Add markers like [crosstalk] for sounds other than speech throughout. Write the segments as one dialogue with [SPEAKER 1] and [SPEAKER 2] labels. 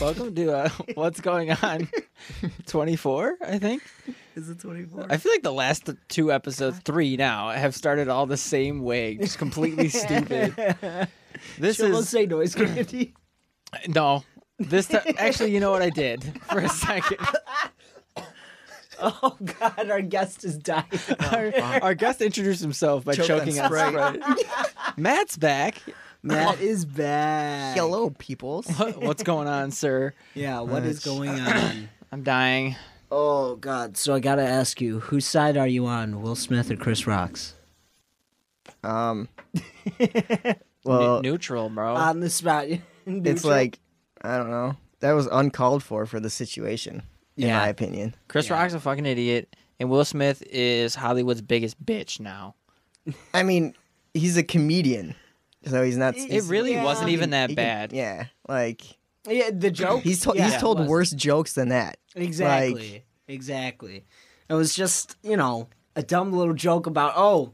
[SPEAKER 1] Welcome to uh, [laughs] What's Going [laughs] On 24, I think.
[SPEAKER 2] Is it 24?
[SPEAKER 1] I feel like the last two episodes, three now, have started all the same way. Just [laughs] completely stupid. This
[SPEAKER 2] Should
[SPEAKER 1] is.
[SPEAKER 2] say noise community.
[SPEAKER 1] No. This ti- Actually, you know what I did for a [laughs] second?
[SPEAKER 2] [laughs] oh God, our guest is [laughs] dying.
[SPEAKER 1] Our, our guest introduced himself by
[SPEAKER 2] Choke on
[SPEAKER 1] choking on Sprite. Matt's back.
[SPEAKER 2] Matt is back.
[SPEAKER 3] Hello, peoples.
[SPEAKER 1] What- What's going [laughs] on, sir?
[SPEAKER 2] Yeah, what is going on?
[SPEAKER 1] I'm dying.
[SPEAKER 2] [coughs] oh God, so I gotta ask you, whose side are you on, Will Smith or Chris Rock's?
[SPEAKER 3] Um,
[SPEAKER 1] Ne-
[SPEAKER 3] well,
[SPEAKER 1] neutral, bro.
[SPEAKER 2] On the spot. [laughs]
[SPEAKER 3] it's like I don't know. That was uncalled for for the situation, in
[SPEAKER 1] Yeah.
[SPEAKER 3] my opinion.
[SPEAKER 1] Chris Rock's a fucking idiot, and Will Smith is Hollywood's biggest bitch now.
[SPEAKER 3] I mean, he's a comedian, so he's not.
[SPEAKER 1] It
[SPEAKER 3] he's-
[SPEAKER 1] really
[SPEAKER 2] yeah.
[SPEAKER 1] wasn't even that
[SPEAKER 3] he can-
[SPEAKER 1] bad.
[SPEAKER 3] yeah, like
[SPEAKER 2] yeah, the joke.
[SPEAKER 3] he's to-
[SPEAKER 2] Yeah,
[SPEAKER 3] he's
[SPEAKER 2] it
[SPEAKER 3] told
[SPEAKER 2] was.
[SPEAKER 3] worse jokes than that.
[SPEAKER 2] Exactly. exactly. It was just, you know, a dumb little joke about, oh,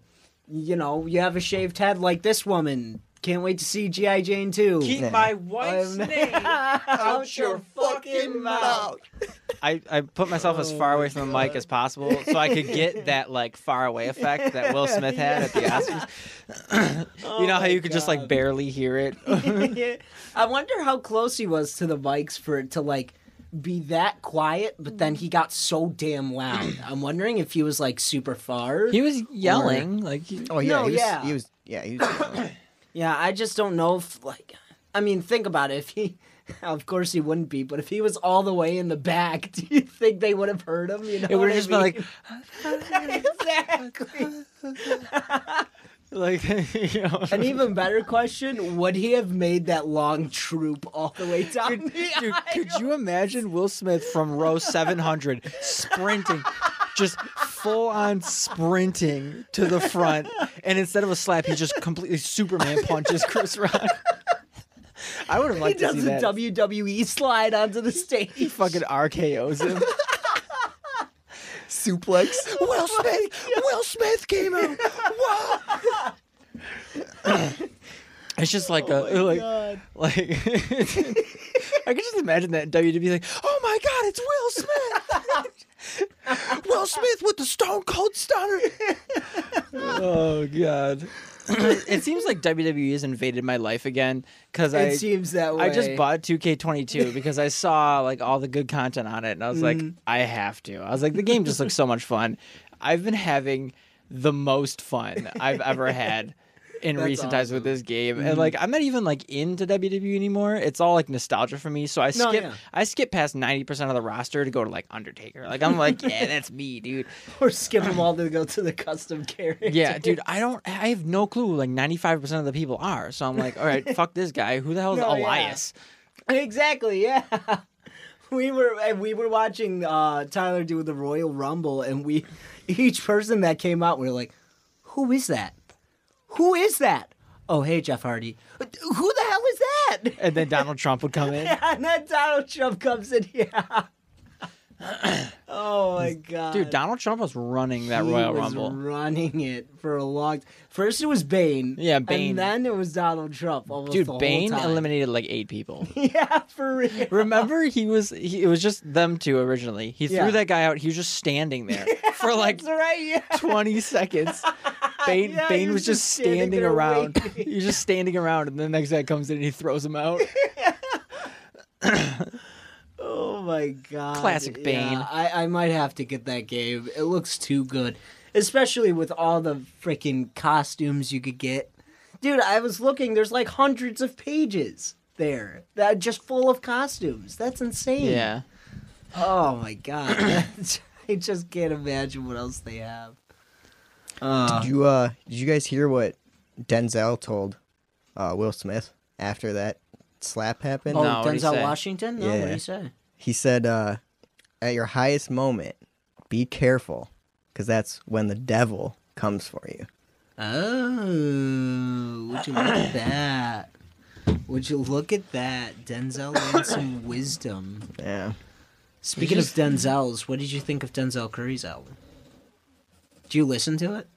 [SPEAKER 2] you know, you have a shaved head like this woman. Can't wait to see G.I. Jane 2.
[SPEAKER 3] Keep Yeah. my
[SPEAKER 1] [laughs] wife's
[SPEAKER 2] out your fucking mouth.
[SPEAKER 1] I, I put myself as far away from the mic as possible so I could [laughs] get that like far away effect that Will Smith had at the Oscars. [laughs] you know how you could just like barely hear it.
[SPEAKER 2] [laughs] I wonder how close he was to the mics for it to like be that quiet, but then he got so damn [clears throat] loud. I'm wondering if he was like super far.
[SPEAKER 1] he [laughs] was yelling like
[SPEAKER 3] Oh yeah,
[SPEAKER 2] No,
[SPEAKER 3] he was,
[SPEAKER 2] yeah.
[SPEAKER 3] he was. Yeah,
[SPEAKER 2] [coughs]
[SPEAKER 3] he was.
[SPEAKER 2] yeah, I just don't know if like I mean, think about it. If he [laughs] of course he wouldn't be, but if he was all the way in the back, [laughs] do you think they would have heard him? You know
[SPEAKER 1] it would
[SPEAKER 2] what
[SPEAKER 1] have
[SPEAKER 2] I
[SPEAKER 1] just been like [laughs]
[SPEAKER 2] mean? Exactly.
[SPEAKER 1] like [laughs] you know.
[SPEAKER 2] An even better question, would he have made that long troop all the way down
[SPEAKER 1] Dude,
[SPEAKER 2] the
[SPEAKER 1] dude,
[SPEAKER 2] aisle?
[SPEAKER 1] could you imagine Will Smith from [laughs] row 700 sprinting, just full on sprinting to the front? And instead of a slap, he just completely [laughs] Superman punches Chris Rock. I would have
[SPEAKER 2] He
[SPEAKER 1] liked to see
[SPEAKER 2] does a
[SPEAKER 1] that.
[SPEAKER 2] WWE slide onto the stage.
[SPEAKER 1] he fucking RKO's [laughs] him.
[SPEAKER 3] Suplex.
[SPEAKER 1] [laughs] Will Smith! Will Smith came out! Whoa! It's just like a like like [laughs] I could just imagine that WWE like, oh my god, it's Will Smith. [laughs] Will Smith with the Stone Cold Stunner. [laughs] oh god. it seems like WWE has invaded my life again because I
[SPEAKER 2] It seems that way.
[SPEAKER 1] I just bought
[SPEAKER 2] [laughs]
[SPEAKER 1] 2K22 because I saw like all the good content on it, and I was
[SPEAKER 2] Mm.
[SPEAKER 1] like, I have to. I was like, the game just looks so much fun. I've been having the most fun I've ever had in
[SPEAKER 2] [laughs] That's Mm-hmm.
[SPEAKER 1] recent times with this game, and like I'm not even like into WWE anymore. It's all like nostalgia for me. So I skip
[SPEAKER 2] No, yeah.
[SPEAKER 1] I skip past 90 percent of the roster to go to like Undertaker. Like I'm like, yeah, that's me,
[SPEAKER 2] [laughs]
[SPEAKER 1] dude.
[SPEAKER 2] or skip them all to go to
[SPEAKER 1] [laughs]
[SPEAKER 2] the custom carriage.
[SPEAKER 1] Yeah, dude, I don't. I have no clue. who, Like 95 percent of the people are. So I'm like, all
[SPEAKER 2] [laughs]
[SPEAKER 1] right, fuck this guy. Who the hell is
[SPEAKER 2] No, yeah.
[SPEAKER 1] Elias?
[SPEAKER 2] exactly. Yeah, [laughs] we were and we were watching uh, Tyler do the Royal Rumble, and we each person that came out, we were like, "Who is that? Who is that? Oh, hey, Jeff Hardy. Who the hell is that?" [laughs]
[SPEAKER 1] And then Donald Trump would come in.
[SPEAKER 2] And then Donald Trump comes in. Yeah. [laughs] oh my god,
[SPEAKER 1] Dude, Donald Trump was running that
[SPEAKER 2] He
[SPEAKER 1] Royal
[SPEAKER 2] was
[SPEAKER 1] Rumble.
[SPEAKER 2] running it for a long. First it was Bane.
[SPEAKER 1] Yeah, Bane.
[SPEAKER 2] And then it was Donald Trump. Almost
[SPEAKER 1] Dude,
[SPEAKER 2] the whole
[SPEAKER 1] Bane
[SPEAKER 2] time.
[SPEAKER 1] eliminated like eight people.
[SPEAKER 2] [laughs] Yeah, for real.
[SPEAKER 1] [laughs] Remember, he was he, it was just them two originally. He threw
[SPEAKER 2] Yeah.
[SPEAKER 1] that guy out. He was just standing
[SPEAKER 2] [laughs]
[SPEAKER 1] there for like
[SPEAKER 2] That's right. Yeah.
[SPEAKER 1] twenty
[SPEAKER 2] [laughs]
[SPEAKER 1] seconds. Bane,
[SPEAKER 2] Yeah, he
[SPEAKER 1] Bane was
[SPEAKER 2] was
[SPEAKER 1] just
[SPEAKER 2] just standing
[SPEAKER 1] standing,
[SPEAKER 2] there
[SPEAKER 1] around. [laughs]
[SPEAKER 2] waiting.
[SPEAKER 1] He was just standing around, and the next guy comes in and he throws him
[SPEAKER 2] [laughs]
[SPEAKER 1] out.
[SPEAKER 2] Oh my god.
[SPEAKER 1] Classic
[SPEAKER 2] Yeah,
[SPEAKER 1] Bane.
[SPEAKER 2] I, I might have to get that game. It looks too good, especially with all the freaking costumes you could get. Dude, I was looking. There's like hundreds of pages there that are just full of costumes. That's insane.
[SPEAKER 1] yeah,
[SPEAKER 2] Oh my god, [laughs] That's- I just can't imagine what else they have.
[SPEAKER 3] Did you uh did you guys hear what Denzel told uh Will Smith after that slap happened?
[SPEAKER 2] Oh,
[SPEAKER 1] No, what'd he
[SPEAKER 2] Denzel
[SPEAKER 1] say?
[SPEAKER 2] Washington. No, what do
[SPEAKER 3] Yeah.
[SPEAKER 2] you say?
[SPEAKER 3] He said uh at your highest moment, be careful cuz that's when the devil comes for you.
[SPEAKER 2] Oh, would you look at that? Would you look at that? Denzel [coughs] learned some wisdom.
[SPEAKER 3] Yeah.
[SPEAKER 2] Speaking of Denzel's, what did you think of Denzel Curry's album? Do you listen to it?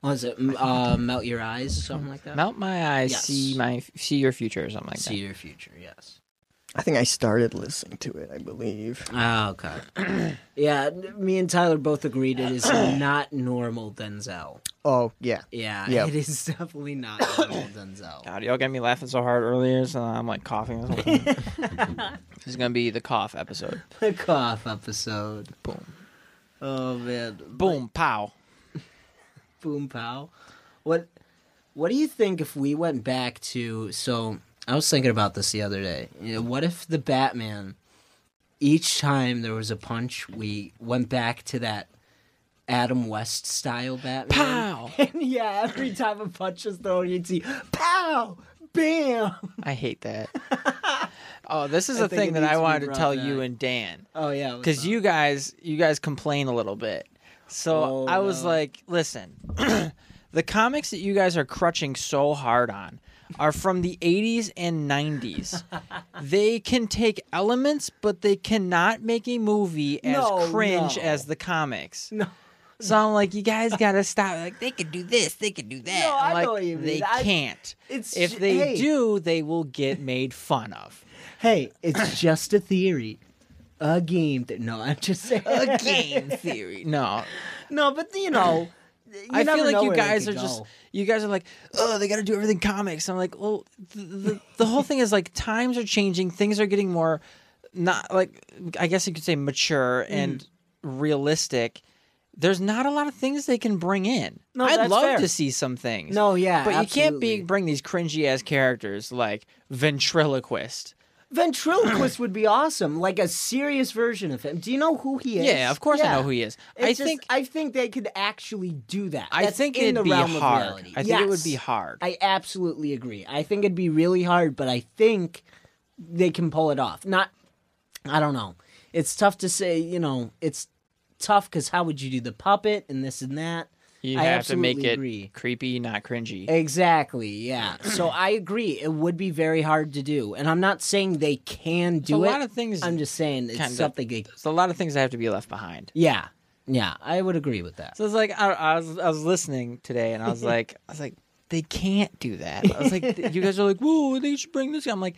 [SPEAKER 2] What is it M- uh, Melt Your Eyes or something like that?
[SPEAKER 1] Mount my eyes,
[SPEAKER 2] Yes.
[SPEAKER 1] see my see your future or something like
[SPEAKER 2] See
[SPEAKER 1] that.
[SPEAKER 2] Your Future, yes.
[SPEAKER 3] I think I started listening to it, I believe.
[SPEAKER 2] Oh, okay. [coughs] yeah, n- me and Tyler both agreed it [coughs] is not normal Denzel.
[SPEAKER 3] Oh, yeah.
[SPEAKER 2] Yeah,
[SPEAKER 3] Yep.
[SPEAKER 2] it is definitely not normal [coughs] Denzel.
[SPEAKER 1] God, y'all got me laughing so hard earlier, so I'm like coughing.
[SPEAKER 2] [laughs]
[SPEAKER 1] This, whole time. this is gonna be the cough episode.
[SPEAKER 2] The cough episode.
[SPEAKER 1] Boom,
[SPEAKER 2] Oh man,
[SPEAKER 1] boom, pow.
[SPEAKER 2] boom pow. What what do you think if we went back to so I was thinking about this the other day. You know, what if the Batman each time there was a punch we went back to that Adam West style Batman?
[SPEAKER 1] Pow!
[SPEAKER 2] [laughs] And yeah, every time a punch is thrown you'd see pow! Bam!
[SPEAKER 1] I hate
[SPEAKER 2] [laughs]
[SPEAKER 1] that. oh, this is
[SPEAKER 2] I
[SPEAKER 1] a
[SPEAKER 2] think
[SPEAKER 1] thing
[SPEAKER 2] it
[SPEAKER 1] that
[SPEAKER 2] needs
[SPEAKER 1] I
[SPEAKER 2] to be
[SPEAKER 1] wanted to
[SPEAKER 2] brought
[SPEAKER 1] tell
[SPEAKER 2] back.
[SPEAKER 1] you and Dan
[SPEAKER 2] Oh yeah. what's
[SPEAKER 1] because
[SPEAKER 2] up?
[SPEAKER 1] you guys you guys complain a little bit. So
[SPEAKER 2] Oh,
[SPEAKER 1] I was
[SPEAKER 2] no.
[SPEAKER 1] like, listen, [clears throat] the comics that you guys are crutching so hard on are from the 80s and
[SPEAKER 2] [laughs]
[SPEAKER 1] 90s. they can take elements, but they cannot make a movie as
[SPEAKER 2] No,
[SPEAKER 1] cringe
[SPEAKER 2] no.
[SPEAKER 1] as the comics.
[SPEAKER 2] No.
[SPEAKER 1] So I'm like, you guys gotta stop. Like they could do this, they could do that.
[SPEAKER 2] No,
[SPEAKER 1] I'm
[SPEAKER 2] I
[SPEAKER 1] like,
[SPEAKER 2] know what you
[SPEAKER 1] They
[SPEAKER 2] mean. I-
[SPEAKER 1] can't.
[SPEAKER 2] It's
[SPEAKER 1] if
[SPEAKER 2] ju-
[SPEAKER 1] they
[SPEAKER 2] hey.
[SPEAKER 1] do, they will get made fun
[SPEAKER 2] [laughs]
[SPEAKER 1] of.
[SPEAKER 2] Hey, it's just a theory. A game that no, I'm just saying
[SPEAKER 1] [laughs] A game theory. No,
[SPEAKER 2] No, but you know, you
[SPEAKER 1] I
[SPEAKER 2] never
[SPEAKER 1] feel like
[SPEAKER 2] know
[SPEAKER 1] you
[SPEAKER 2] where they
[SPEAKER 1] guys are
[SPEAKER 2] could
[SPEAKER 1] just
[SPEAKER 2] go.
[SPEAKER 1] you guys are like, oh, they got to do everything comics. I'm like, well, the, the, the whole thing is like times are changing, things are getting more not like I guess you could say
[SPEAKER 2] Mm.
[SPEAKER 1] mature and realistic. There's not a lot of things they can bring in.
[SPEAKER 2] No,
[SPEAKER 1] I'd
[SPEAKER 2] that's
[SPEAKER 1] love
[SPEAKER 2] fair.
[SPEAKER 1] to see some things.
[SPEAKER 2] No, yeah,
[SPEAKER 1] but you can't be
[SPEAKER 2] absolutely.
[SPEAKER 1] bring these cringy ass characters like ventriloquist.
[SPEAKER 2] [clears throat] ventriloquist would be awesome, like a serious version of him. Do you know who he is?
[SPEAKER 1] Yeah, of course I know who he is.
[SPEAKER 2] It's
[SPEAKER 1] I
[SPEAKER 2] just-
[SPEAKER 1] think
[SPEAKER 2] I think they could actually do that.
[SPEAKER 1] I
[SPEAKER 2] That's
[SPEAKER 1] think
[SPEAKER 2] in
[SPEAKER 1] it'd
[SPEAKER 2] the
[SPEAKER 1] be
[SPEAKER 2] realm of
[SPEAKER 1] hard.
[SPEAKER 2] reality.
[SPEAKER 1] I think it would
[SPEAKER 2] Yes.
[SPEAKER 1] be hard.
[SPEAKER 2] I absolutely agree. I think it'd be really hard, but I think they can pull it off. Not, I don't know. It's tough to say. You know, it's tough because how would you do the puppet and this and that?
[SPEAKER 1] you
[SPEAKER 2] I
[SPEAKER 1] have to make
[SPEAKER 2] absolutely
[SPEAKER 1] it
[SPEAKER 2] agree.
[SPEAKER 1] creepy, not cringy.
[SPEAKER 2] Exactly.
[SPEAKER 1] [clears throat]
[SPEAKER 2] Yeah. So I agree. It would be very hard to do, and I'm not saying they can do
[SPEAKER 1] a
[SPEAKER 2] it.
[SPEAKER 1] lot of things
[SPEAKER 2] I'm just saying it's
[SPEAKER 1] kinda-
[SPEAKER 2] something. They,
[SPEAKER 1] There's a lot of things that have to be left behind.
[SPEAKER 2] yeah. Yeah. I would agree with that.
[SPEAKER 1] So it's like I, I was I was listening today, and I was like I was like they can't do that. I was
[SPEAKER 2] [laughs]
[SPEAKER 1] like you guys are like whoa they should bring this. guy." I'm like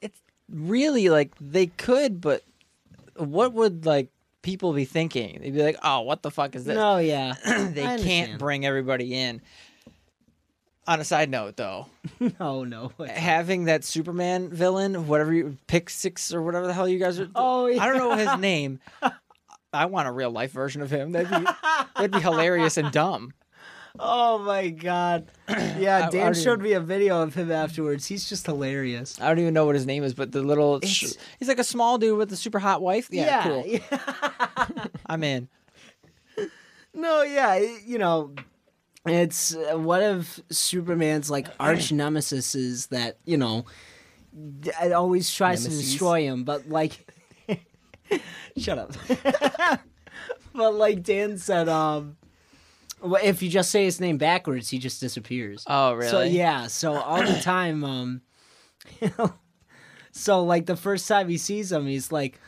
[SPEAKER 1] it's really like they could, but what would like people be thinking? They'd be like oh what the fuck is this?
[SPEAKER 2] No. Yeah.
[SPEAKER 1] [clears throat] they
[SPEAKER 2] I
[SPEAKER 1] can't
[SPEAKER 2] understand.
[SPEAKER 1] bring everybody in. On a side note, though,
[SPEAKER 2] No. No. way.
[SPEAKER 1] having that Superman villain, whatever you pick six or whatever the hell you guys are.
[SPEAKER 2] Oh,
[SPEAKER 1] I don't know his
[SPEAKER 2] [laughs]
[SPEAKER 1] name. I want a real life version of him. That'd be that'd be hilarious and dumb.
[SPEAKER 2] Oh my
[SPEAKER 1] [clears throat]
[SPEAKER 2] God. Yeah.
[SPEAKER 1] I
[SPEAKER 2] Dan
[SPEAKER 1] already-
[SPEAKER 2] showed me a video of him afterwards. He's just hilarious.
[SPEAKER 1] I don't even know what his name is, but the little sh-
[SPEAKER 2] It's-
[SPEAKER 1] he's like a small dude with a super hot wife. Yeah, cool.
[SPEAKER 2] yeah.
[SPEAKER 1] I'm in.
[SPEAKER 2] No. Yeah. it- You know. It's uh, one of Superman's
[SPEAKER 1] [clears throat]
[SPEAKER 2] like arch nemesis is that you know, d- it always tries to
[SPEAKER 3] Nemesis.
[SPEAKER 2] destroy him, but like [laughs] Shut up. [laughs] but like Dan said, um, wh- if you just say his name backwards, he just disappears.
[SPEAKER 1] Oh, really?
[SPEAKER 2] So yeah. So all the time, um, [laughs] so like the first time he sees him, he's like,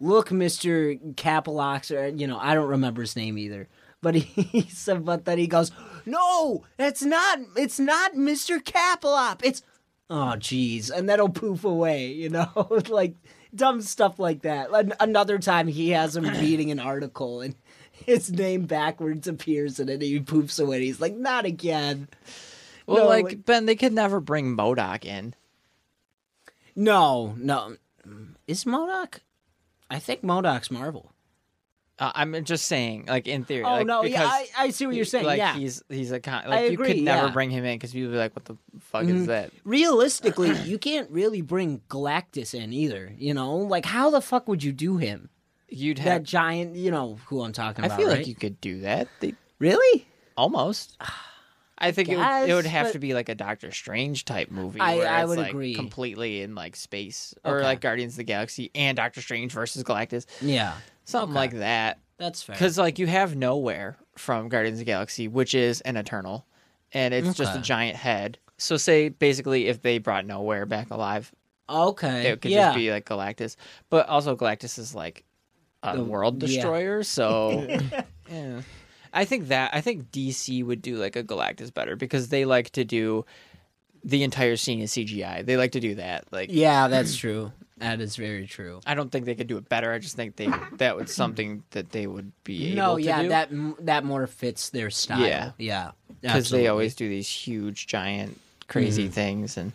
[SPEAKER 2] "Look, Mister Capilox," or you know, I don't remember his name either. But he, [laughs] he said, but then he goes, "No, it's not. It's not Mister Capilop. It's oh jeez and that'll poof away you know [laughs] like dumb stuff like that An- another time he has [clears throat] him reading an article and [laughs] his name backwards appears and then he poofs away he's like not again
[SPEAKER 1] Well,
[SPEAKER 2] No,
[SPEAKER 1] like
[SPEAKER 2] it-
[SPEAKER 1] Ben, they could never bring Modoc in.
[SPEAKER 2] no no is modoc i think modoc's marvel
[SPEAKER 1] Uh, I'm just saying, like in theory.
[SPEAKER 2] oh
[SPEAKER 1] like,
[SPEAKER 2] no yeah
[SPEAKER 1] because
[SPEAKER 2] I, I see what
[SPEAKER 1] he-
[SPEAKER 2] you're saying
[SPEAKER 1] Like
[SPEAKER 2] yeah
[SPEAKER 1] he's he's a con- like
[SPEAKER 2] I
[SPEAKER 1] you could
[SPEAKER 2] agree,
[SPEAKER 1] never
[SPEAKER 2] yeah. Mm-hmm.
[SPEAKER 1] bring him in because people would be like, what the fuck is that?
[SPEAKER 2] realistically you can't really bring galactus in either you know like how the fuck would you do him
[SPEAKER 1] You'd
[SPEAKER 2] that
[SPEAKER 1] have.
[SPEAKER 2] giant, you know who I'm talking
[SPEAKER 1] I
[SPEAKER 2] about.
[SPEAKER 1] feel
[SPEAKER 2] right?
[SPEAKER 1] like you could do that. They,
[SPEAKER 2] really.
[SPEAKER 1] almost. I think it, would, it would
[SPEAKER 2] Ah, guess,
[SPEAKER 1] have
[SPEAKER 2] but-
[SPEAKER 1] to be like a Doctor Strange type movie.
[SPEAKER 2] I-
[SPEAKER 1] where
[SPEAKER 2] I
[SPEAKER 1] it's,
[SPEAKER 2] would
[SPEAKER 1] like,
[SPEAKER 2] agree.
[SPEAKER 1] Completely in like space or
[SPEAKER 2] Okay.
[SPEAKER 1] like Guardians of the Galaxy and Doctor Strange versus Galactus,
[SPEAKER 2] Yeah,
[SPEAKER 1] something like that.
[SPEAKER 2] that's fair.
[SPEAKER 1] Because like you have nowhere from Guardians of the Galaxy, which is an eternal, and it's just a
[SPEAKER 2] Okay.
[SPEAKER 1] giant head. So say basically if they brought nowhere back alive,
[SPEAKER 2] okay,
[SPEAKER 1] it could
[SPEAKER 2] yeah,
[SPEAKER 1] just be like Galactus. But also Galactus is like a
[SPEAKER 2] The-
[SPEAKER 1] world
[SPEAKER 2] yeah.
[SPEAKER 1] destroyer,
[SPEAKER 2] [laughs]
[SPEAKER 1] so yeah. I think that I think DC would do like a Galactus better because they like to do the entire scene is CGI. They like to do that. Like
[SPEAKER 2] yeah, that's true. That is very true.
[SPEAKER 1] I don't think they could do it better. I just think they that was something that they would be able
[SPEAKER 2] No,
[SPEAKER 1] to
[SPEAKER 2] yeah,
[SPEAKER 1] do.
[SPEAKER 2] that m- that more fits their style.
[SPEAKER 1] Yeah.
[SPEAKER 2] yeah,
[SPEAKER 1] because they
[SPEAKER 2] absolutely. Mm-hmm.
[SPEAKER 1] always do these huge, giant, crazy things. And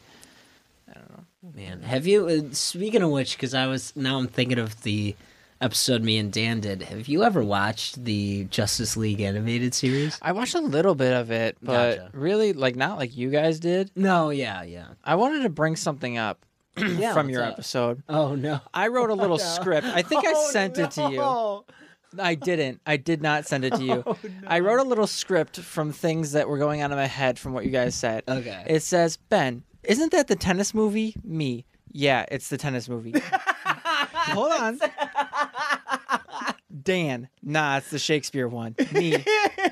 [SPEAKER 2] Man, have you? uh, Speaking of which, because I was now I'm thinking of the episode me and Dan did. Have you ever watched the Justice League animated series?
[SPEAKER 1] I watched a little bit of it, but
[SPEAKER 2] Gotcha.
[SPEAKER 1] really, like not like you guys did.
[SPEAKER 2] No, yeah, yeah.
[SPEAKER 1] I wanted to bring something up [clears throat]
[SPEAKER 2] Yeah,
[SPEAKER 1] from
[SPEAKER 2] what's
[SPEAKER 1] your
[SPEAKER 2] up?
[SPEAKER 1] episode.
[SPEAKER 2] Oh no,
[SPEAKER 1] I
[SPEAKER 2] [laughs]
[SPEAKER 1] wrote a little script. I think I sent it to you.
[SPEAKER 2] Oh,
[SPEAKER 1] I didn't. I did not send it to
[SPEAKER 2] [laughs]
[SPEAKER 1] you. I wrote a little script from things that were going on in my head from what you guys said.
[SPEAKER 2] Okay.
[SPEAKER 1] It says, Ben, isn't that the tennis movie? Me. Yeah, it's the tennis movie.
[SPEAKER 3] [laughs]
[SPEAKER 1] Hold on. Dan, nah, it's the Shakespeare one. Me,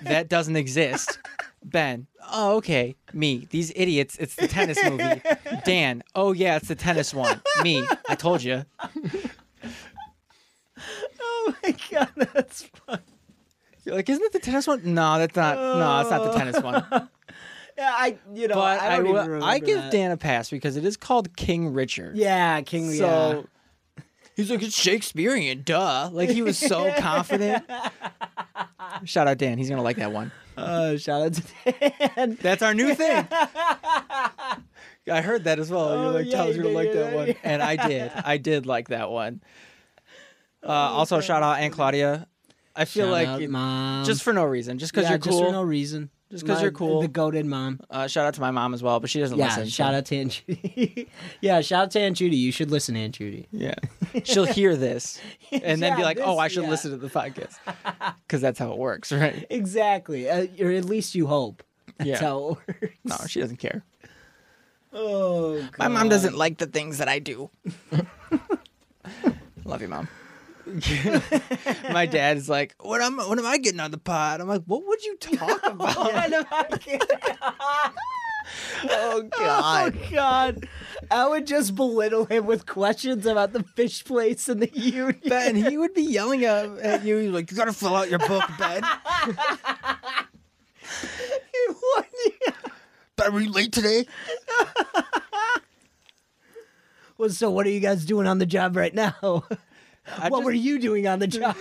[SPEAKER 1] that doesn't exist. Ben, oh, okay. Me, these idiots, it's the tennis movie. Dan, oh, yeah, it's the tennis one. Me, I told you.
[SPEAKER 2] oh my god, [laughs] that's fun.
[SPEAKER 1] You're like, isn't it the tennis one? No, that's not. No, it's not the tennis
[SPEAKER 2] [laughs]
[SPEAKER 1] one.
[SPEAKER 2] Yeah, I you know
[SPEAKER 1] but
[SPEAKER 2] Oh. I
[SPEAKER 1] I,
[SPEAKER 2] don't even
[SPEAKER 1] will.
[SPEAKER 2] remember
[SPEAKER 1] I give
[SPEAKER 2] that.
[SPEAKER 1] Dan a pass because it is called King Richard.
[SPEAKER 2] Yeah, King. yeah.
[SPEAKER 1] So he's like it's Shakespearean, duh. Like he was so
[SPEAKER 2] [laughs]
[SPEAKER 1] confident. Shout out Dan. He's gonna like that one.
[SPEAKER 2] Uh, shout out to Dan.
[SPEAKER 1] That's our new thing. [laughs] I heard that as well. You're
[SPEAKER 2] Oh,
[SPEAKER 1] like,
[SPEAKER 2] yeah,
[SPEAKER 1] tell us
[SPEAKER 2] you
[SPEAKER 1] you're gonna like
[SPEAKER 2] did, yeah,
[SPEAKER 1] that
[SPEAKER 2] yeah,
[SPEAKER 1] one,
[SPEAKER 2] yeah.
[SPEAKER 1] and I did. I did like that one.
[SPEAKER 2] [laughs] Oh,
[SPEAKER 1] Uh, also, shout out Aunt Claudia. I feel
[SPEAKER 2] Shout
[SPEAKER 1] like
[SPEAKER 2] out,
[SPEAKER 1] it-
[SPEAKER 2] mom.
[SPEAKER 1] just for no reason, just because
[SPEAKER 2] Yeah,
[SPEAKER 1] you're
[SPEAKER 2] just
[SPEAKER 1] cool.
[SPEAKER 2] for no reason.
[SPEAKER 1] Just 'cause
[SPEAKER 2] My-
[SPEAKER 1] you're cool.
[SPEAKER 2] The goaded mom.
[SPEAKER 1] Uh, shout out to my mom as well, but she doesn't
[SPEAKER 2] Yeah,
[SPEAKER 1] listen. so-
[SPEAKER 2] shout out to Aunt Judy. [laughs] yeah, shout out to Aunt Judy. You should listen to Aunt Judy. [laughs]
[SPEAKER 1] Yeah. She'll hear this and then be
[SPEAKER 2] Yeah,
[SPEAKER 1] like, oh,
[SPEAKER 2] this-
[SPEAKER 1] I should
[SPEAKER 2] yeah.
[SPEAKER 1] listen to the
[SPEAKER 2] [laughs]
[SPEAKER 1] podcast. Because that's how it works, right?
[SPEAKER 2] Exactly. Uh, or at least you hope. That's
[SPEAKER 1] Yeah.
[SPEAKER 2] how it works. [laughs]
[SPEAKER 1] No, she doesn't care.
[SPEAKER 2] Oh,
[SPEAKER 1] My mom
[SPEAKER 2] God.
[SPEAKER 1] doesn't like the things that I do. [laughs] Love you, mom. [laughs] My dad is like, what am, what am I getting on the pod? I'm like, what would you talk about?
[SPEAKER 2] [laughs] Oh,
[SPEAKER 3] [laughs]
[SPEAKER 2] God. Oh, God. I would just belittle him with questions about the fish place [laughs] and the union.
[SPEAKER 1] [laughs] Ben, he would be yelling at, at you. He's like, you got to fill out your [laughs] book, Ben. Ben, were you late today?
[SPEAKER 2] well, so what are you guys doing on the job right now? [laughs] what
[SPEAKER 1] I just-
[SPEAKER 2] were you doing on the [laughs] job?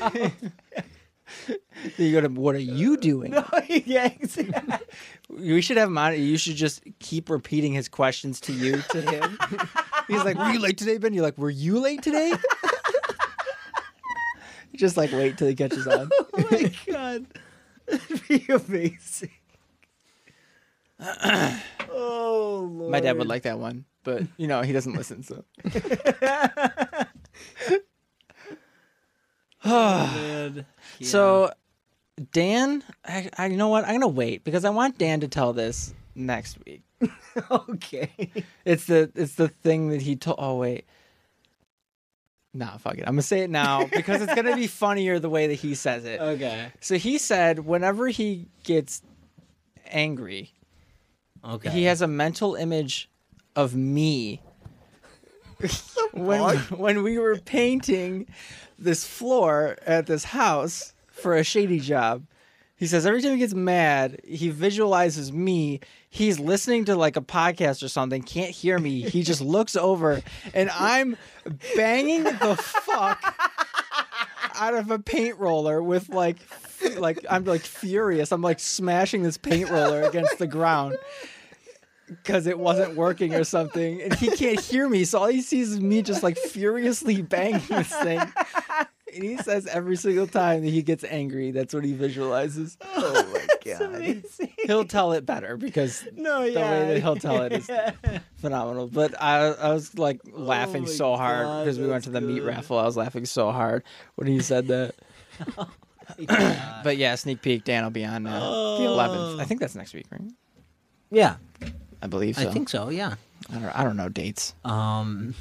[SPEAKER 1] you go to, what are you doing?
[SPEAKER 2] Oh, yeah, exactly.
[SPEAKER 1] We should have monitor. You should just keep repeating his questions to you to [laughs] him. He's like, "Were you late today, Ben?" You're like, "Were you late today?" [laughs] just like wait till he catches on.
[SPEAKER 2] Oh my god. That'd [laughs] be amazing. [clears throat] oh lord.
[SPEAKER 1] My dad would like that one, but you know he doesn't listen. So
[SPEAKER 2] [sighs] Dad.
[SPEAKER 1] so Dan, I, I you know what? I'm gonna wait because I want Dan to tell this next week.
[SPEAKER 2] Okay.
[SPEAKER 1] It's the it's the thing that he told. Oh wait. Nah, fuck it. I'm gonna say it now because it's gonna be funnier the way that he says it.
[SPEAKER 2] Okay.
[SPEAKER 1] So he said whenever he gets angry,
[SPEAKER 2] Okay.
[SPEAKER 1] he has a mental image of me. when, [laughs] when we were painting this floor at this house for a shady job, he says every time he gets mad, he visualizes me. He's listening to like a podcast or something, can't hear me. He just looks over and I'm banging the fuck out of a paint roller with like f- like I'm like furious. I'm like smashing this paint roller against the ground because it wasn't working or something. And he can't hear me, so all he sees is me just like furiously banging this thing. And he says every single time that he gets angry, that's what he visualizes.
[SPEAKER 3] Oh my god.
[SPEAKER 2] [laughs] amazing.
[SPEAKER 1] he'll tell it better because
[SPEAKER 2] No,
[SPEAKER 1] the
[SPEAKER 2] yeah. [laughs] Oh
[SPEAKER 1] way that he'll tell it is phenomenal. But I, I was like laughing
[SPEAKER 2] my
[SPEAKER 1] so hard
[SPEAKER 2] God,
[SPEAKER 1] because we went
[SPEAKER 2] that's
[SPEAKER 1] to the meat
[SPEAKER 2] good.
[SPEAKER 1] raffle. I was laughing so hard when he said
[SPEAKER 2] [laughs]
[SPEAKER 1] that.
[SPEAKER 2] Oh
[SPEAKER 1] [clears throat] But yeah, sneak peek. Dan will be on uh, the 11th.
[SPEAKER 2] Oh.
[SPEAKER 1] I think that's next week, right?
[SPEAKER 2] yeah,
[SPEAKER 1] I believe so.
[SPEAKER 2] I think so. Yeah.
[SPEAKER 1] I don't, I don't know dates.
[SPEAKER 2] Um,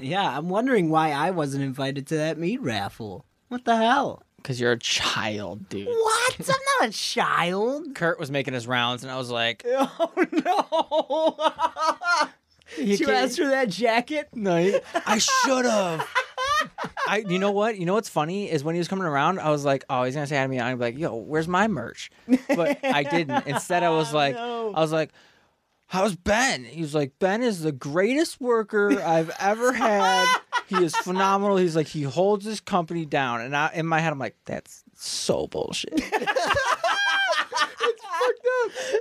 [SPEAKER 2] yeah, I'm wondering why I wasn't invited to that meat raffle. What the hell?
[SPEAKER 1] Because you're a child, dude.
[SPEAKER 2] What? I'm not a child. [laughs]
[SPEAKER 1] Kurt was making his rounds, and I was like,
[SPEAKER 2] Oh no! Did you
[SPEAKER 1] can't-
[SPEAKER 2] ask for that jacket?
[SPEAKER 1] No, he-
[SPEAKER 2] [laughs]
[SPEAKER 1] I should have. I, you know what? You know what's funny is when he was coming around, I was like, "Oh, he's gonna say hi to me." I'm like, "Yo, where's my merch?" But I
[SPEAKER 2] [laughs]
[SPEAKER 1] didn't. Instead, I was like,
[SPEAKER 2] Oh, No.
[SPEAKER 1] "I was like, how's Ben?" He was like, "Ben is the greatest worker I've ever had. He is phenomenal. He's like, he holds his company down." And I, in my head, I'm like, "That's so
[SPEAKER 2] [laughs]
[SPEAKER 1] bullshit."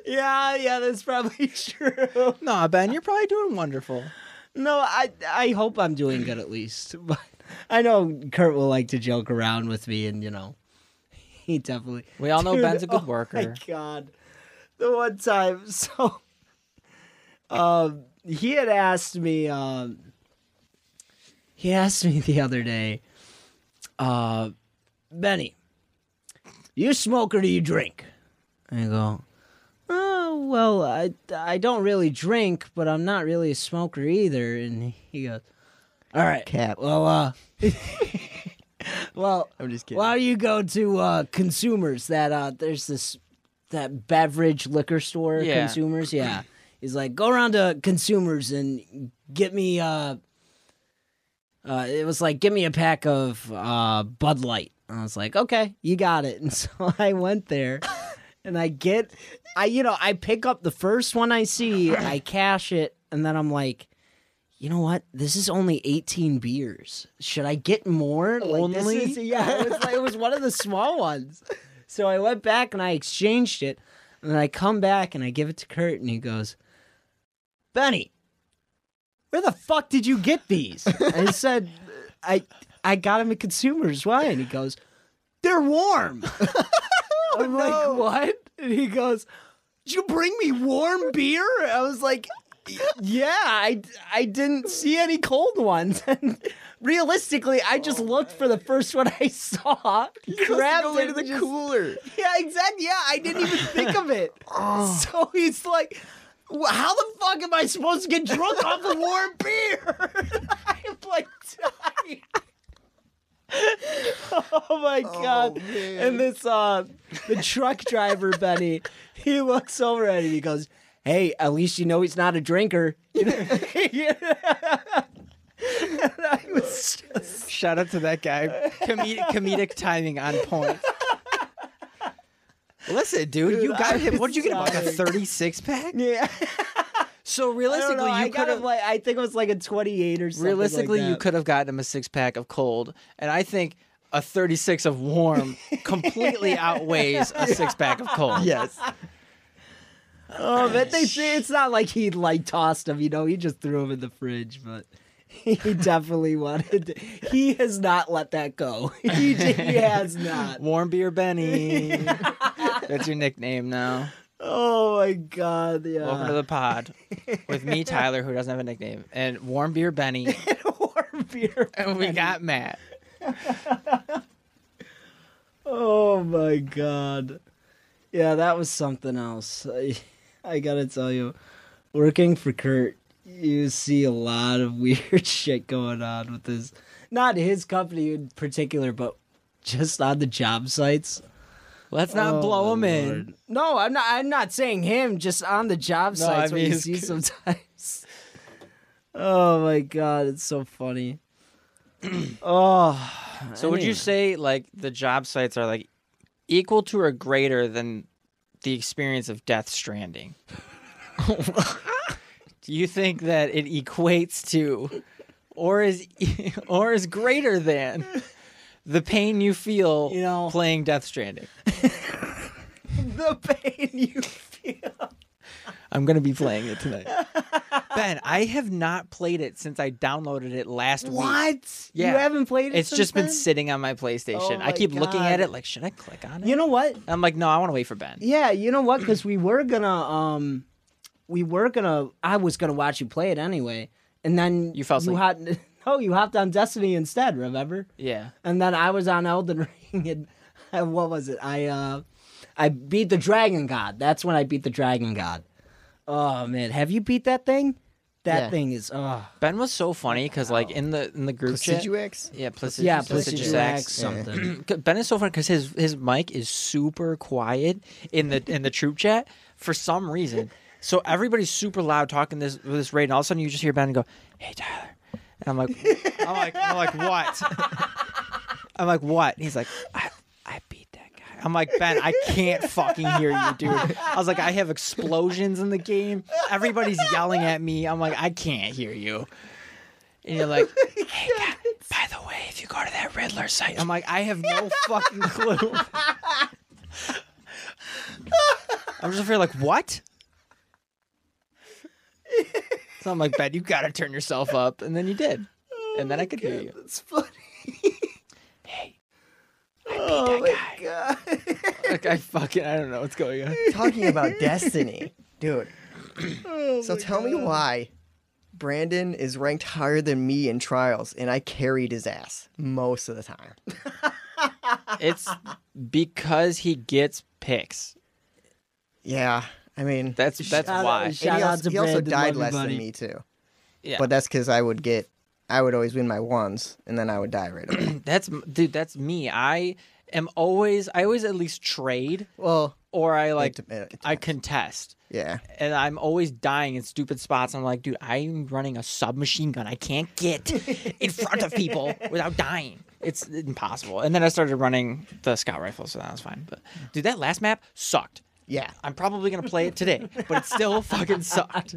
[SPEAKER 2] Yeah, yeah, that's probably [laughs] true.
[SPEAKER 1] nah, Ben, you're probably doing wonderful.
[SPEAKER 2] No, I I hope I'm doing good at least. [laughs] But I know Kurt will like to joke around with me, and you know, he definitely.
[SPEAKER 1] We all know
[SPEAKER 2] Dude,
[SPEAKER 1] Ben's a good
[SPEAKER 2] oh
[SPEAKER 1] worker.
[SPEAKER 2] My God, the one time, [laughs] so, um, he had asked me, um, he asked me the other day, uh, Benny, you smoke or do you drink? I go, oh well, I I don't really drink, but I'm not really a smoker either. And he goes, all right,
[SPEAKER 3] Cap.
[SPEAKER 2] Well, uh. [laughs] Well,
[SPEAKER 3] I'm just kidding.
[SPEAKER 2] why do you go to uh, consumers that uh, there's this that beverage liquor store
[SPEAKER 1] Yeah.
[SPEAKER 2] consumers? Yeah, he's like go around to consumers and get me. Uh, uh, it was like get me a pack of uh, Bud Light. And I was like, okay, you got it. [laughs] And so I went there, and I get, I you know I pick up the first one I see, I cash it, and then I'm like. You know what? This is only 18 beers. Should I get more? Like, this
[SPEAKER 1] Only?
[SPEAKER 2] is- yeah, it was, like, it was one of the small ones. So I went back and I exchanged it. And then I come back and I give it to Kurt and he goes, Benny, where the fuck did you get these? [laughs] I said, I I got them at Consumers. Why? And he goes, they're [laughs] warm. I'm like, what? And he goes, did you bring me warm beer? I was like, yeah, I, I didn't see any cold ones. [laughs] And realistically, I just looked for the first one I saw, grabbed
[SPEAKER 3] Go
[SPEAKER 2] it,
[SPEAKER 3] into
[SPEAKER 2] and
[SPEAKER 3] the
[SPEAKER 2] just-
[SPEAKER 3] cooler.
[SPEAKER 2] yeah, exactly. Yeah, I didn't even think
[SPEAKER 1] [laughs]
[SPEAKER 2] of it.
[SPEAKER 1] Oh.
[SPEAKER 2] So he's like, "Wh- how the fuck am I supposed to get drunk off
[SPEAKER 1] [laughs]
[SPEAKER 2] of warm beer? [laughs] I'm like dying. [laughs] oh my god. and this uh the truck
[SPEAKER 1] [laughs]
[SPEAKER 2] driver Benny, he looks over at him, he goes, [laughs] Hey, at least you know he's not a drinker. You know? and I was just
[SPEAKER 1] Shout out to that guy. [laughs] Comedic, comedic timing on point. [laughs] Listen, dude, you got him. What did you get him? Like a
[SPEAKER 2] sorry.
[SPEAKER 1] 36 pack?
[SPEAKER 2] Yeah.
[SPEAKER 1] So
[SPEAKER 2] I don't know,
[SPEAKER 1] realistically,
[SPEAKER 2] I
[SPEAKER 1] you
[SPEAKER 2] got
[SPEAKER 1] could
[SPEAKER 2] him
[SPEAKER 1] have.
[SPEAKER 2] like I think it was like a twenty eight or something. like
[SPEAKER 1] Realistically, you
[SPEAKER 2] that.
[SPEAKER 1] could have gotten him a six pack of cold, and I think a 36 of warm completely outweighs a six pack of cold.
[SPEAKER 3] [laughs] Yes.
[SPEAKER 2] Oh, but they say it's not like he like tossed them, you know. He just threw them in the fridge, but he definitely wanted. To, he has not let that go. [laughs] He, j- he has not.
[SPEAKER 1] Warm beer, Benny. That's your nickname now.
[SPEAKER 2] Oh my god! Yeah.
[SPEAKER 1] Welcome to the [laughs] pod with me, Tyler, who doesn't have a nickname, and warm beer, Benny,
[SPEAKER 2] [laughs] warm beer.
[SPEAKER 1] and [laughs] we got Matt.
[SPEAKER 2] Oh my god! Yeah, that was something else. I, I gotta tell you, working for Kurt, you see a lot of [laughs] weird shit going on with his, not his company in particular, but just on the job sites.
[SPEAKER 1] Let's
[SPEAKER 2] Oh,
[SPEAKER 1] not blow him in.
[SPEAKER 2] No, I'm not. I'm not saying him. Just on the job
[SPEAKER 1] No,
[SPEAKER 2] sites
[SPEAKER 1] I
[SPEAKER 2] when
[SPEAKER 1] mean,
[SPEAKER 2] you
[SPEAKER 1] it's
[SPEAKER 2] see
[SPEAKER 1] good.
[SPEAKER 2] sometimes. Oh my god, it's so funny. [clears throat] oh,
[SPEAKER 1] So would you
[SPEAKER 2] anyway.
[SPEAKER 1] say like the job sites are like equal to or greater than the experience of Death
[SPEAKER 2] [laughs]
[SPEAKER 1] Stranding? Do you think that it equates to or is [laughs] or is greater than the pain you feel
[SPEAKER 2] You know-
[SPEAKER 1] playing Death Stranding?
[SPEAKER 2] the pain you feel?
[SPEAKER 1] I'm going to be playing it tonight. [laughs] Ben, I have not played it since I downloaded it last week.
[SPEAKER 2] [laughs] What?
[SPEAKER 1] Yeah.
[SPEAKER 2] You haven't played it?
[SPEAKER 1] It's
[SPEAKER 2] since
[SPEAKER 1] just been
[SPEAKER 2] then?
[SPEAKER 1] sitting on my PlayStation.
[SPEAKER 2] Oh
[SPEAKER 1] I
[SPEAKER 2] my
[SPEAKER 1] keep looking at
[SPEAKER 2] God.
[SPEAKER 1] it like, should I click on it?
[SPEAKER 2] You know what?
[SPEAKER 1] I'm like, no, I want to wait for Ben.
[SPEAKER 2] Yeah, you know what? Because we were gonna, um, we were gonna. I was gonna watch you play it anyway, and then
[SPEAKER 1] You fell asleep.
[SPEAKER 2] hop- [laughs] no, you hopped on Destiny instead. Remember?
[SPEAKER 1] Yeah.
[SPEAKER 2] And then I was on Elden [laughs] Ring, and, and what was it? I, uh, I beat the Dragon God. That's when I beat the Dragon God. Oh man, have you beat that thing? That
[SPEAKER 3] Yeah.
[SPEAKER 2] thing is oh
[SPEAKER 1] Ben was so funny because like in the in the group chat.
[SPEAKER 3] Deciduax?
[SPEAKER 1] Yeah, Placidus,
[SPEAKER 2] yeah,
[SPEAKER 1] Placidus
[SPEAKER 2] Placidus
[SPEAKER 1] Axe.
[SPEAKER 2] Axe something.
[SPEAKER 3] [clears throat]
[SPEAKER 1] Ben is so funny because his his mic is super quiet in the in the troop chat for some reason. So everybody's super loud talking this with this raid, and all of a sudden you just hear Ben go, "Hey Tyler," and I'm like, I'm like, I'm like, what? [laughs] I'm like, what? And he's like, I, I beat that guy. I'm like, Ben, I can't fucking hear you, dude. I was like, I have explosions in the game. Everybody's yelling at me. I'm like, I can't hear you. And you're like, hey, guy, by the way, if you go to that Riddler site, I'm like, I have [laughs] no fucking clue. I'm just afraid, like, what? So I'm like, Ben, you gotta turn yourself up. And then you did. And then I could hear you.
[SPEAKER 2] It's funny.
[SPEAKER 1] Hey,
[SPEAKER 2] Oh my god.
[SPEAKER 1] like, I fucking, I don't know what's going on.
[SPEAKER 3] Talking [laughs] about Destiny, dude. [clears throat] so tell me why Brandon is ranked higher than me in trials, and I carried his ass most of the time.
[SPEAKER 1] It's because he gets picks.
[SPEAKER 3] Yeah, I mean,
[SPEAKER 1] That's that's
[SPEAKER 2] Shout out-
[SPEAKER 1] why.
[SPEAKER 3] and
[SPEAKER 2] Shout
[SPEAKER 3] he
[SPEAKER 2] out
[SPEAKER 3] also,
[SPEAKER 2] to
[SPEAKER 3] he also
[SPEAKER 2] Brandon,
[SPEAKER 3] died
[SPEAKER 2] love you,
[SPEAKER 3] less
[SPEAKER 2] buddy.
[SPEAKER 3] than me too.
[SPEAKER 1] Yeah.
[SPEAKER 3] but that's because I would get, I would always win my ones, and then I would die right away.
[SPEAKER 1] That's dude. That's me. I am always. I always at least trade
[SPEAKER 3] [clears throat] well,
[SPEAKER 1] or I like.
[SPEAKER 3] dep- it
[SPEAKER 1] I
[SPEAKER 3] depends.
[SPEAKER 1] contest.
[SPEAKER 3] yeah,
[SPEAKER 1] and I'm always dying in stupid spots. I'm like, dude, I'm running a submachine gun. I can't get in front of
[SPEAKER 3] [laughs]
[SPEAKER 1] people without dying. It's impossible. And then I started running the scout rifle, so that was fine. But dude, that last map sucked.
[SPEAKER 3] yeah,
[SPEAKER 1] I'm probably gonna play it today, but it still
[SPEAKER 3] [laughs]
[SPEAKER 1] fucking sucked.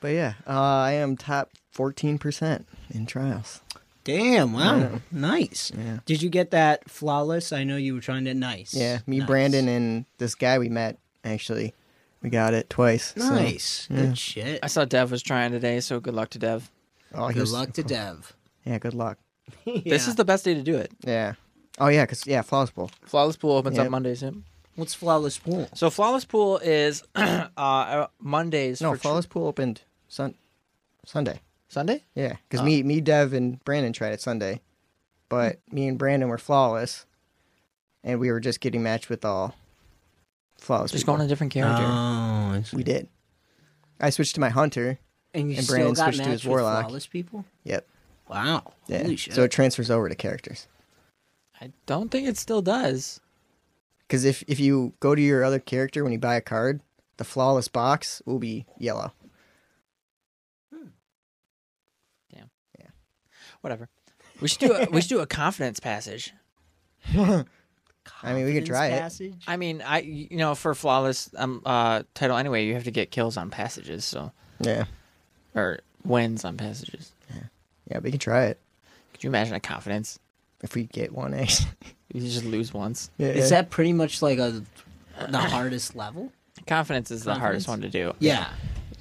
[SPEAKER 3] but yeah, uh, I am top fourteen percent in trials.
[SPEAKER 2] Damn, wow. Nice. Did you get that flawless? I know you were trying to nice.
[SPEAKER 3] Yeah, me,
[SPEAKER 2] Nice.
[SPEAKER 3] Brandon, and this guy we met actually, we got it twice. so-
[SPEAKER 2] Nice. Good shit.
[SPEAKER 1] I saw Dev was trying today, so good luck to Dev.
[SPEAKER 3] Oh, he
[SPEAKER 2] Good
[SPEAKER 3] was-
[SPEAKER 2] luck to
[SPEAKER 3] [laughs]
[SPEAKER 2] Dev.
[SPEAKER 3] Yeah, good luck.
[SPEAKER 1] This is the best day to do it.
[SPEAKER 3] Yeah. Oh yeah, cause yeah, flawless bowl.
[SPEAKER 1] Flawless Pool opens up
[SPEAKER 3] Yep.
[SPEAKER 1] Monday soon.
[SPEAKER 2] what's flawless pool.
[SPEAKER 1] So Flawless Pool is [clears throat] uh, Mondays.
[SPEAKER 3] No,
[SPEAKER 1] for tr-
[SPEAKER 3] flawless pool opened sun Sunday.
[SPEAKER 1] Sunday.
[SPEAKER 3] Yeah, cause
[SPEAKER 2] Uh,
[SPEAKER 3] me, me, Dev, and Brandon tried it Sunday, but
[SPEAKER 2] Mm.
[SPEAKER 3] me and Brandon were flawless, and we were just getting matched with all flawless.
[SPEAKER 1] Just
[SPEAKER 3] people.
[SPEAKER 1] going a different character.
[SPEAKER 3] Uh.
[SPEAKER 2] Oh,
[SPEAKER 3] we did. I switched to my hunter.
[SPEAKER 2] and you
[SPEAKER 3] and
[SPEAKER 2] still
[SPEAKER 3] Brandon
[SPEAKER 2] got
[SPEAKER 3] switched to his
[SPEAKER 2] matched with
[SPEAKER 3] warlock.
[SPEAKER 2] flawless people.
[SPEAKER 3] Yep.
[SPEAKER 2] Wow.
[SPEAKER 3] Yeah.
[SPEAKER 2] Holy shit.
[SPEAKER 3] So it transfers over to characters.
[SPEAKER 1] I don't think it still does.
[SPEAKER 3] Because if, if you go to your other character when you buy a card, the flawless box will be
[SPEAKER 2] [laughs]
[SPEAKER 3] yellow.
[SPEAKER 1] Whatever. We should do a, we should do a confidence passage.
[SPEAKER 3] I mean, we could
[SPEAKER 2] Confidence
[SPEAKER 3] try it.
[SPEAKER 2] passage?
[SPEAKER 1] I mean, I you know for flawless um uh title anyway, you have to get kills on passages, so
[SPEAKER 3] Yeah.
[SPEAKER 1] or wins on passages.
[SPEAKER 3] Yeah, we can try it
[SPEAKER 1] Could you imagine a confidence?
[SPEAKER 3] if we get one actually.
[SPEAKER 1] You just lose once.
[SPEAKER 3] [laughs] Yeah.
[SPEAKER 2] Is that pretty much like a the hardest level?
[SPEAKER 1] Confidence is the hardest
[SPEAKER 2] Confidence?
[SPEAKER 1] one to do.
[SPEAKER 2] Yeah.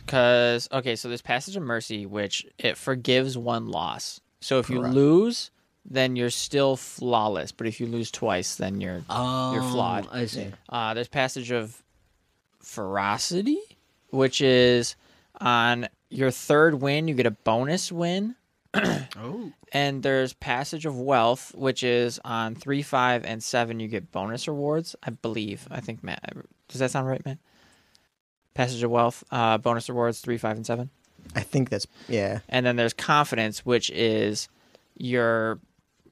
[SPEAKER 1] Because okay, so there's passage of mercy, which it forgives one loss. So if you
[SPEAKER 3] Correct.
[SPEAKER 1] lose, then you're still flawless. But if you lose twice, then you're
[SPEAKER 2] Oh,
[SPEAKER 1] you're flawed.
[SPEAKER 2] I see.
[SPEAKER 1] Uh, there's passage of ferocity, which is on your third win, you get a bonus win.
[SPEAKER 2] Oh.
[SPEAKER 1] And there's passage of wealth, which is on three, five, and seven, you get bonus rewards. I believe. I think Matt. Does that sound right, Matt? Passage of wealth, uh, bonus rewards, three, five, and seven.
[SPEAKER 3] I think that's yeah.
[SPEAKER 1] And then there's confidence, which is your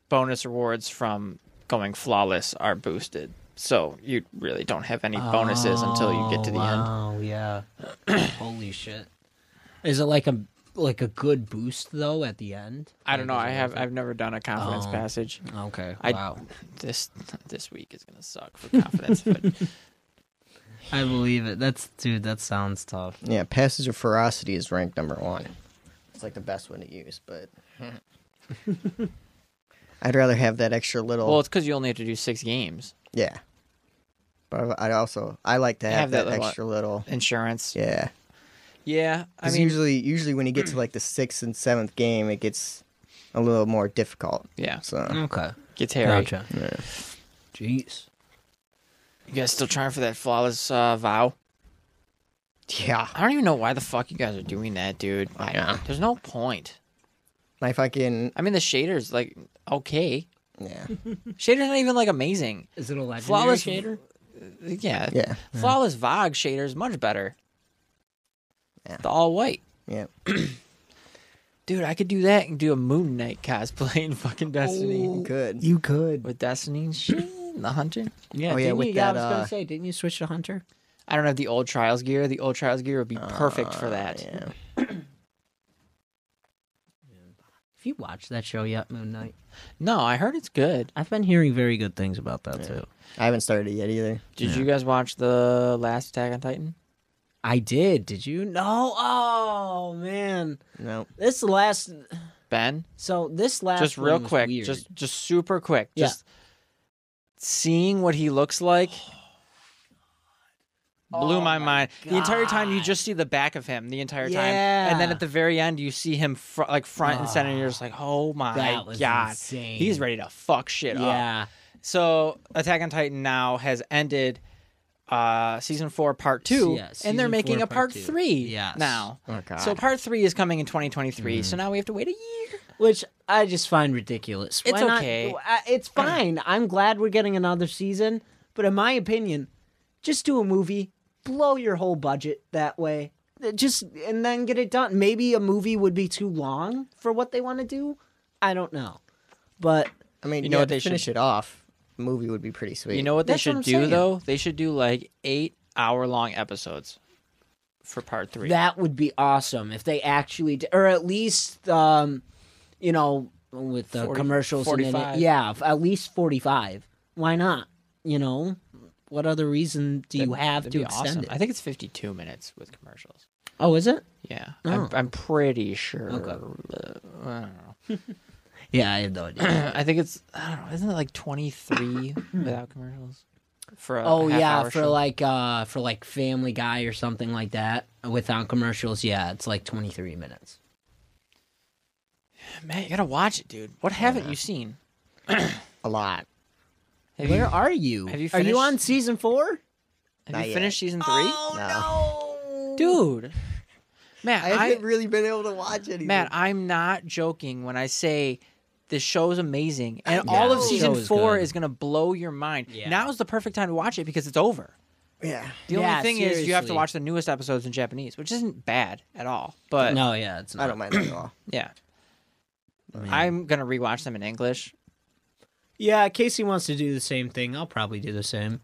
[SPEAKER 1] bonus rewards from going flawless are boosted. So you really don't have any bonuses until you get to the end.
[SPEAKER 2] Oh yeah. [clears throat] Holy shit. Is it like a like a good boost though at the end?
[SPEAKER 1] I don't know.
[SPEAKER 2] Like,
[SPEAKER 1] I
[SPEAKER 2] is it
[SPEAKER 1] have
[SPEAKER 2] worth
[SPEAKER 1] I've never done a confidence
[SPEAKER 2] Oh.
[SPEAKER 1] passage.
[SPEAKER 2] it? Okay.
[SPEAKER 1] I-
[SPEAKER 2] wow.
[SPEAKER 1] This this week is gonna suck [laughs] for confidence. but
[SPEAKER 2] I believe it. That's dude. That sounds tough.
[SPEAKER 3] Yeah, Passage of Ferocity is ranked number one. It's like the best one to use, but [laughs] I'd rather have that extra little.
[SPEAKER 1] well, it's because you only have to do six games.
[SPEAKER 3] yeah, but I also I like to have,
[SPEAKER 1] Have that
[SPEAKER 3] that,
[SPEAKER 1] little-
[SPEAKER 3] extra little.
[SPEAKER 1] Insurance.
[SPEAKER 3] Yeah,
[SPEAKER 1] Yeah, I
[SPEAKER 3] 'Cause
[SPEAKER 1] mean,
[SPEAKER 3] usually, usually when you get to like the sixth and seventh game, it gets a little more difficult.
[SPEAKER 1] yeah,
[SPEAKER 3] So
[SPEAKER 2] Okay.
[SPEAKER 1] gets hairy.
[SPEAKER 2] Jeez.
[SPEAKER 1] You guys still trying for that flawless uh, vow?
[SPEAKER 3] yeah,
[SPEAKER 1] I don't even know why the fuck you guys are doing that, dude.
[SPEAKER 3] I know.
[SPEAKER 1] There's no point.
[SPEAKER 3] my fucking
[SPEAKER 1] I mean, the shader's like okay. [laughs]
[SPEAKER 3] yeah,
[SPEAKER 1] Shader's not even like amazing.
[SPEAKER 2] Is it a legendary
[SPEAKER 1] Flawless-
[SPEAKER 2] shader?
[SPEAKER 1] Yeah.
[SPEAKER 3] yeah,
[SPEAKER 1] Flawless Vogue shader is much better.
[SPEAKER 3] Yeah.
[SPEAKER 1] The all white.
[SPEAKER 3] yeah.
[SPEAKER 1] Dude, I could do that and do a Moon Knight cosplay in fucking Destiny.
[SPEAKER 3] Good.
[SPEAKER 2] You could.
[SPEAKER 1] With Destiny and shit, the Hunter.
[SPEAKER 2] Yeah.
[SPEAKER 3] Oh, yeah,
[SPEAKER 2] didn't
[SPEAKER 3] with
[SPEAKER 2] you,
[SPEAKER 3] that,
[SPEAKER 2] I was
[SPEAKER 3] uh,
[SPEAKER 2] gonna say, didn't you switch to hunter?
[SPEAKER 1] I don't have the old Trials gear. The old Trials gear would be perfect for that.
[SPEAKER 3] Uh, Yeah.
[SPEAKER 2] Have you watched that show yet, Moon Knight?
[SPEAKER 1] No, I heard it's good.
[SPEAKER 2] I've been hearing very good things about that too.
[SPEAKER 3] I haven't started it yet either.
[SPEAKER 1] Did you guys watch the last Attack on Titan?
[SPEAKER 2] I did. Did you? No. Oh man,
[SPEAKER 3] No.
[SPEAKER 2] this last.
[SPEAKER 1] Ben,
[SPEAKER 2] So this last.
[SPEAKER 1] just
[SPEAKER 2] one
[SPEAKER 1] real
[SPEAKER 2] was
[SPEAKER 1] quick,
[SPEAKER 2] weird.
[SPEAKER 1] just just super quick,
[SPEAKER 2] Yeah.
[SPEAKER 1] just seeing what he looks
[SPEAKER 2] [gasps]
[SPEAKER 1] like
[SPEAKER 2] Oh
[SPEAKER 1] blew my, mind. The entire time you just see the back of him the entire time, and then
[SPEAKER 2] Yeah.
[SPEAKER 1] at the very end you see him fr- like front and center, and you're just like, oh my
[SPEAKER 2] That was
[SPEAKER 1] god,
[SPEAKER 2] insane.
[SPEAKER 1] he's ready to fuck shit up.
[SPEAKER 2] Yeah.
[SPEAKER 1] So Attack on Titan now has ended. Uh, season four, part two,
[SPEAKER 2] Yeah,
[SPEAKER 1] and they're
[SPEAKER 2] season
[SPEAKER 1] making
[SPEAKER 2] four,
[SPEAKER 1] a part,
[SPEAKER 2] part two.
[SPEAKER 1] three
[SPEAKER 2] Yes. Mm-hmm.
[SPEAKER 1] now.
[SPEAKER 3] Oh god.
[SPEAKER 1] So part three is coming in 2023. So now we have to wait a year.
[SPEAKER 2] Which I just find ridiculous.
[SPEAKER 1] It's
[SPEAKER 2] Why not-
[SPEAKER 1] okay.
[SPEAKER 2] I- it's fine. [clears throat] I'm glad we're getting another season, but in my opinion, just do a movie, blow your whole budget that way. Just and then get it done. Maybe a movie would be too long for what they want to do. I don't know, but
[SPEAKER 3] I mean,
[SPEAKER 1] You
[SPEAKER 3] you
[SPEAKER 1] know
[SPEAKER 3] know,
[SPEAKER 1] what they
[SPEAKER 3] to finish
[SPEAKER 1] should-
[SPEAKER 3] it off, movie would be pretty sweet.
[SPEAKER 1] You know what they
[SPEAKER 2] That's what
[SPEAKER 1] should
[SPEAKER 2] I'm
[SPEAKER 1] do
[SPEAKER 2] saying.
[SPEAKER 1] though? They should do like eight hour long episodes for part three.
[SPEAKER 2] that would be awesome if they actually, d- or at least, um, you know, with the
[SPEAKER 1] 40
[SPEAKER 2] commercials and
[SPEAKER 1] 45.
[SPEAKER 2] it, yeah, f- at least forty-five. Why not? You know, what other reason do you have
[SPEAKER 1] That'd
[SPEAKER 2] to
[SPEAKER 1] be
[SPEAKER 2] extend
[SPEAKER 1] awesome.
[SPEAKER 2] it?
[SPEAKER 1] I think it's fifty two minutes with commercials.
[SPEAKER 2] Oh, is it?
[SPEAKER 1] Yeah,
[SPEAKER 2] Oh.
[SPEAKER 1] I'm, I'm pretty sure. uh, I don't know.
[SPEAKER 2] Yeah, I had no idea.
[SPEAKER 1] Uh, I think it's I don't know. Isn't it like twenty
[SPEAKER 2] [coughs]
[SPEAKER 1] three without commercials for a
[SPEAKER 2] [clears throat] oh
[SPEAKER 1] half
[SPEAKER 2] yeah,
[SPEAKER 1] hour
[SPEAKER 2] for
[SPEAKER 1] show?
[SPEAKER 2] like uh for like Family Guy or something like that without commercials. Yeah, it's like twenty three minutes. [clears throat]
[SPEAKER 1] man, you gotta watch it, dude. What haven't you seen?
[SPEAKER 3] a lot.
[SPEAKER 1] Have
[SPEAKER 2] Where
[SPEAKER 1] you,
[SPEAKER 2] are you?
[SPEAKER 1] have you
[SPEAKER 2] are
[SPEAKER 1] finished-
[SPEAKER 2] you on season four?
[SPEAKER 1] have
[SPEAKER 3] Not
[SPEAKER 1] you
[SPEAKER 3] yet.
[SPEAKER 1] finished season three?
[SPEAKER 2] Oh. no,
[SPEAKER 1] dude. Man,
[SPEAKER 3] I haven't really been able to watch it. Either.
[SPEAKER 1] Matt, I'm not joking when I say this show is amazing, and all of
[SPEAKER 2] know.
[SPEAKER 1] season
[SPEAKER 2] Show is
[SPEAKER 1] four
[SPEAKER 2] good.
[SPEAKER 1] is going to blow your mind.
[SPEAKER 2] Yeah.
[SPEAKER 1] Now is the perfect time to watch it because it's over.
[SPEAKER 3] yeah.
[SPEAKER 1] The
[SPEAKER 2] Yeah,
[SPEAKER 1] only thing is you have to
[SPEAKER 2] seriously.
[SPEAKER 1] watch the newest episodes in Japanese, which isn't bad at all. But
[SPEAKER 2] No, yeah, it's not.
[SPEAKER 3] I don't mind that at all.
[SPEAKER 1] yeah, I'm gonna rewatch them in English.
[SPEAKER 2] Yeah, Casey wants to do the same thing. I'll probably do the same.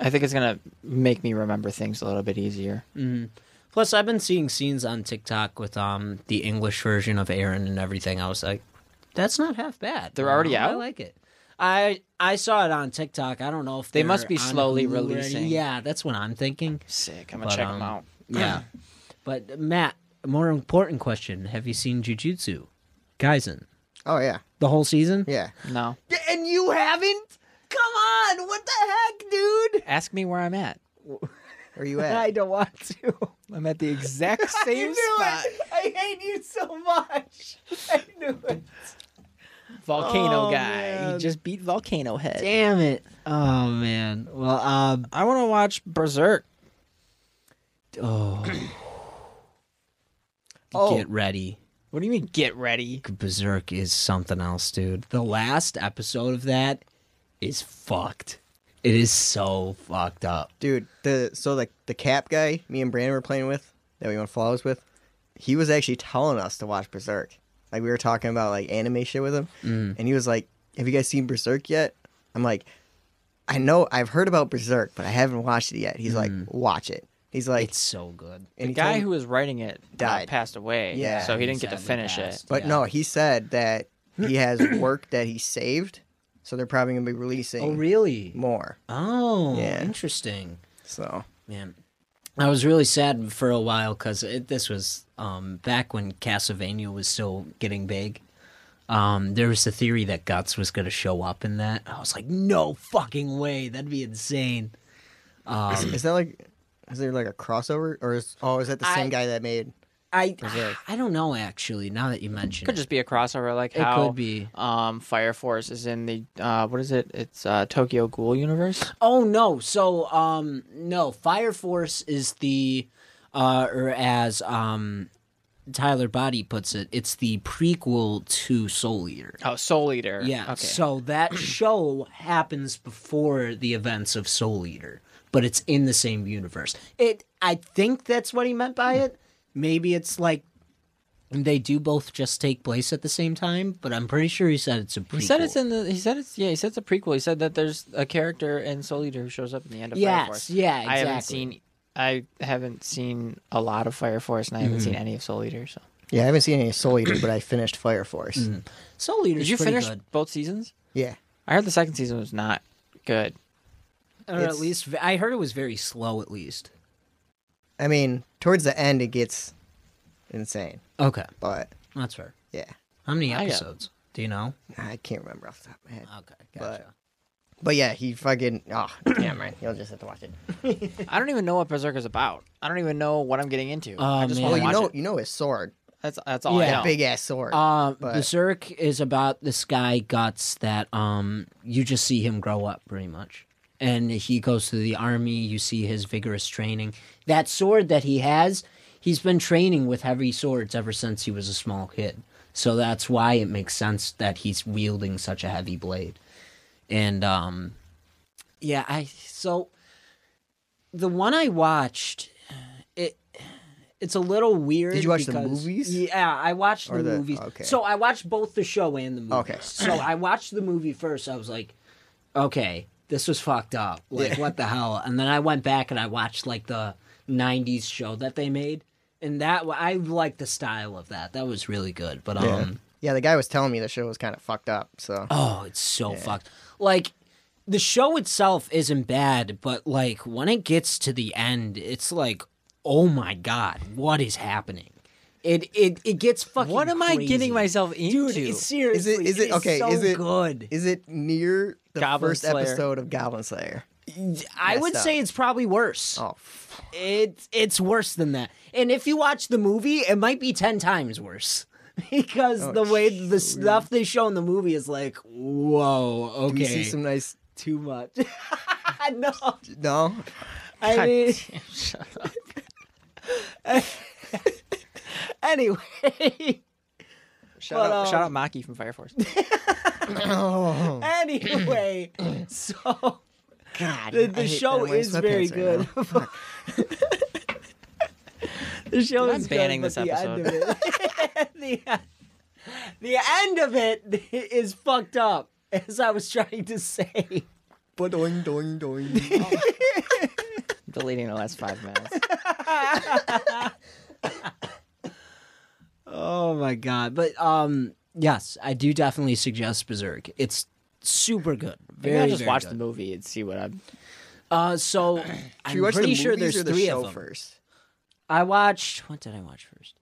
[SPEAKER 1] I think it's gonna make me remember things a little bit easier.
[SPEAKER 2] Mm. Plus, I've been seeing scenes on TikTok with um the English version of Aaron and everything. I was like, that's not half bad.
[SPEAKER 1] They're already
[SPEAKER 2] No, I
[SPEAKER 1] out?
[SPEAKER 2] like it. I I saw it on TikTok. I don't know if
[SPEAKER 1] They
[SPEAKER 2] they're
[SPEAKER 1] must be
[SPEAKER 2] on
[SPEAKER 1] slowly
[SPEAKER 2] Hulu or any-
[SPEAKER 1] releasing.
[SPEAKER 2] Yeah, that's what I'm thinking.
[SPEAKER 1] Sick. I'm gonna
[SPEAKER 2] But,
[SPEAKER 1] check
[SPEAKER 2] um,
[SPEAKER 1] them out.
[SPEAKER 2] Yeah, [clears throat] but Matt, more important question: Have you seen Jujutsu Kaisen
[SPEAKER 3] Oh yeah,
[SPEAKER 2] the whole season?
[SPEAKER 3] yeah.
[SPEAKER 1] No,
[SPEAKER 3] And you haven't?
[SPEAKER 2] Come on, what the heck, dude?
[SPEAKER 1] ask me where I'm at.
[SPEAKER 3] Where you at?
[SPEAKER 2] I don't want to.
[SPEAKER 1] I'm at the
[SPEAKER 2] [laughs]
[SPEAKER 1] exact same spot.
[SPEAKER 2] I hate you so much. I knew it.
[SPEAKER 1] Volcano
[SPEAKER 2] Oh,
[SPEAKER 1] guy. He
[SPEAKER 2] man.
[SPEAKER 1] just beat Volcano Head.
[SPEAKER 2] Damn it. Oh man. Well, um
[SPEAKER 1] I want to watch Berserk.
[SPEAKER 2] oh,
[SPEAKER 3] Oh.
[SPEAKER 2] get ready.
[SPEAKER 1] What do you mean get ready?
[SPEAKER 2] Berserk is something else, dude. The last episode of that is fucked. It is so fucked up.
[SPEAKER 3] Dude, the so like the cap guy me and Brandon were playing with that we went flowers with, he was actually telling us to watch Berserk. Like we were talking about like anime shit with him, and he was like, "Have you guys seen Berserk yet?" I'm like, "I know I've heard about Berserk, but I haven't watched it yet." He's like, "Watch it." He's like,
[SPEAKER 2] It's so good.
[SPEAKER 3] and
[SPEAKER 1] The
[SPEAKER 3] he told
[SPEAKER 1] guy
[SPEAKER 3] me-
[SPEAKER 1] who was writing it uh,
[SPEAKER 3] Died.
[SPEAKER 1] passed away.
[SPEAKER 3] Yeah.
[SPEAKER 1] so he didn't get to
[SPEAKER 2] Sadly
[SPEAKER 1] finish
[SPEAKER 2] passed.
[SPEAKER 1] it.
[SPEAKER 3] but
[SPEAKER 2] yeah.
[SPEAKER 3] no, he said that
[SPEAKER 2] [clears throat]
[SPEAKER 3] he has work that he saved, so they're probably gonna be releasing
[SPEAKER 2] Oh, really?
[SPEAKER 3] more.
[SPEAKER 2] Oh,
[SPEAKER 3] Yeah.
[SPEAKER 2] interesting.
[SPEAKER 3] So
[SPEAKER 2] Man, I was really sad for a while because this was um, back when Castlevania was still getting big. Um, there was the theory that Guts was going to show up in that. I was like, no fucking way. That'd be insane.
[SPEAKER 3] is that like Is there like a crossover, or is oh is that the same
[SPEAKER 2] I-
[SPEAKER 3] guy that made?
[SPEAKER 2] I
[SPEAKER 3] Berserk.
[SPEAKER 2] I don't know actually. Now that you mention
[SPEAKER 1] Could
[SPEAKER 2] it,
[SPEAKER 1] just be a crossover, like
[SPEAKER 2] It
[SPEAKER 1] how
[SPEAKER 2] could be.
[SPEAKER 1] um, Fire Force is in the uh, what is it? It's uh, Tokyo Ghoul universe.
[SPEAKER 2] Oh no! So um, no, Fire Force is the, uh, or as um, Tyler Body puts it, it's the prequel to Soul Eater.
[SPEAKER 1] Oh, Soul Eater.
[SPEAKER 2] Yeah.
[SPEAKER 1] Okay.
[SPEAKER 2] So
[SPEAKER 1] [clears throat]
[SPEAKER 2] that show happens before the events of Soul Eater, but it's in the same universe. It. I think that's what he meant by it. Maybe it's like. They do both just take place at the same time, but I'm pretty sure he said it's a prequel.
[SPEAKER 1] he said it's in the. He said it's yeah. He said it's a prequel. He said that there's a character in Soul Eater who shows up in the end of Fire
[SPEAKER 2] Yes,
[SPEAKER 1] Force.
[SPEAKER 2] yeah,
[SPEAKER 1] I haven't
[SPEAKER 2] exactly.
[SPEAKER 1] seen. I haven't seen a lot of Fire Force, and I
[SPEAKER 2] Mm-hmm.
[SPEAKER 1] haven't seen any of Soul Eater. So
[SPEAKER 3] Yeah, I haven't seen any Soul Eater, but I finished Fire Force.
[SPEAKER 2] Mm-hmm. Soul Eater.
[SPEAKER 1] did you finish
[SPEAKER 2] Good.
[SPEAKER 1] both seasons?
[SPEAKER 3] Yeah,
[SPEAKER 1] I heard the second season was not
[SPEAKER 2] [laughs]
[SPEAKER 1] good.
[SPEAKER 2] Or at
[SPEAKER 3] It's-
[SPEAKER 2] least I heard it was very slow. At least.
[SPEAKER 3] I mean towards the end it gets insane,
[SPEAKER 2] Okay,
[SPEAKER 3] but
[SPEAKER 2] that's fair.
[SPEAKER 3] yeah,
[SPEAKER 2] How many
[SPEAKER 1] I got-
[SPEAKER 2] episodes? Do you know?
[SPEAKER 3] I can't remember off the top of my head.
[SPEAKER 2] Okay,
[SPEAKER 3] gotcha. But yeah, he fucking oh [clears throat] damn right, you'll just have to watch it.
[SPEAKER 1] I don't even know what Berserk is about. I don't even know what I'm getting into.
[SPEAKER 2] Oh,
[SPEAKER 1] I just
[SPEAKER 2] man.
[SPEAKER 1] want
[SPEAKER 3] Well,
[SPEAKER 1] to
[SPEAKER 3] you
[SPEAKER 1] watch
[SPEAKER 3] know
[SPEAKER 1] it.
[SPEAKER 3] you know his sword,
[SPEAKER 1] That's that's all
[SPEAKER 2] Yeah.
[SPEAKER 1] I
[SPEAKER 3] that
[SPEAKER 1] know.
[SPEAKER 3] big ass sword.
[SPEAKER 2] Um,
[SPEAKER 3] but-
[SPEAKER 2] Berserk is about this guy guts that um you just see him grow up pretty much, and he goes to the army. You see his vigorous training. That sword that he has, he's been training with heavy swords ever since he was a small kid. So that's why it makes sense that he's wielding such a heavy blade. And um, yeah, I so the one I watched it. It's a little weird.
[SPEAKER 3] Did you watch the
[SPEAKER 2] because-
[SPEAKER 3] movies?
[SPEAKER 2] Yeah, I watched
[SPEAKER 3] Or
[SPEAKER 2] the,
[SPEAKER 3] the-
[SPEAKER 2] movies.
[SPEAKER 3] okay.
[SPEAKER 2] So I watched both the show and the movie.
[SPEAKER 3] Okay.
[SPEAKER 2] So I watched the movie first. I was like, okay, this was fucked up. Like, what the hell? And then I went back and I watched like the '90s show that they made, and that wa- I liked the style of that. That was really good. But um.
[SPEAKER 3] yeah, the guy was telling me the show was kind of fucked up. So
[SPEAKER 2] Oh, it's so fucked. Like the show itself isn't bad, but like when it gets to the end, it's like, oh my god, what is happening? It it it gets fucking.
[SPEAKER 1] What am I getting
[SPEAKER 2] crazy.
[SPEAKER 1] myself into?
[SPEAKER 2] Dude, it's
[SPEAKER 3] [laughs]
[SPEAKER 2] seriously.
[SPEAKER 3] is it is it okay?
[SPEAKER 2] so
[SPEAKER 3] is it
[SPEAKER 2] good?
[SPEAKER 3] Is it near the
[SPEAKER 1] Goblin
[SPEAKER 3] first
[SPEAKER 1] Slayer.
[SPEAKER 3] episode of Goblin Slayer?
[SPEAKER 2] I would
[SPEAKER 3] messed up?
[SPEAKER 2] say it's probably worse.
[SPEAKER 3] Oh, f-
[SPEAKER 2] It's it's worse than that. And if you watch the movie, it might be ten times worse. [laughs] Because
[SPEAKER 3] Oh,
[SPEAKER 2] the way the stuff they show in the movie is like, whoa, okay,
[SPEAKER 3] do you see
[SPEAKER 2] [laughs]
[SPEAKER 3] some nice?
[SPEAKER 2] too much. no,
[SPEAKER 3] [laughs] No,
[SPEAKER 2] I mean, [laughs]
[SPEAKER 1] Shut up.
[SPEAKER 2] [laughs] anyway,
[SPEAKER 1] Shout,
[SPEAKER 2] But,
[SPEAKER 1] out, shout out
[SPEAKER 2] um,
[SPEAKER 1] Maki from Fire
[SPEAKER 2] [laughs]
[SPEAKER 1] Force.
[SPEAKER 2] anyway. so
[SPEAKER 3] God,
[SPEAKER 2] the, the show is very good.
[SPEAKER 3] [laughs]
[SPEAKER 2] [laughs] the show
[SPEAKER 1] I'm
[SPEAKER 2] is
[SPEAKER 1] banning
[SPEAKER 2] good,
[SPEAKER 1] this
[SPEAKER 2] but
[SPEAKER 1] episode.
[SPEAKER 2] The end, of it, [laughs] the, the end of it is fucked up, as I was trying to say.
[SPEAKER 3] Doing, doing,
[SPEAKER 2] [laughs]
[SPEAKER 3] doing.
[SPEAKER 1] Deleting the last five minutes.
[SPEAKER 2] Oh my god! But um, yes, I do definitely suggest Berserk. It's super good.
[SPEAKER 1] Maybe
[SPEAKER 2] Very,
[SPEAKER 1] I'll just
[SPEAKER 2] very
[SPEAKER 1] watch
[SPEAKER 2] good.
[SPEAKER 1] the movie and see what I'm.
[SPEAKER 2] Uh,
[SPEAKER 3] [clears throat]
[SPEAKER 2] so
[SPEAKER 3] Should we
[SPEAKER 2] I'm
[SPEAKER 3] watch the
[SPEAKER 2] pretty sure
[SPEAKER 3] movies
[SPEAKER 2] there's
[SPEAKER 3] or the
[SPEAKER 2] three
[SPEAKER 3] show
[SPEAKER 2] of them.
[SPEAKER 3] first?
[SPEAKER 2] I watched. What did I watch first?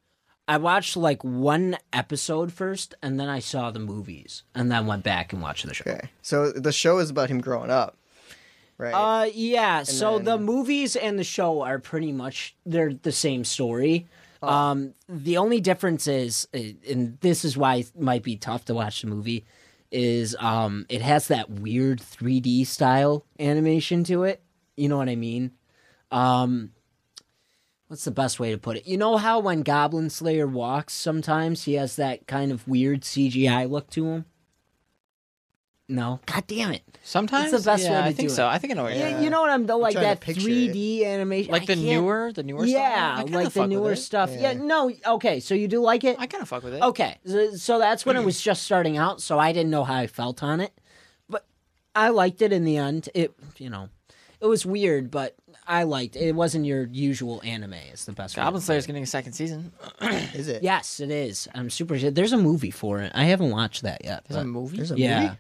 [SPEAKER 2] I watched like one episode first, and then I saw the movies, and then went back and watched the show.
[SPEAKER 3] Okay, so the show is about him growing up, right?
[SPEAKER 2] Uh, yeah. so the
[SPEAKER 3] then-
[SPEAKER 2] movies and the show are pretty much they're the same story.
[SPEAKER 3] Oh.
[SPEAKER 2] Um, the only difference is, uh, and this is why it might be tough to watch the movie, is um, it has that weird 3D style animation to it. You know what I mean? Um, what's the best way to put it? You know how when Goblin Slayer walks, sometimes he has that kind of weird CGI look to him. No, god damn it!
[SPEAKER 1] Sometimes
[SPEAKER 2] It's the best
[SPEAKER 1] yeah,
[SPEAKER 2] way
[SPEAKER 1] I
[SPEAKER 2] to
[SPEAKER 1] think
[SPEAKER 2] do
[SPEAKER 1] so.
[SPEAKER 2] it.
[SPEAKER 1] I think I know what you're
[SPEAKER 2] Yeah,
[SPEAKER 1] talking
[SPEAKER 2] you know what I'm the, like
[SPEAKER 3] trying to
[SPEAKER 2] that
[SPEAKER 3] picture
[SPEAKER 2] 3D animation,
[SPEAKER 1] about. like
[SPEAKER 2] I
[SPEAKER 1] the
[SPEAKER 2] can't-
[SPEAKER 1] newer, the newer.
[SPEAKER 2] yeah,
[SPEAKER 1] stuff?
[SPEAKER 2] like the newer stuff. Yeah. no, okay, so you do like it.
[SPEAKER 1] I kind of fuck with it.
[SPEAKER 2] okay, so, so that's when it was just starting out, so I didn't know how I felt on it, but I liked it in the end. It, you know, it was weird, but I liked it. It wasn't your usual anime. It's the best. way
[SPEAKER 1] Goblin
[SPEAKER 2] to put
[SPEAKER 1] Slayer's
[SPEAKER 2] it.
[SPEAKER 1] getting a second season.
[SPEAKER 3] is it?
[SPEAKER 2] Yes, it is. I'm super. There's a movie for it. I haven't watched that yet.
[SPEAKER 1] There's a
[SPEAKER 2] but-
[SPEAKER 1] movie.
[SPEAKER 3] There's a
[SPEAKER 2] yeah.
[SPEAKER 3] movie.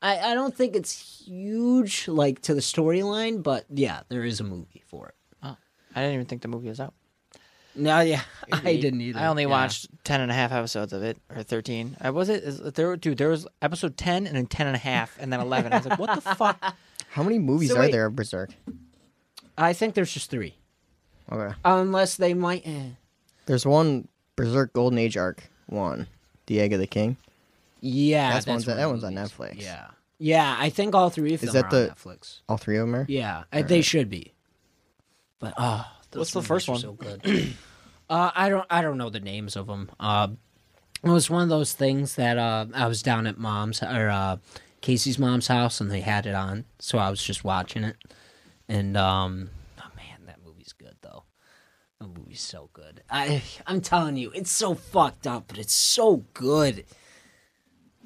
[SPEAKER 2] I, I don't think it's huge like to the storyline, but yeah, there is a movie for it.
[SPEAKER 1] I didn't even think the movie was out. [laughs]
[SPEAKER 2] No, yeah, I didn't either.
[SPEAKER 1] I only
[SPEAKER 2] Yeah.
[SPEAKER 1] watched 10 and a half episodes of it, or 13. I was it? Is, there, were- dude, there was episode 10 and then 10 and a half and then 11. I was like, what the fuck?
[SPEAKER 3] How many movies
[SPEAKER 2] So
[SPEAKER 3] are
[SPEAKER 2] wait-
[SPEAKER 3] there of Berserk?
[SPEAKER 2] I think there's just three.
[SPEAKER 3] Okay.
[SPEAKER 2] Unless they might. eh.
[SPEAKER 3] There's one Berserk Golden Age arc one, the Egg of the King.
[SPEAKER 2] Yeah,
[SPEAKER 3] That's one's-
[SPEAKER 2] Ah, one
[SPEAKER 3] that
[SPEAKER 2] of
[SPEAKER 3] one's on
[SPEAKER 2] these.
[SPEAKER 3] Netflix.
[SPEAKER 2] Yeah, yeah. I think all three of them
[SPEAKER 3] Is
[SPEAKER 2] are
[SPEAKER 3] that the-
[SPEAKER 2] on Netflix.
[SPEAKER 3] All three of them are.
[SPEAKER 2] Yeah, I, they should be. But oh,
[SPEAKER 1] What's the first one?
[SPEAKER 2] So good. [clears throat] uh, I don't. I don't know the names of them. Uh, it was one of those things that uh, I was down at mom's or uh, Casey's mom's house, and they had it on, so I was just watching it. And um, oh man, that movie's good though. That movie's so good. I I'm telling you, it's so fucked up, but it's so good.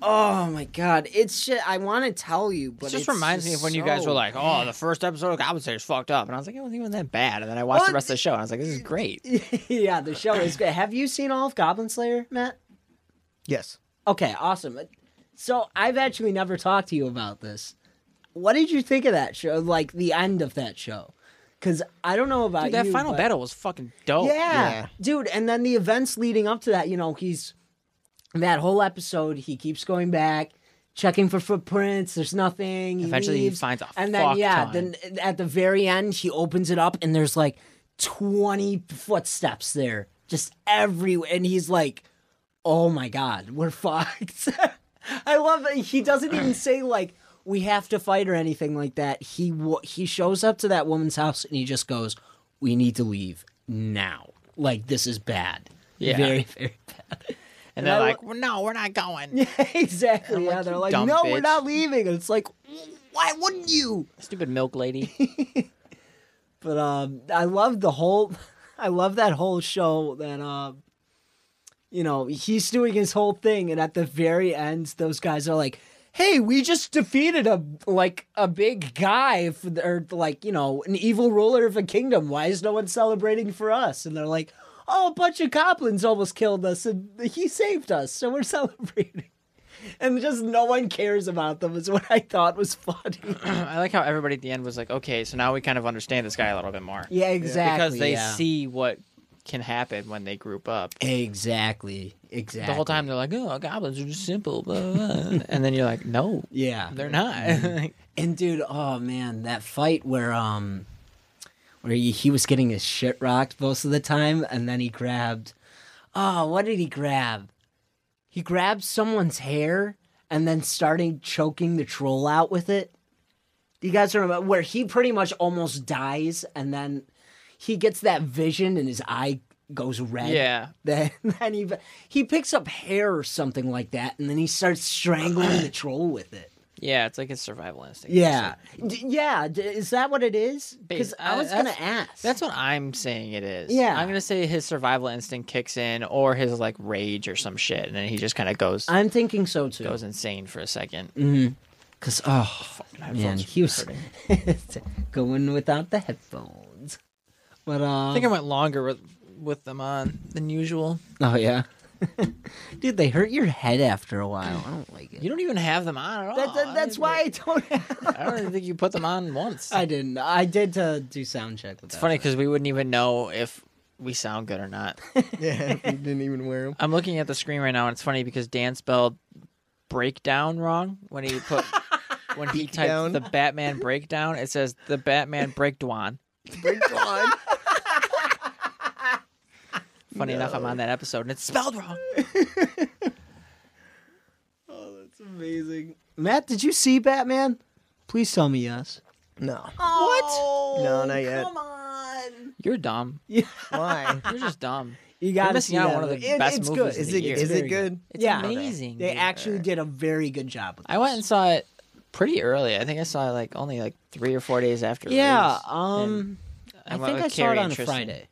[SPEAKER 2] Oh my god, it's just, I want to tell you, [laughs] but
[SPEAKER 1] It just
[SPEAKER 2] it's
[SPEAKER 1] reminds me of when you guys
[SPEAKER 2] so
[SPEAKER 1] were like, "Oh, the first episode of God Saves fucked up," and I was like, "It wasn't even that bad." And then I watched the
[SPEAKER 2] Well,
[SPEAKER 1] rest of the show, and I was like, "This
[SPEAKER 2] [laughs]
[SPEAKER 1] is great."
[SPEAKER 2] yeah, the show is good. Have you seen all of Goblin Slayer, Matt?
[SPEAKER 3] Yes.
[SPEAKER 2] Okay, awesome. So I've actually never talked to you about this. What did you think of that show? Like the end of that show? Because I don't know about
[SPEAKER 1] Dude, that
[SPEAKER 2] you,
[SPEAKER 1] final
[SPEAKER 2] but-
[SPEAKER 1] battle was fucking dope.
[SPEAKER 2] Yeah,
[SPEAKER 3] yeah.
[SPEAKER 2] dude. And then the events leading up to that, you know, he's that whole episode. He keeps going back, checking for footprints. There's nothing. He
[SPEAKER 1] Eventually he
[SPEAKER 2] leaves,
[SPEAKER 1] finds a
[SPEAKER 2] and then
[SPEAKER 1] fuck
[SPEAKER 2] yeah,
[SPEAKER 1] ton.
[SPEAKER 2] then at the very end he opens it up and there's like twenty footsteps there, just everywhere, and he's like, "Oh my god, we're [laughs] fucked." I love it. He
[SPEAKER 1] [clears throat]
[SPEAKER 2] doesn't even say like. We have to fight or anything like that. He w- he shows up to that woman's house and he just goes, "We need to leave now. Like this is bad.
[SPEAKER 1] Yeah.
[SPEAKER 2] very very [laughs] bad."
[SPEAKER 1] and they're
[SPEAKER 2] I
[SPEAKER 1] like, well, "No, we're not going."
[SPEAKER 2] exactly. yeah, they're
[SPEAKER 1] "You
[SPEAKER 2] like,
[SPEAKER 1] dumb
[SPEAKER 2] no, we're
[SPEAKER 1] bitch."
[SPEAKER 2] not leaving. And it's like, why wouldn't you?
[SPEAKER 1] Stupid milk [laughs] lady. [clears throat]
[SPEAKER 2] But um, I love the whole, [laughs] I love that whole show that um, you know, he's doing his whole thing, and at the very end, those guys are like. Hey, we just defeated a like a big guy, for the, or like you know, an evil ruler of a kingdom. Why is no one celebrating for us? And they're like, "Oh, a bunch of goblins almost killed us, and he saved us, so we're [laughs] celebrating." and just no one cares about them is what I thought was funny.
[SPEAKER 1] I like how everybody at the end was like, "Okay, so now we kind of understand this guy a little bit more."
[SPEAKER 2] yeah, exactly.
[SPEAKER 1] because they
[SPEAKER 2] yeah.
[SPEAKER 1] see what can happen when they group up.
[SPEAKER 2] exactly, exactly.
[SPEAKER 1] The whole time they're like, "Oh, goblins are just simple," blah, blah, [laughs] blah." and then you're like, "No,
[SPEAKER 2] yeah.
[SPEAKER 1] they're [laughs] not."
[SPEAKER 2] And dude, oh man, that fight where um, where he, he was getting his shit rocked most of the time, and then he grabbed, oh, what did he grab? He grabbed someone's hair and then started choking the troll out with it. Do you guys remember where he pretty much almost dies, and then he gets that vision, and his eye goes red.
[SPEAKER 1] yeah,
[SPEAKER 2] [laughs] Then, then he he picks up hair or something like that, and then he starts strangling the troll with it.
[SPEAKER 1] yeah, it's like his survival instinct.
[SPEAKER 2] Yeah, D- yeah. D- is that what it is? Because
[SPEAKER 1] Bas-
[SPEAKER 2] I
[SPEAKER 1] uh,
[SPEAKER 2] was
[SPEAKER 1] that's-
[SPEAKER 2] gonna ask.
[SPEAKER 1] That's what I'm saying it is.
[SPEAKER 2] Yeah.
[SPEAKER 1] I'm gonna say his survival instinct kicks in or his like rage or some shit, and then he just kinda goes
[SPEAKER 2] I'm thinking so too.
[SPEAKER 1] goes insane for a second.
[SPEAKER 2] Because oh
[SPEAKER 1] My
[SPEAKER 2] man,
[SPEAKER 1] headphones
[SPEAKER 2] he was
[SPEAKER 1] hurting.
[SPEAKER 2] [laughs] going without the headphones. But
[SPEAKER 1] I
[SPEAKER 2] um,
[SPEAKER 1] think I went longer with with them on than usual.
[SPEAKER 2] oh yeah, [laughs] dude, they hurt your head after a while. I don't like it.
[SPEAKER 1] You don't even have them on at all.
[SPEAKER 2] That, that,
[SPEAKER 1] I
[SPEAKER 2] that's
[SPEAKER 1] didn't-
[SPEAKER 2] why I don't. Have...
[SPEAKER 1] I don't even think you put them on [laughs] once.
[SPEAKER 2] [laughs] I didn't. I did uh, do sound check with
[SPEAKER 1] it's
[SPEAKER 2] that.
[SPEAKER 1] funny because we wouldn't even know if we sound good or not.
[SPEAKER 3] [laughs] Yeah.
[SPEAKER 1] [laughs]
[SPEAKER 3] we didn't even wear them.
[SPEAKER 1] I'm looking at the screen right now, and it's funny because Dan spelled breakdown wrong when he
[SPEAKER 3] [laughs]
[SPEAKER 1] put when he typed
[SPEAKER 3] Beatdown.
[SPEAKER 1] the Batman breakdown. It says the Batman
[SPEAKER 3] [laughs]
[SPEAKER 1] breakdown. [laughs] Funny enough, I'm on that episode, and it's spelled
[SPEAKER 3] [laughs]
[SPEAKER 1] wrong.
[SPEAKER 2] It's amazing. Matt, did you see Batman? Please tell me yes. [laughs]
[SPEAKER 3] No.
[SPEAKER 2] What? Oh,
[SPEAKER 3] No, not yet.
[SPEAKER 2] Come on.
[SPEAKER 1] You're dumb.
[SPEAKER 3] Why?
[SPEAKER 1] You're just dumb.
[SPEAKER 2] You got
[SPEAKER 1] missing out on one of the best
[SPEAKER 2] it's
[SPEAKER 1] movies
[SPEAKER 2] Good.
[SPEAKER 1] in
[SPEAKER 3] Is
[SPEAKER 1] the
[SPEAKER 3] it
[SPEAKER 1] year.
[SPEAKER 3] is
[SPEAKER 2] Very
[SPEAKER 3] it
[SPEAKER 2] good.
[SPEAKER 3] good?
[SPEAKER 1] It's
[SPEAKER 2] Yeah.
[SPEAKER 1] amazing.
[SPEAKER 2] They
[SPEAKER 1] dude.
[SPEAKER 2] actually did a very good job. With
[SPEAKER 1] I went and saw it pretty early. I think I saw it like only like three or four days after.
[SPEAKER 2] this. Yeah.
[SPEAKER 1] release.
[SPEAKER 2] Um. I
[SPEAKER 1] went
[SPEAKER 2] think
[SPEAKER 1] with
[SPEAKER 2] I saw
[SPEAKER 1] Carrie
[SPEAKER 2] it on
[SPEAKER 1] and
[SPEAKER 2] a
[SPEAKER 1] Tristan.
[SPEAKER 2] Friday.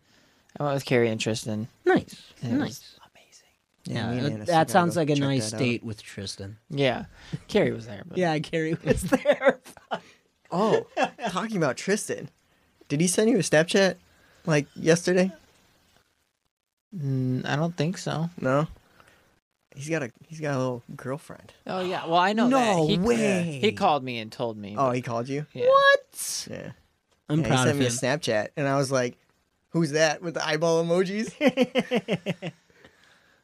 [SPEAKER 1] I went with Carrie and Tristan.
[SPEAKER 2] Nice.
[SPEAKER 1] and it was
[SPEAKER 2] Nice.
[SPEAKER 1] amazing.
[SPEAKER 3] me
[SPEAKER 2] Yeah. that- that
[SPEAKER 3] and Anna still gotta
[SPEAKER 2] sounds
[SPEAKER 3] go
[SPEAKER 2] like a
[SPEAKER 3] check
[SPEAKER 2] nice
[SPEAKER 3] that out.
[SPEAKER 2] date with Tristan.
[SPEAKER 1] Yeah, Carrie was there. But...
[SPEAKER 2] Yeah, Carrie was [laughs] there.
[SPEAKER 3] Oh, talking about Tristan, did he send you a Snapchat like yesterday?
[SPEAKER 1] Mm, I don't think so.
[SPEAKER 3] No. He's got a he's got a little girlfriend.
[SPEAKER 1] Oh yeah. Well, I know.
[SPEAKER 2] No
[SPEAKER 1] that. He,
[SPEAKER 2] way.
[SPEAKER 1] He called me and told me.
[SPEAKER 3] Oh, he called you.
[SPEAKER 1] yeah.
[SPEAKER 2] what?
[SPEAKER 3] Yeah.
[SPEAKER 2] I'm
[SPEAKER 3] Yeah, he
[SPEAKER 2] proud
[SPEAKER 3] sent
[SPEAKER 2] of
[SPEAKER 3] me a
[SPEAKER 2] him.
[SPEAKER 3] Snapchat, and I was like, "Who's that?" with the eyeball emojis.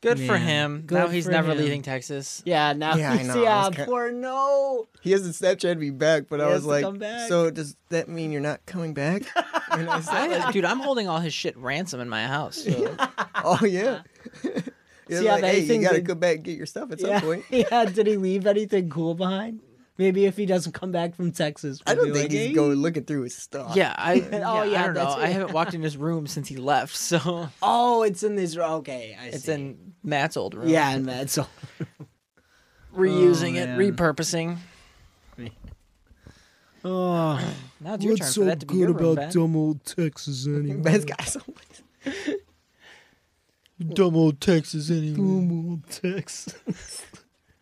[SPEAKER 1] Good for
[SPEAKER 4] Man.
[SPEAKER 1] him.
[SPEAKER 4] Good
[SPEAKER 1] now he's
[SPEAKER 4] for
[SPEAKER 1] never
[SPEAKER 4] him.
[SPEAKER 1] leaving
[SPEAKER 2] [laughs]
[SPEAKER 1] Texas.
[SPEAKER 2] Yeah, now
[SPEAKER 3] Yeah, I
[SPEAKER 2] he's-
[SPEAKER 3] know, I
[SPEAKER 2] yeah,
[SPEAKER 3] was kinda-
[SPEAKER 2] poor no.
[SPEAKER 3] [laughs] He hasn't Snapchat me back, but I
[SPEAKER 2] He
[SPEAKER 3] was
[SPEAKER 2] has to
[SPEAKER 3] like,
[SPEAKER 2] come back.
[SPEAKER 3] so does that mean you're not coming
[SPEAKER 2] [laughs]
[SPEAKER 3] back? And I said,
[SPEAKER 1] I, dude, I'm holding all his shit ransom in my house.
[SPEAKER 3] oh yeah. [laughs] You're
[SPEAKER 2] See how
[SPEAKER 3] like,
[SPEAKER 2] they
[SPEAKER 3] hey, you
[SPEAKER 2] think
[SPEAKER 3] gotta
[SPEAKER 2] they-
[SPEAKER 3] go back and get your stuff at some
[SPEAKER 2] yeah. [laughs]
[SPEAKER 3] point.
[SPEAKER 2] yeah, did he leave anything cool behind? Maybe if he doesn't come back from Texas,
[SPEAKER 3] I
[SPEAKER 2] we'll
[SPEAKER 3] don't
[SPEAKER 2] be
[SPEAKER 3] think
[SPEAKER 2] like,
[SPEAKER 3] he's
[SPEAKER 2] "Hey."
[SPEAKER 3] going looking through his stuff. [laughs]
[SPEAKER 1] Yeah, I
[SPEAKER 2] [laughs] Oh,
[SPEAKER 1] oh yeah,
[SPEAKER 2] yeah,
[SPEAKER 1] I don't know.
[SPEAKER 2] that's
[SPEAKER 1] I
[SPEAKER 2] it.
[SPEAKER 1] haven't walked in his room since he left,
[SPEAKER 2] [laughs]
[SPEAKER 1] so
[SPEAKER 2] Oh, it's in this. Okay, I
[SPEAKER 1] it's
[SPEAKER 2] see.
[SPEAKER 1] in Matt's old room.
[SPEAKER 2] Yeah, and that's all.
[SPEAKER 1] [laughs] reusing
[SPEAKER 4] Oh,
[SPEAKER 1] it,
[SPEAKER 4] man.
[SPEAKER 2] [sighs]
[SPEAKER 1] repurposing.
[SPEAKER 4] Oh,
[SPEAKER 1] Now it's your turn for that to be your room, Ben.
[SPEAKER 4] dumb old Texas anyway?
[SPEAKER 3] Ben's got so much.
[SPEAKER 4] dumb old Texas anyway. Dumb old Texas.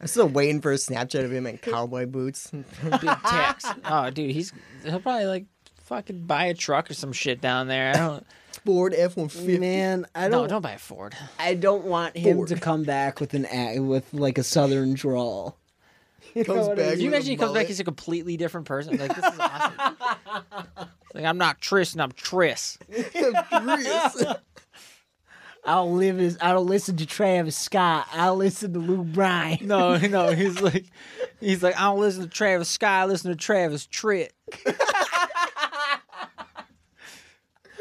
[SPEAKER 3] I'm still waiting for a Snapchat of
[SPEAKER 2] [laughs]
[SPEAKER 3] him in cowboy boots.
[SPEAKER 1] Big tax. Oh, dude, he's he'll probably like fucking buy a truck or some shit down there. I don't.
[SPEAKER 3] Ford F one fifty.
[SPEAKER 2] Man, I
[SPEAKER 1] no,
[SPEAKER 2] don't,
[SPEAKER 1] don't buy a Ford.
[SPEAKER 2] I don't want him to come back with an a- with like a southern drawl. [laughs] You
[SPEAKER 3] Comes
[SPEAKER 2] what I
[SPEAKER 1] Can you
[SPEAKER 3] back
[SPEAKER 2] mean?
[SPEAKER 3] with-
[SPEAKER 1] imagine he comes
[SPEAKER 3] mullet.
[SPEAKER 1] back? He's a completely different person. Like this is [laughs] awesome. like I'm not Tris, and I'm Tris.
[SPEAKER 2] [laughs] Oh I'll live as I don't listen to Travis Scott. I'll listen to Lou Bryan.
[SPEAKER 1] No, no, he's like, he's like, I don't listen to Travis Scott. I listen to Travis [laughs] Tritt,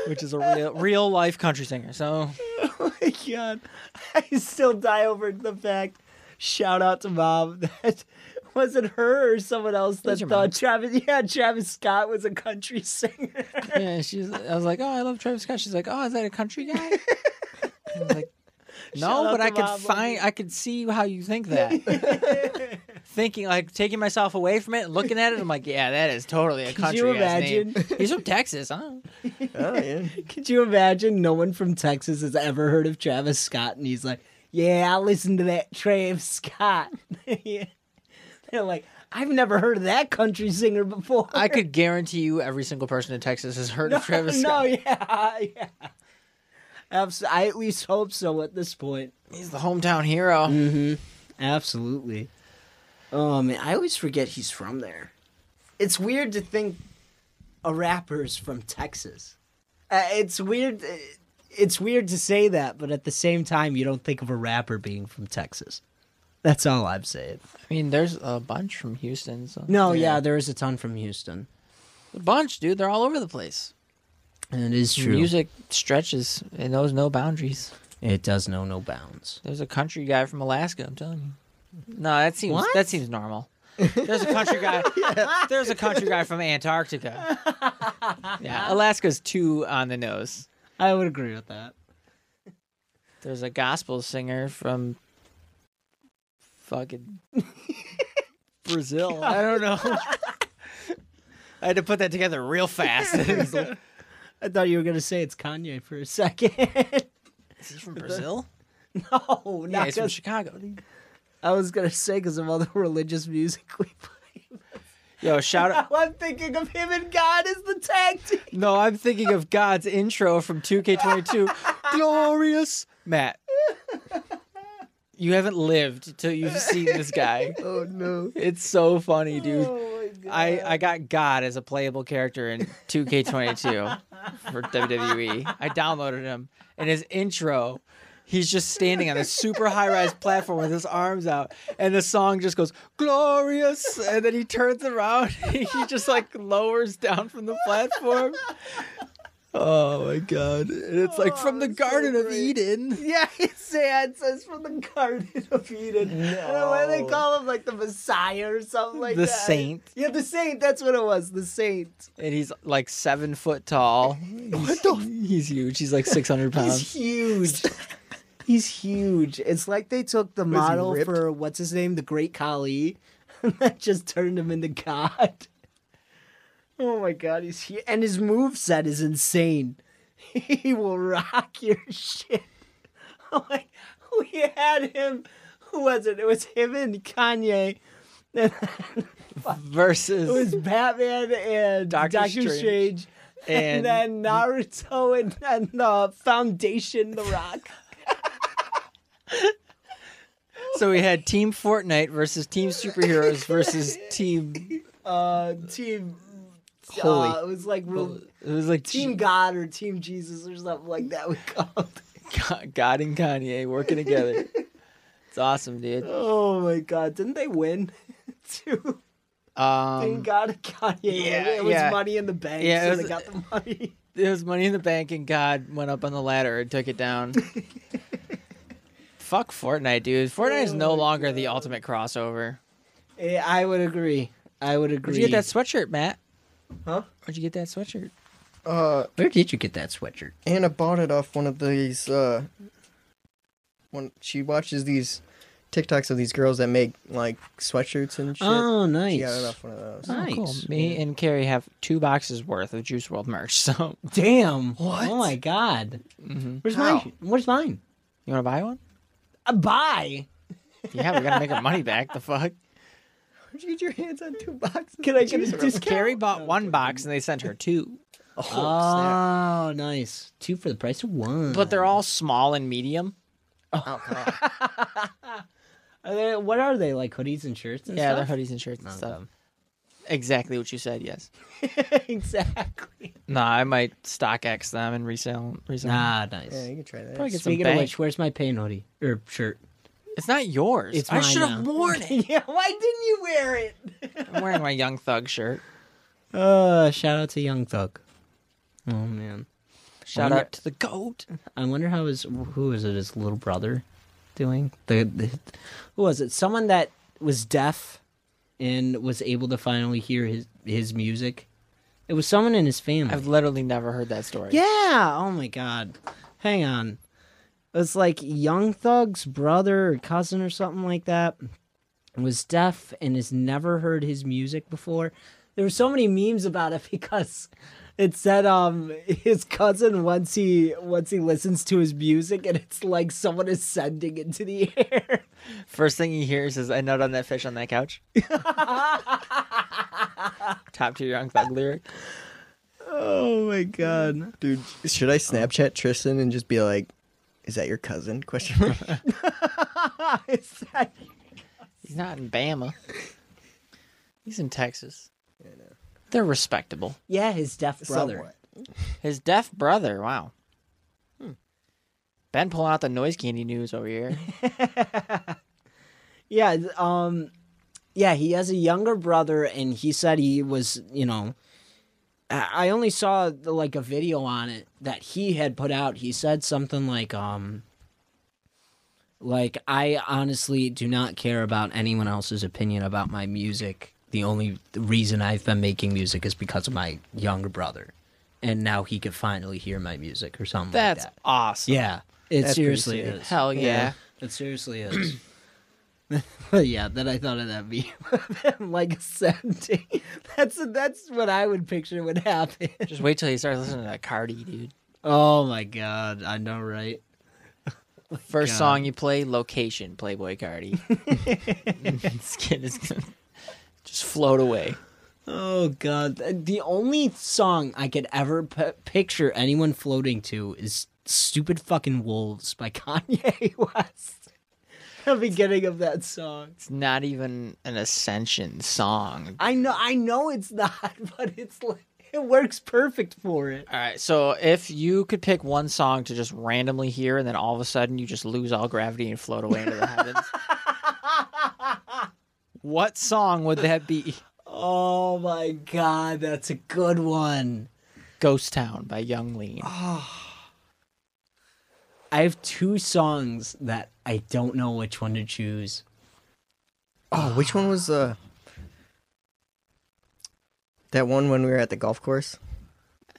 [SPEAKER 1] which is a real, real life country singer. So
[SPEAKER 2] Oh my god, I still die over the fact. Shout out to mom [laughs] that was it her or someone else that
[SPEAKER 1] was your
[SPEAKER 2] thought
[SPEAKER 1] mom.
[SPEAKER 2] Travis yeah Travis Scott was a country [laughs] singer.
[SPEAKER 1] yeah, she's. I was like, oh, I love Travis Scott. She's like, oh, is that a country
[SPEAKER 2] [laughs]
[SPEAKER 1] guy? I was like,
[SPEAKER 2] Shout
[SPEAKER 1] no,
[SPEAKER 2] out
[SPEAKER 1] but
[SPEAKER 2] to
[SPEAKER 1] I could
[SPEAKER 2] Bob
[SPEAKER 1] find. I could see how you think that.
[SPEAKER 2] [laughs]
[SPEAKER 1] Thinking like taking myself away from it, and looking at it, I'm like, yeah, that is totally a country.
[SPEAKER 2] you
[SPEAKER 1] guy's name. [laughs]
[SPEAKER 2] imagine?
[SPEAKER 1] He's from Texas, huh?
[SPEAKER 3] Oh yeah.
[SPEAKER 2] [laughs] Could you imagine? No one from Texas has ever heard of Travis Scott, and he's like, "Yeah, I listen to that Travis Scott." [laughs] Yeah. They're like, "I've never heard of that country singer before."
[SPEAKER 1] I could guarantee you, every single person in Texas has heard
[SPEAKER 2] [laughs] no,
[SPEAKER 1] of Travis Scott.
[SPEAKER 2] No, yeah, yeah. Abs- I at least hope so at this point.
[SPEAKER 1] He's the hometown hero.
[SPEAKER 2] Mm. Absolutely. Oh man, I always forget he's from there. It's weird to think a rapper's from Texas. Uh, it's weird. It's weird to say that, but at the same time, you don't think of a rapper being from Texas. That's all I'm saying.
[SPEAKER 1] I mean, there's a bunch from Houston. So.
[SPEAKER 2] No, yeah, there is a ton from Houston.
[SPEAKER 1] a bunch, dude. They're all over the place.
[SPEAKER 2] And it is true.
[SPEAKER 1] Music stretches; it knows no boundaries.
[SPEAKER 2] It does know no bounds.
[SPEAKER 1] There's a country guy from Alaska. I'm telling you. No, that seems
[SPEAKER 2] What?
[SPEAKER 1] that seems normal. There's a country guy. [laughs] There's a country guy from Antarctica. Yeah, Alaska's too on the nose.
[SPEAKER 2] I would agree with that.
[SPEAKER 1] There's a gospel singer from fucking Brazil. I don't know.
[SPEAKER 2] [laughs]
[SPEAKER 1] I had to put that together real fast. [laughs] Is
[SPEAKER 2] I thought you were gonna say it's Kanye for a second.
[SPEAKER 1] he from Brazil?
[SPEAKER 2] no,
[SPEAKER 1] Yeah,
[SPEAKER 2] not
[SPEAKER 1] he's from
[SPEAKER 2] 'cause-
[SPEAKER 1] Chicago.
[SPEAKER 2] I was gonna say because of all the [laughs] religious music we play.
[SPEAKER 1] Yo, shout out.
[SPEAKER 2] Now I'm thinking of him and God as the tag team.
[SPEAKER 1] [laughs] No, I'm thinking of God's intro from [laughs] 2K22. Glorious Matt. You haven't lived till you've seen this [laughs] guy.
[SPEAKER 3] Oh no.
[SPEAKER 1] It's so funny, dude. I, I got Oh God as a playable character in 2K22 for WWE. I downloaded him, and his intro, he's just standing on a super high rise platform with his arms out, and the song just goes glorious, and then he turns around, [laughs] he just like lowers down from the platform. Oh my god! And Oh, it's like from the Garden of Eden.
[SPEAKER 2] Yeah, it's yeah, it says from the Garden of Eden. I don't know why they call him like the Messiah or something like
[SPEAKER 1] The
[SPEAKER 2] that.
[SPEAKER 1] saint.
[SPEAKER 2] Yeah, the saint. That's what it was. The saint.
[SPEAKER 1] And he's like seven foot tall. He's, he's huge. He's like six hundred pounds.
[SPEAKER 2] He's huge. He's huge. It's like they took the model
[SPEAKER 3] ripped?
[SPEAKER 2] for what's his name, the Great Khali, [laughs] and that just turned him into God. [laughs] Oh my God, he's huge, and his moveset is insane. [laughs] He will rock your [laughs] shit. Oh my, we had him. Who was it? It was him and Kanye. And
[SPEAKER 1] versus
[SPEAKER 2] it was Batman and
[SPEAKER 1] Doctor
[SPEAKER 2] Doctor,
[SPEAKER 1] Strange.
[SPEAKER 2] Strange. [laughs]
[SPEAKER 1] and,
[SPEAKER 2] And, then Naruto and, and the Foundation, The Rock.
[SPEAKER 1] so we had Team Fortnite versus Team Superheroes versus Team.
[SPEAKER 2] uh team
[SPEAKER 1] Holy-
[SPEAKER 2] uh, it was like real-
[SPEAKER 1] It was like
[SPEAKER 2] team god or team jesus or something like that we called it.
[SPEAKER 1] God, [laughs] God and Kanye working together. it's awesome, dude.
[SPEAKER 2] Oh my god! Didn't they win? [laughs] Too. Thank
[SPEAKER 1] Um,
[SPEAKER 2] God Kanye. Yeah,
[SPEAKER 1] yeah,
[SPEAKER 2] it was
[SPEAKER 1] yeah.
[SPEAKER 2] Money in the Bank.
[SPEAKER 1] Yeah, it
[SPEAKER 2] so
[SPEAKER 1] was-
[SPEAKER 2] they got the [laughs] money.
[SPEAKER 1] it was Money in the Bank, and God went up on the ladder and took it
[SPEAKER 2] [laughs]
[SPEAKER 1] down. Fuck Fortnite, dude. Fortnite
[SPEAKER 2] Oh
[SPEAKER 1] is no longer the ultimate crossover.
[SPEAKER 2] Eh, I would agree. I would agree.
[SPEAKER 1] Where'd you get that sweatshirt, Matt?
[SPEAKER 3] Huh?
[SPEAKER 1] Where'd you get that sweatshirt?
[SPEAKER 3] Uh,
[SPEAKER 4] Where did you get that sweatshirt?
[SPEAKER 3] Anna bought it off one of these. Uh, when she watches these TikToks of these girls that make like sweatshirts and shit.
[SPEAKER 4] Oh,
[SPEAKER 3] She
[SPEAKER 4] nice.
[SPEAKER 3] got it off one of those.
[SPEAKER 1] Oh, cool.
[SPEAKER 4] Nice.
[SPEAKER 1] Me and Carrie have two boxes worth of Juice World merch. [laughs] So
[SPEAKER 2] Damn! What? Mm-hmm. Oh my god! Where's
[SPEAKER 3] How?
[SPEAKER 2] mine? Where's mine?
[SPEAKER 1] you want to buy one?
[SPEAKER 2] A buy.
[SPEAKER 1] Yeah, we gotta make our money back. The [laughs] fuck.
[SPEAKER 3] Where'd you get your hands on two boxes?
[SPEAKER 2] Can I get a
[SPEAKER 3] Jeez,
[SPEAKER 2] discount?
[SPEAKER 1] Carrie bought one box and they sent her two,
[SPEAKER 3] Oh, snap.
[SPEAKER 2] Oh, nice. Two for the price of one.
[SPEAKER 1] but they're all small and medium.
[SPEAKER 2] Are they- Uh, what are they like hoodies and shirts? And
[SPEAKER 1] Yeah,
[SPEAKER 2] stuff?
[SPEAKER 1] they're hoodies and shirts and stuff. Exactly what you said. Yes.
[SPEAKER 2] [laughs] exactly.
[SPEAKER 1] Nah, I might stock X them and resell. resell. them.
[SPEAKER 2] Ah, nice.
[SPEAKER 3] Yeah, you can try that.
[SPEAKER 1] Probably get some
[SPEAKER 2] Speaking of
[SPEAKER 1] bank.
[SPEAKER 2] which, where's my pain hoodie or shirt?
[SPEAKER 1] It's not yours.
[SPEAKER 2] It's
[SPEAKER 1] I
[SPEAKER 2] mine
[SPEAKER 1] should have
[SPEAKER 2] now.
[SPEAKER 1] [laughs]
[SPEAKER 2] [laughs]
[SPEAKER 1] worn it.
[SPEAKER 2] yeah, why didn't you wear it?
[SPEAKER 1] I'm wearing my Young Thug shirt.
[SPEAKER 2] Uh, shout out to Young Thug. Oh man,
[SPEAKER 1] Shout
[SPEAKER 2] Wonder-
[SPEAKER 1] out to the goat.
[SPEAKER 2] I wonder how his who is it? His little brother doing the, the who was it? Someone that was deaf and was able to finally hear his his music. It was someone in his family.
[SPEAKER 1] I've literally never heard that story.
[SPEAKER 2] Yeah. Oh my god. Hang on. It's like Young Thug's brother or cousin or something like that was deaf and has never heard his music before. There were so many memes about it [laughs] because it said um his cousin once he once he listens to his music and it's like someone is sending it to the [laughs] air.
[SPEAKER 1] First thing he hears is I nut on that fish on that couch. Top tier Young Thug lyric.
[SPEAKER 2] Oh my god.
[SPEAKER 3] Dude, should I Snapchat Tristan and just be like, "Is that your cousin?" Question mark.
[SPEAKER 2] It's that
[SPEAKER 1] He's not in Bama. He's in Texas. They're respectable.
[SPEAKER 2] Yeah, his deaf brother.
[SPEAKER 3] Somewhat.
[SPEAKER 1] His deaf brother. Wow. Ben pulling out the noise candy news over here.
[SPEAKER 2] Yeah, th- um yeah, he has a younger brother and he said he was, you know, I I only saw the, like a video on it that he had put out. He said something like um like I honestly do not care about anyone else's opinion about my music. The only reason I've been making music is because of my younger brother. And now he could finally hear my music or something
[SPEAKER 1] That's
[SPEAKER 2] like that.
[SPEAKER 1] awesome.
[SPEAKER 2] Yeah. It
[SPEAKER 3] That's pretty
[SPEAKER 2] seriously
[SPEAKER 3] sick.
[SPEAKER 2] is.
[SPEAKER 1] Hell yeah.
[SPEAKER 2] It seriously is. but yeah, then I thought of that meme [laughs] of him like ascending. That's that's what I would picture would happen. [laughs]
[SPEAKER 1] [laughs] Just wait till you start listening to Cardi, dude.
[SPEAKER 2] Oh my god, I know, right?
[SPEAKER 1] First
[SPEAKER 2] God.
[SPEAKER 1] song you play, location, Playboy Cardi. [laughs] Skin is gonna [laughs] just float away.
[SPEAKER 2] Oh god, Th- the only song I could ever p- picture anyone floating to is "Stupid Fucking Wolves" by [laughs] Kanye West. The beginning of that song.
[SPEAKER 1] It's not even an ascension song.
[SPEAKER 2] I know, I know it's not, [laughs] but it's like it works perfect for it.
[SPEAKER 1] All right, so if you could pick one song to just randomly hear, and then all of a sudden you just lose all gravity and float away into the heavens, what song would that be?
[SPEAKER 2] Oh my god, that's a good one.
[SPEAKER 1] Ghost Town by Young Lean.
[SPEAKER 2] I have two songs that I don't know which one to choose.
[SPEAKER 3] Oh, which one was uh that one when we were at the golf course?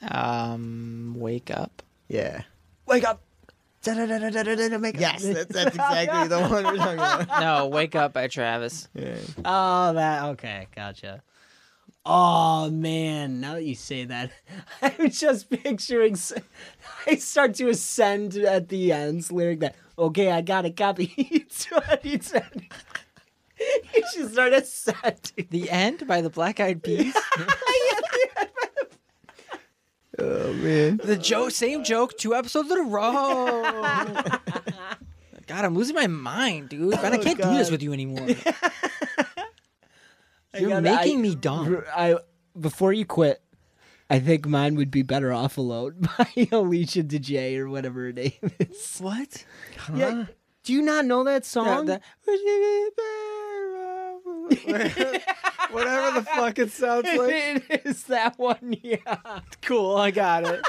[SPEAKER 1] Um, Wake Up.
[SPEAKER 3] Yeah.
[SPEAKER 2] Wake up!
[SPEAKER 3] Yes, that's, that's exactly the one we're talking about.
[SPEAKER 1] No, Wake Up by Travis.
[SPEAKER 3] Yeah.
[SPEAKER 2] Oh, that okay, gotcha. Oh man, now that you say that, [laughs] I'm just picturing. s- [laughs] I start to ascend at the end's lyric that okay, I got a copy. [laughs] It's what he said. [laughs] You should start ascending.
[SPEAKER 1] The End by the Black Eyed
[SPEAKER 2] [laughs]
[SPEAKER 1] Peas.
[SPEAKER 3] [laughs] Oh man.
[SPEAKER 1] The joke, same joke, two episodes in a
[SPEAKER 2] [laughs]
[SPEAKER 1] row. God, I'm losing my mind, dude. Ben,
[SPEAKER 2] Oh,
[SPEAKER 1] I can't do this with you
[SPEAKER 2] [laughs]
[SPEAKER 1] anymore. You're
[SPEAKER 2] gotta-
[SPEAKER 1] making
[SPEAKER 2] I-
[SPEAKER 1] me dumb.
[SPEAKER 2] I before you quit, I think mine would be better off alone [laughs] by Alicia DeJay or whatever her name is.
[SPEAKER 1] What?
[SPEAKER 2] Yeah. Do you not know that song?
[SPEAKER 1] That- Whatever the fuck it
[SPEAKER 2] [laughs]
[SPEAKER 1] sounds like.
[SPEAKER 2] it is that one, [laughs] yeah.
[SPEAKER 1] Cool, I got it.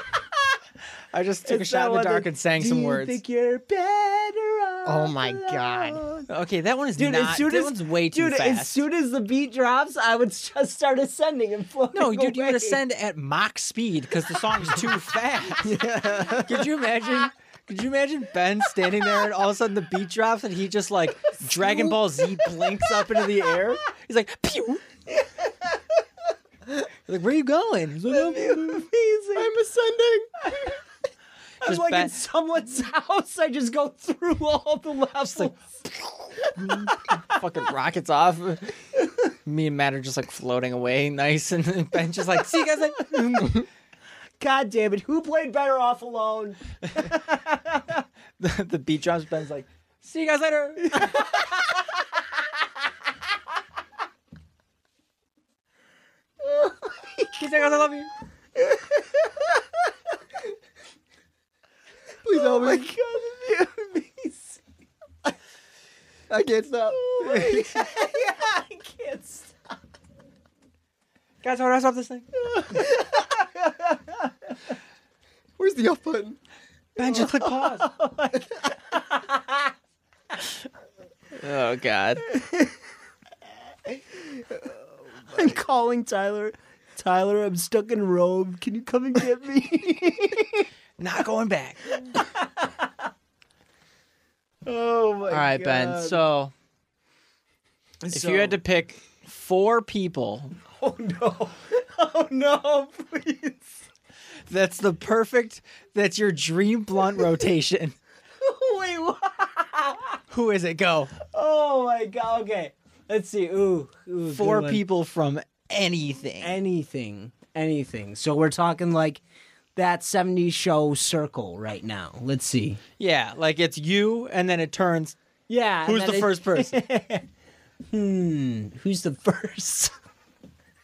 [SPEAKER 1] I just took a
[SPEAKER 2] It's
[SPEAKER 1] shot
[SPEAKER 2] that
[SPEAKER 1] in the
[SPEAKER 2] one
[SPEAKER 1] dark
[SPEAKER 2] that-
[SPEAKER 1] and sang
[SPEAKER 2] Do
[SPEAKER 1] some
[SPEAKER 2] you
[SPEAKER 1] words.
[SPEAKER 2] think you're better off
[SPEAKER 3] Oh my God.
[SPEAKER 2] alone?
[SPEAKER 1] Okay, that one is
[SPEAKER 2] Dude,
[SPEAKER 1] not.
[SPEAKER 2] as soon
[SPEAKER 1] that
[SPEAKER 2] as
[SPEAKER 1] one's way too
[SPEAKER 2] dude,
[SPEAKER 1] fast.
[SPEAKER 2] as soon as the beat drops, I would
[SPEAKER 1] [laughs]
[SPEAKER 2] just start ascending and floating. [laughs]
[SPEAKER 1] no, dude, you
[SPEAKER 2] away.
[SPEAKER 1] would ascend at mock speed because the song's too
[SPEAKER 2] [laughs]
[SPEAKER 1] fast. Could you imagine? Could you imagine Ben standing there and all of a sudden the beat drops and he just
[SPEAKER 2] [laughs]
[SPEAKER 1] like Dragon Ball Z blinks up into the air? He's like, pew. You're like, where are you going? He's like, "I'm-
[SPEAKER 2] Amazing. I'm ascending. [laughs] I'm
[SPEAKER 1] Just
[SPEAKER 2] like
[SPEAKER 1] ba-
[SPEAKER 2] in someone's [laughs] house. I just go through all the levels.
[SPEAKER 1] [laughs] fucking rockets off. Me and Matt are just like floating away, nice, and [laughs] Ben just like, see you guys. Like,
[SPEAKER 2] God damn it! Who played better off alone?
[SPEAKER 1] the, [laughs] the beat drops. Ben's
[SPEAKER 2] [laughs]
[SPEAKER 1] like, see you guys later. [laughs] He's like, I love you.
[SPEAKER 3] Please help me. God, I can't stop.
[SPEAKER 2] I can't. Stop.
[SPEAKER 1] Guys, how do I stop
[SPEAKER 2] [laughs]
[SPEAKER 1] this thing?
[SPEAKER 3] Where's the off button?
[SPEAKER 1] Ben, just click pause. oh God.
[SPEAKER 2] I'm calling Tyler. Tyler, I'm stuck in Rome. Can you come and get me?
[SPEAKER 1] [laughs] Not going back.
[SPEAKER 2] [laughs] oh my!
[SPEAKER 1] All right, Ben. So, if you had to pick four people
[SPEAKER 2] oh no, [laughs] oh no, please.
[SPEAKER 1] That's the perfect. That's your dream blunt rotation. [laughs]
[SPEAKER 2] Wait, what?
[SPEAKER 1] Who is it? Go.
[SPEAKER 2] Oh my god. Okay, let's see. Ooh, ooh good
[SPEAKER 1] Four
[SPEAKER 2] one.
[SPEAKER 1] people from anything.
[SPEAKER 2] Anything, anything. So we're talking like that '70s show circle right now. Let's see.
[SPEAKER 1] yeah, like it's you, and then it turns.
[SPEAKER 2] Yeah.
[SPEAKER 1] Who's
[SPEAKER 2] and
[SPEAKER 1] the
[SPEAKER 2] then it-
[SPEAKER 1] first person?
[SPEAKER 2] [laughs] Hmm, Who's the first?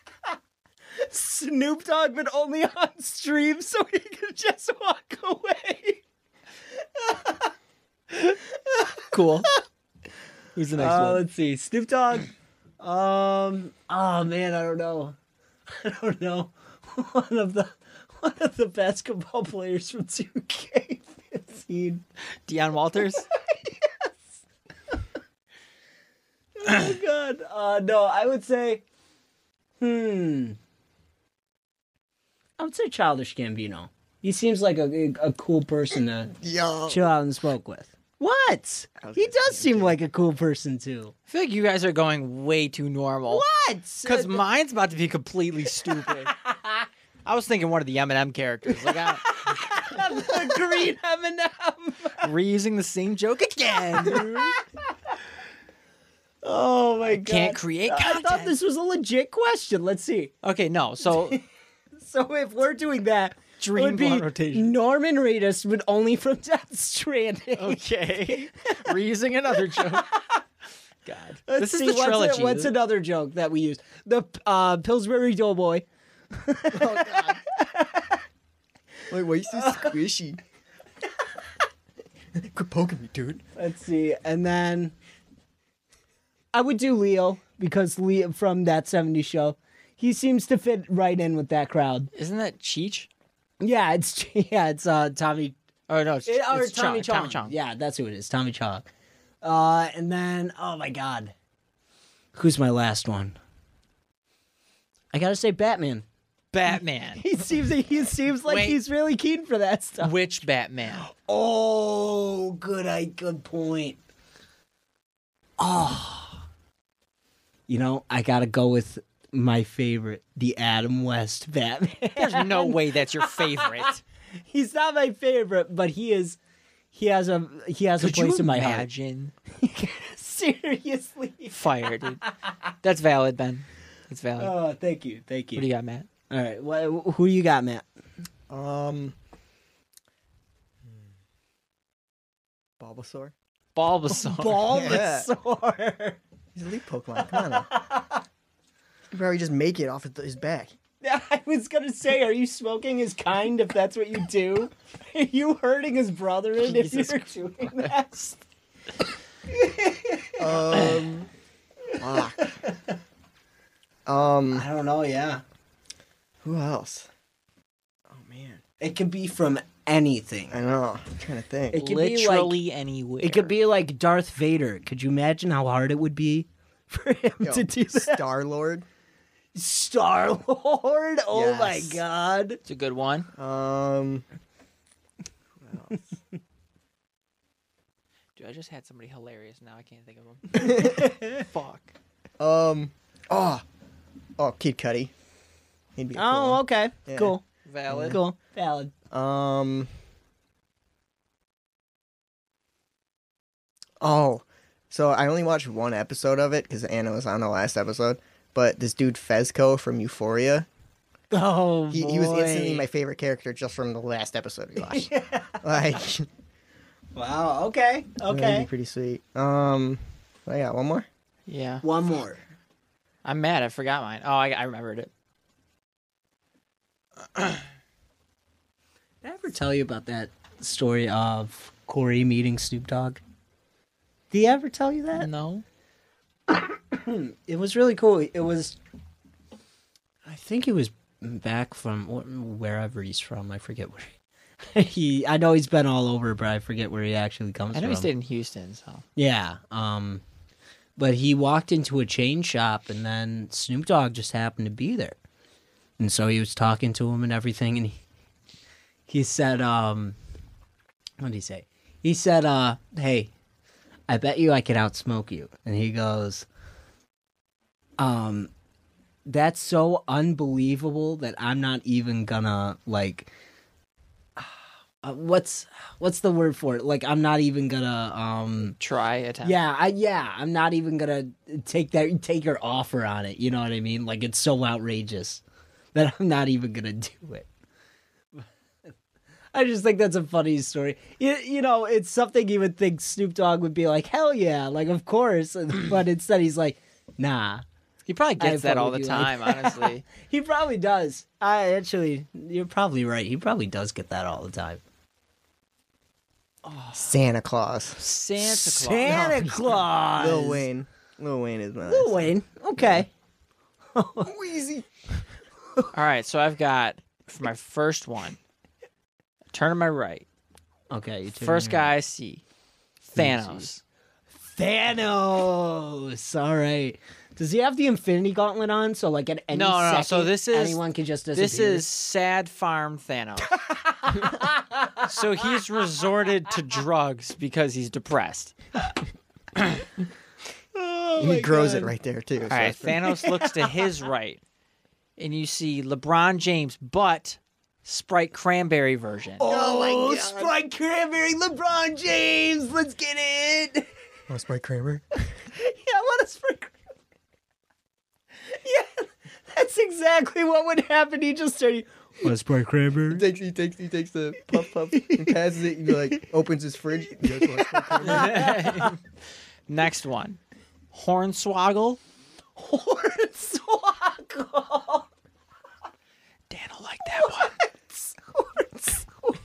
[SPEAKER 2] [laughs] Snoop Dogg, but only on stream, so he could just walk away.
[SPEAKER 1] cool. Who's the next
[SPEAKER 2] Uh,
[SPEAKER 1] one?
[SPEAKER 2] let's see. Snoop Dogg. Um. Oh man, I don't know. [laughs] I don't know. [laughs] One of the one of the basketball players from 2K15.
[SPEAKER 1] Deion Walters.
[SPEAKER 2] Oh god. Uh, no, I would say. Hmm. I would say Childish Gambino. He seems like a a cool person to
[SPEAKER 3] Yo.
[SPEAKER 2] chill out and smoke with. What? He does seem like a cool person too.
[SPEAKER 1] I feel like you guys are going way too normal.
[SPEAKER 2] What?
[SPEAKER 1] Because mine's about to be completely
[SPEAKER 2] [laughs]
[SPEAKER 1] stupid. I was thinking one of the Eminem characters. Like I'm
[SPEAKER 2] the green M&M.
[SPEAKER 1] reusing the same joke again.
[SPEAKER 2] Oh my god.
[SPEAKER 1] Can't create
[SPEAKER 2] I thought
[SPEAKER 1] content.
[SPEAKER 2] this was a legit question. Let's see.
[SPEAKER 1] Okay, no.
[SPEAKER 2] [laughs]
[SPEAKER 1] So
[SPEAKER 2] So if we're doing that, it
[SPEAKER 1] dream
[SPEAKER 2] would be
[SPEAKER 1] blunt rotation.
[SPEAKER 2] Norman Reedus, but only from [laughs] Death Stranding.
[SPEAKER 1] Okay. [laughs] Reusing another joke. God. this
[SPEAKER 2] Let's see,
[SPEAKER 1] is the
[SPEAKER 2] what's a-
[SPEAKER 1] trilogy.
[SPEAKER 2] what's another joke that we use? The uh, Pillsbury Doughboy.
[SPEAKER 3] Wait, why you so squishy? Uh. [laughs] Quit poking me, dude.
[SPEAKER 2] Let's see, and then I would do Leo because Leo from that '70s show. He seems to fit right in with that crowd.
[SPEAKER 1] Isn't that Cheech?
[SPEAKER 2] Yeah, it's [laughs] yeah, it's uh, Tommy
[SPEAKER 1] Oh no, it's,
[SPEAKER 2] It, or
[SPEAKER 1] it's
[SPEAKER 2] Tommy Chong.
[SPEAKER 1] Tommy Chong.
[SPEAKER 2] Yeah, that's who it is. Tommy Chong. Uh, and then, oh my God, who's my last one? I gotta say, Batman. [laughs]
[SPEAKER 1] Batman.
[SPEAKER 2] He seems he seems like
[SPEAKER 1] Wait.
[SPEAKER 2] he's really keen for that stuff.
[SPEAKER 1] Which Batman?
[SPEAKER 2] Oh, good, I good point. Oh, you know, I gotta go with my favorite, the Adam West Batman. [laughs]
[SPEAKER 1] There's no way that's your favorite.
[SPEAKER 2] he's not my favorite, but he is. He has a he has a
[SPEAKER 1] Could
[SPEAKER 2] place
[SPEAKER 1] you
[SPEAKER 2] in my heart.
[SPEAKER 1] imagine?
[SPEAKER 2] Seriously.
[SPEAKER 1] Fire, dude. That's valid, Ben. That's valid. what
[SPEAKER 2] [laughs] Oh, thank you, thank
[SPEAKER 1] do
[SPEAKER 2] you.
[SPEAKER 1] you got, Matt?
[SPEAKER 2] All right, wha- who you got, [laughs] Matt?
[SPEAKER 3] Um. hmm. Bulbasaur?
[SPEAKER 1] Bulbasaur.
[SPEAKER 2] [laughs] Bulbasaur.
[SPEAKER 3] [laughs] He's a leaf Pokemon. Come on. now. You could probably just make it off of th- his back.
[SPEAKER 2] I was gonna say, are you smoking his kind if that's what you do? [laughs] Are you hurting his brethren if you're doing that?
[SPEAKER 3] Um, fuck. um,
[SPEAKER 2] [laughs] I don't know, yeah.
[SPEAKER 3] who else? Oh man,
[SPEAKER 2] It could be from anything.
[SPEAKER 3] I know. I'm trying to think.
[SPEAKER 2] It could be
[SPEAKER 1] Literally anywhere.
[SPEAKER 2] like it could be like Darth Vader. Could you imagine how hard it would be for him to do that?
[SPEAKER 3] Star Lord.
[SPEAKER 2] Star Lord? Oh my
[SPEAKER 3] Yes.
[SPEAKER 2] god.
[SPEAKER 1] It's a good one.
[SPEAKER 3] Um,
[SPEAKER 1] Dude, I just had somebody hilarious. Now I can't think
[SPEAKER 2] [laughs]
[SPEAKER 1] of him.
[SPEAKER 2] Fuck.
[SPEAKER 3] um, oh, oh, Kid Cudi. He'd be a cool
[SPEAKER 2] Oh,
[SPEAKER 3] one.
[SPEAKER 2] okay.
[SPEAKER 3] Yeah.
[SPEAKER 2] Cool.
[SPEAKER 1] Valid.
[SPEAKER 2] Cool. Valid.
[SPEAKER 3] Um. Oh, so I only watched one episode of it because Anna was on the last episode. But this dude Fezco from Euphoria,
[SPEAKER 2] [laughs] Oh,
[SPEAKER 3] he, he was instantly
[SPEAKER 2] boy.
[SPEAKER 3] my favorite character just from the last episode we
[SPEAKER 2] [laughs]
[SPEAKER 3] watched. Like, [laughs] that'd
[SPEAKER 2] Wow. Okay.
[SPEAKER 3] be
[SPEAKER 2] Okay.
[SPEAKER 3] pretty sweet. Um, I got one more.
[SPEAKER 1] Yeah.
[SPEAKER 2] One more.
[SPEAKER 1] I'm mad. I forgot mine. Oh, I, I remembered it.
[SPEAKER 2] Did I ever tell you about that story of Corey meeting Snoop Dogg? Did he ever tell you that?
[SPEAKER 1] No.
[SPEAKER 2] It was really cool. It was, I think he was back from wh- wherever he's from. I forget where. [laughs] He, he I know he's been all over, but I forget where he actually comes
[SPEAKER 1] I know he
[SPEAKER 2] from.
[SPEAKER 1] stayed in Houston, so.
[SPEAKER 2] Yeah. Um, but he walked into a chain shop, and then Snoop Dogg just happened to be there, and so he was talking to him and everything, and he, he said, um, "What did he say?" He said, uh, "Hey, I bet you I could outsmoke you," and he goes, "Um." That's so unbelievable that I'm not even gonna like. [sighs] Uh, what's what's the word for it? Like I'm not even gonna um
[SPEAKER 1] Try a time.
[SPEAKER 2] yeah, I, yeah, I'm not even gonna take that take your offer on it. You know what I mean? Like it's so outrageous that I'm not even gonna do it. [laughs] I just think that's a funny story. You, you know, it's something you would think Snoop Dogg would be like, hell yeah, like of course, [laughs] but instead he's like, nah.
[SPEAKER 1] He probably
[SPEAKER 2] I
[SPEAKER 1] gets that all the
[SPEAKER 2] probably do like
[SPEAKER 1] time,
[SPEAKER 2] [laughs]
[SPEAKER 1] honestly.
[SPEAKER 2] He probably does. I actually, you're probably right. He probably does get that all the time.
[SPEAKER 3] Santa Claus.
[SPEAKER 1] Santa Claus.
[SPEAKER 2] Santa Claus,
[SPEAKER 3] Lil Wayne. Lil Wayne is my.
[SPEAKER 2] Lil Wayne. Okay.
[SPEAKER 3] Wayne.
[SPEAKER 1] All right, so I've got for my first one. Turn to my right.
[SPEAKER 2] Okay. You
[SPEAKER 1] First guy I see, Thanos.
[SPEAKER 2] Thanos. All right. Does he have the Infinity Gauntlet on? So like at any
[SPEAKER 1] No, no, no. So
[SPEAKER 2] second,
[SPEAKER 1] this is-
[SPEAKER 2] anyone can just disappear.
[SPEAKER 1] This is Sad Farm
[SPEAKER 2] [laughs]
[SPEAKER 1] Thanos. so he's resorted to drugs because he's depressed.
[SPEAKER 3] He grows it right there too. so
[SPEAKER 1] All right,
[SPEAKER 3] that's pretty-
[SPEAKER 1] Thanos looks to his right, and you see LeBron James, but Sprite Cranberry version.
[SPEAKER 2] oh, my God. Sprite Cranberry, LeBron James. Let's get it. [laughs] yeah,
[SPEAKER 3] Oh, Sprite Kramer.
[SPEAKER 2] I want a Sprite Cranberry. yeah, that's exactly what would happen. He just started. [laughs] Want a Sprite Cranberry?
[SPEAKER 3] takes he takes he takes the puff puff and passes it. And he like opens
[SPEAKER 2] [laughs]
[SPEAKER 3] his fridge. He goes, "Oh, Sprite Kramer."
[SPEAKER 1] Next one, Hornswoggle.
[SPEAKER 2] [laughs] Hornswoggle.
[SPEAKER 1] Dan will like that one.
[SPEAKER 2] Hornswoggle.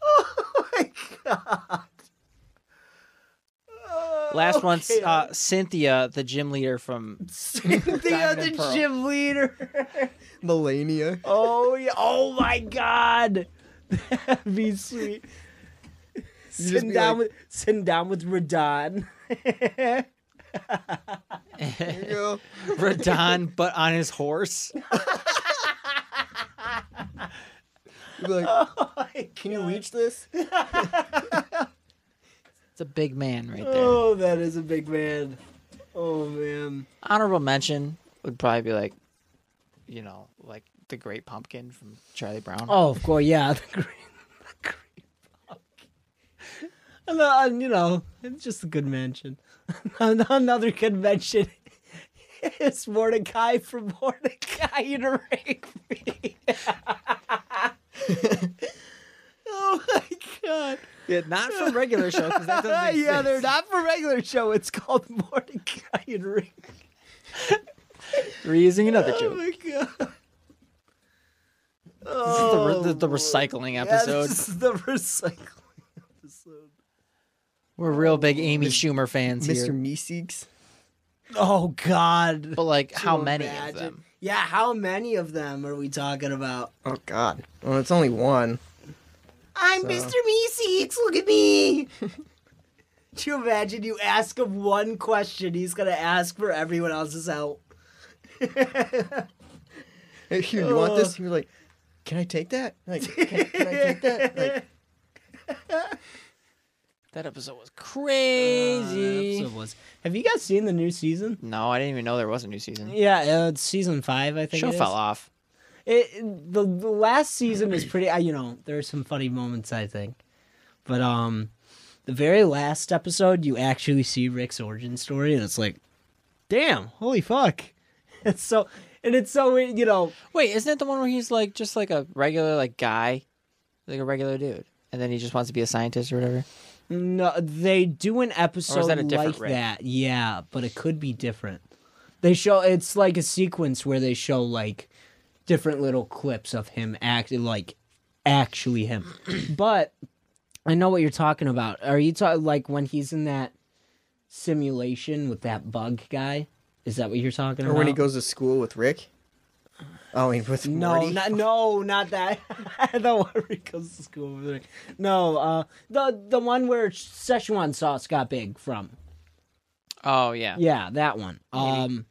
[SPEAKER 2] Oh my god.
[SPEAKER 1] Last one's uh, Cynthia, the gym leader from.
[SPEAKER 2] the
[SPEAKER 1] Diamond
[SPEAKER 2] other
[SPEAKER 1] and Pearl.
[SPEAKER 2] gym leader.
[SPEAKER 3] [laughs] Melania.
[SPEAKER 2] Oh yeah. Oh my god. [laughs] That'd be
[SPEAKER 3] [laughs]
[SPEAKER 2] sweet.
[SPEAKER 3] just
[SPEAKER 2] Sitting
[SPEAKER 3] be
[SPEAKER 2] down
[SPEAKER 3] like-
[SPEAKER 2] with sitting down with Radon.
[SPEAKER 3] There you go.
[SPEAKER 1] Radon, but on his horse.
[SPEAKER 3] He'd be
[SPEAKER 4] [laughs]
[SPEAKER 3] like,
[SPEAKER 2] Can [laughs]
[SPEAKER 3] "Can you reach this?
[SPEAKER 1] It's a big man right there.
[SPEAKER 2] Oh, that is a big man. Oh man.
[SPEAKER 1] Honorable mention would probably be like, you know, like the Great Pumpkin from Charlie Brown.
[SPEAKER 2] Oh, of course, yeah. [laughs] The green, the green pumpkin. [laughs] And, uh, and, you know, it's just a good [laughs] mention. Another good mention [laughs] is Mordecai from Mordecai and Rigby. [laughs] oh my god! Ah,
[SPEAKER 1] Yeah, not from regular show because that [laughs] doesn't
[SPEAKER 2] yeah,
[SPEAKER 1] exist.
[SPEAKER 2] [laughs] they're not for regular show. It's called Mordecai and Rigby.
[SPEAKER 1] Reusing another joke.
[SPEAKER 2] Oh, my god.
[SPEAKER 1] This is the, re- the, the recycling episode.
[SPEAKER 2] this is the recycling episode.
[SPEAKER 1] We're real big Amy Schumer fans
[SPEAKER 3] Mr.
[SPEAKER 1] here.
[SPEAKER 3] Meeseeks.
[SPEAKER 2] Oh god.
[SPEAKER 1] But like, how
[SPEAKER 2] To
[SPEAKER 1] many of
[SPEAKER 2] imagine-
[SPEAKER 1] them?
[SPEAKER 2] Yeah, how many of them are we talking about?
[SPEAKER 3] Oh God. Well, it's only one.
[SPEAKER 2] I'm Mr. Meeseeks, look at me. [laughs] Do you imagine you ask him one question, he's gonna ask for everyone else's help.
[SPEAKER 3] Hey, here, you want
[SPEAKER 2] Uh.
[SPEAKER 3] this? He was like, "Can I take that? Like,
[SPEAKER 2] [laughs]
[SPEAKER 3] can, can I take that? Like,
[SPEAKER 1] That episode was crazy.
[SPEAKER 2] Have you guys seen the new season?
[SPEAKER 1] no, I didn't even know there was a new season.
[SPEAKER 2] Yeah, uh, it's season five, I think.
[SPEAKER 1] Show
[SPEAKER 2] it is.
[SPEAKER 1] fell off.
[SPEAKER 2] It, the, the last season was pretty. I, you know, there are some funny moments, I think, but um, the very last episode, you actually see Rick's origin story, and it's like, damn, holy fuck! [laughs] It's so, and it's so weird, you know.
[SPEAKER 1] Wait, isn't it the one where he's like just like a regular like guy, like a regular dude, and then he just wants to be a scientist or whatever?
[SPEAKER 2] No, they do an episode
[SPEAKER 1] that a different
[SPEAKER 2] like
[SPEAKER 1] Rick?
[SPEAKER 2] that, yeah, but it could be different. They show it's like a sequence where they show like different little clips of him acting like actually him. [clears throat] but I know what you're talking about. Are you talking like when he's in that simulation with that bug guy? Is that what you're talking
[SPEAKER 3] or
[SPEAKER 2] about?
[SPEAKER 3] when he goes to school with Rick? Oh, I mean, with
[SPEAKER 2] No,
[SPEAKER 3] Morty.
[SPEAKER 2] not, no, not that. [laughs] the one where he goes to school. with Rick. No, uh, the the one where Szechuan sauce got big from.
[SPEAKER 1] Oh yeah.
[SPEAKER 2] Yeah, that one. Um,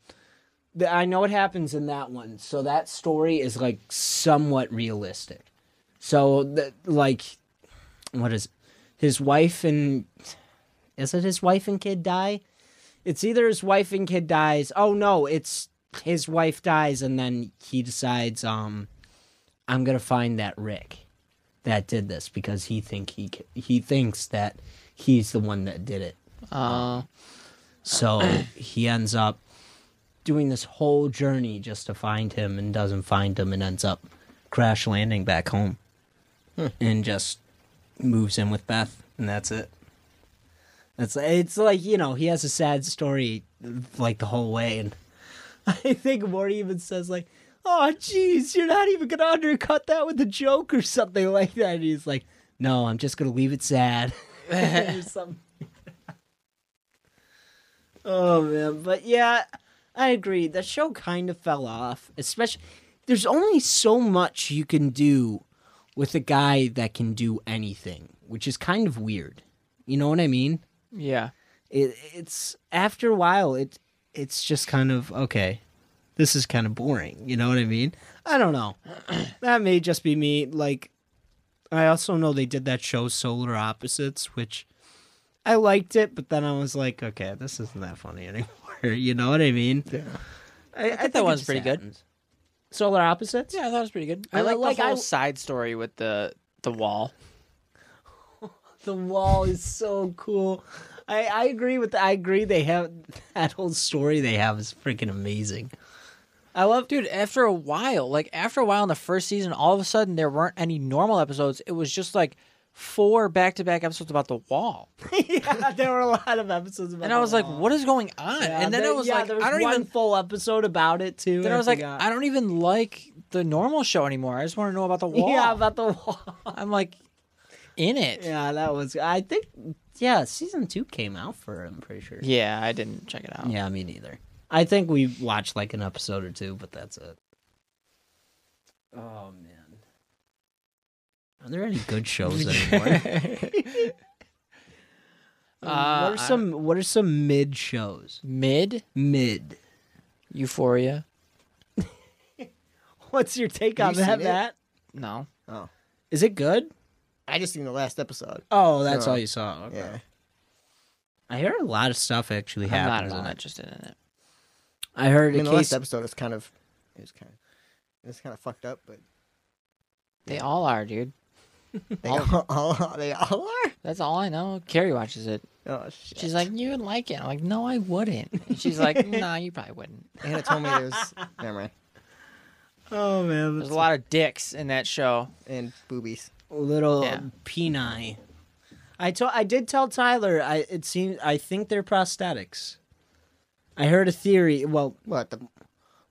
[SPEAKER 2] the, I know what happens in that one. So that story is like somewhat realistic. So the, like, what is his wife and is it his wife and kid die? It's either his wife and kid dies. Oh no, it's his wife dies and then he decides um I'm going to find that Rick that did this because he think he ca- he thinks that he's the one that did it.
[SPEAKER 1] Uh,
[SPEAKER 2] So he ends up doing this whole journey just to find him and doesn't find him and ends up crash landing back home and just moves in with Beth and that's it. That's it's like, you know, he has a sad story like the whole way and [laughs] I think Morty even says like, "Oh jeez, you're not even going to undercut that with a joke or something like that." And he's like, "No, I'm just going to leave it sad." [laughs] or something. Oh man, but yeah, I agree. The show kind of fell off, especially there's only so much you can do with a guy that can do anything, which is kind of weird. You know what I mean?
[SPEAKER 1] yeah.
[SPEAKER 2] It, it's after a while, it it's just kind of okay. This is kind of boring. You know what I mean? I don't know. [clears throat] that may just be me. Like, I also know they did that show Solar Opposites, which I liked it, but then I was like, okay, this isn't that funny [laughs] anymore. you know what I mean? Yeah. I, I think
[SPEAKER 1] that
[SPEAKER 2] it
[SPEAKER 1] one's
[SPEAKER 2] just
[SPEAKER 1] pretty good.
[SPEAKER 2] happens. Solar Opposites.
[SPEAKER 1] Yeah, I thought it was pretty good.
[SPEAKER 2] I
[SPEAKER 1] I like,
[SPEAKER 2] like
[SPEAKER 1] the whole
[SPEAKER 2] I-
[SPEAKER 1] side story with the the wall.
[SPEAKER 2] The wall is so cool. I, I agree with I agree they have [laughs] that whole story they have is freaking amazing.
[SPEAKER 1] I love, dude. After a while, like after a while in the first season, all of a sudden there weren't any normal episodes. It was just like four back to back episodes about the wall,
[SPEAKER 2] yeah, there were a lot of episodes about
[SPEAKER 1] and I was
[SPEAKER 2] the
[SPEAKER 1] like,
[SPEAKER 2] wall.
[SPEAKER 1] "What is going on?"
[SPEAKER 2] Yeah,
[SPEAKER 1] and then
[SPEAKER 2] there-
[SPEAKER 1] it was
[SPEAKER 2] yeah,
[SPEAKER 1] like,
[SPEAKER 2] there was
[SPEAKER 1] "I don't
[SPEAKER 2] one
[SPEAKER 1] even."
[SPEAKER 2] full episode about it too.
[SPEAKER 1] Then I was like,
[SPEAKER 2] forgot.
[SPEAKER 1] "I don't even like the normal show anymore. I just want to know about the wall."
[SPEAKER 2] yeah, about the wall. [laughs]
[SPEAKER 1] I'm like, in it.
[SPEAKER 2] yeah, that was I think yeah, season two came out for I'm pretty sure.
[SPEAKER 1] Yeah, I didn't check it out.
[SPEAKER 2] Yeah, me neither. I think we watched like an episode or two, but that's it. Oh man. Are there any good
[SPEAKER 1] [laughs]
[SPEAKER 2] shows anymore?
[SPEAKER 1] Uh,
[SPEAKER 2] what are some what are some mid shows?
[SPEAKER 1] mid
[SPEAKER 2] Mid.
[SPEAKER 1] Euphoria?
[SPEAKER 2] What's your take
[SPEAKER 3] Have
[SPEAKER 2] on
[SPEAKER 3] you
[SPEAKER 2] that,
[SPEAKER 3] seen it?
[SPEAKER 2] Matt?
[SPEAKER 1] No.
[SPEAKER 2] Is it good?
[SPEAKER 3] I just seen the last episode.
[SPEAKER 2] Oh, that's
[SPEAKER 3] No.
[SPEAKER 2] all you saw. Okay.
[SPEAKER 3] Yeah.
[SPEAKER 2] I heard a lot of stuff actually
[SPEAKER 1] I'm not,
[SPEAKER 2] happened.
[SPEAKER 1] I'm
[SPEAKER 2] on
[SPEAKER 1] not
[SPEAKER 2] it.
[SPEAKER 1] interested in it.
[SPEAKER 2] I heard
[SPEAKER 3] I mean,
[SPEAKER 2] a
[SPEAKER 3] the
[SPEAKER 2] case.
[SPEAKER 3] last episode is kind of, it was kind of, it was kind of fucked up,
[SPEAKER 2] [laughs]
[SPEAKER 3] but
[SPEAKER 1] They all are, dude.
[SPEAKER 3] they all, [laughs] all- they all are.
[SPEAKER 1] That's all I know. Carrie watches it.
[SPEAKER 3] Oh shit!
[SPEAKER 1] She's like, you would like it. I'm like, no, I wouldn't. And [laughs] she's like, nah, you probably wouldn't.
[SPEAKER 3] Anna told
[SPEAKER 2] [laughs]
[SPEAKER 3] me there's, never mind,
[SPEAKER 2] oh man,
[SPEAKER 1] There's a lot of dicks in that show.
[SPEAKER 3] and boobies.
[SPEAKER 2] little
[SPEAKER 1] Yeah.
[SPEAKER 2] peni. I told I did tell Tyler. I it seems I think they're prosthetics. I heard a theory. Well,
[SPEAKER 3] What the?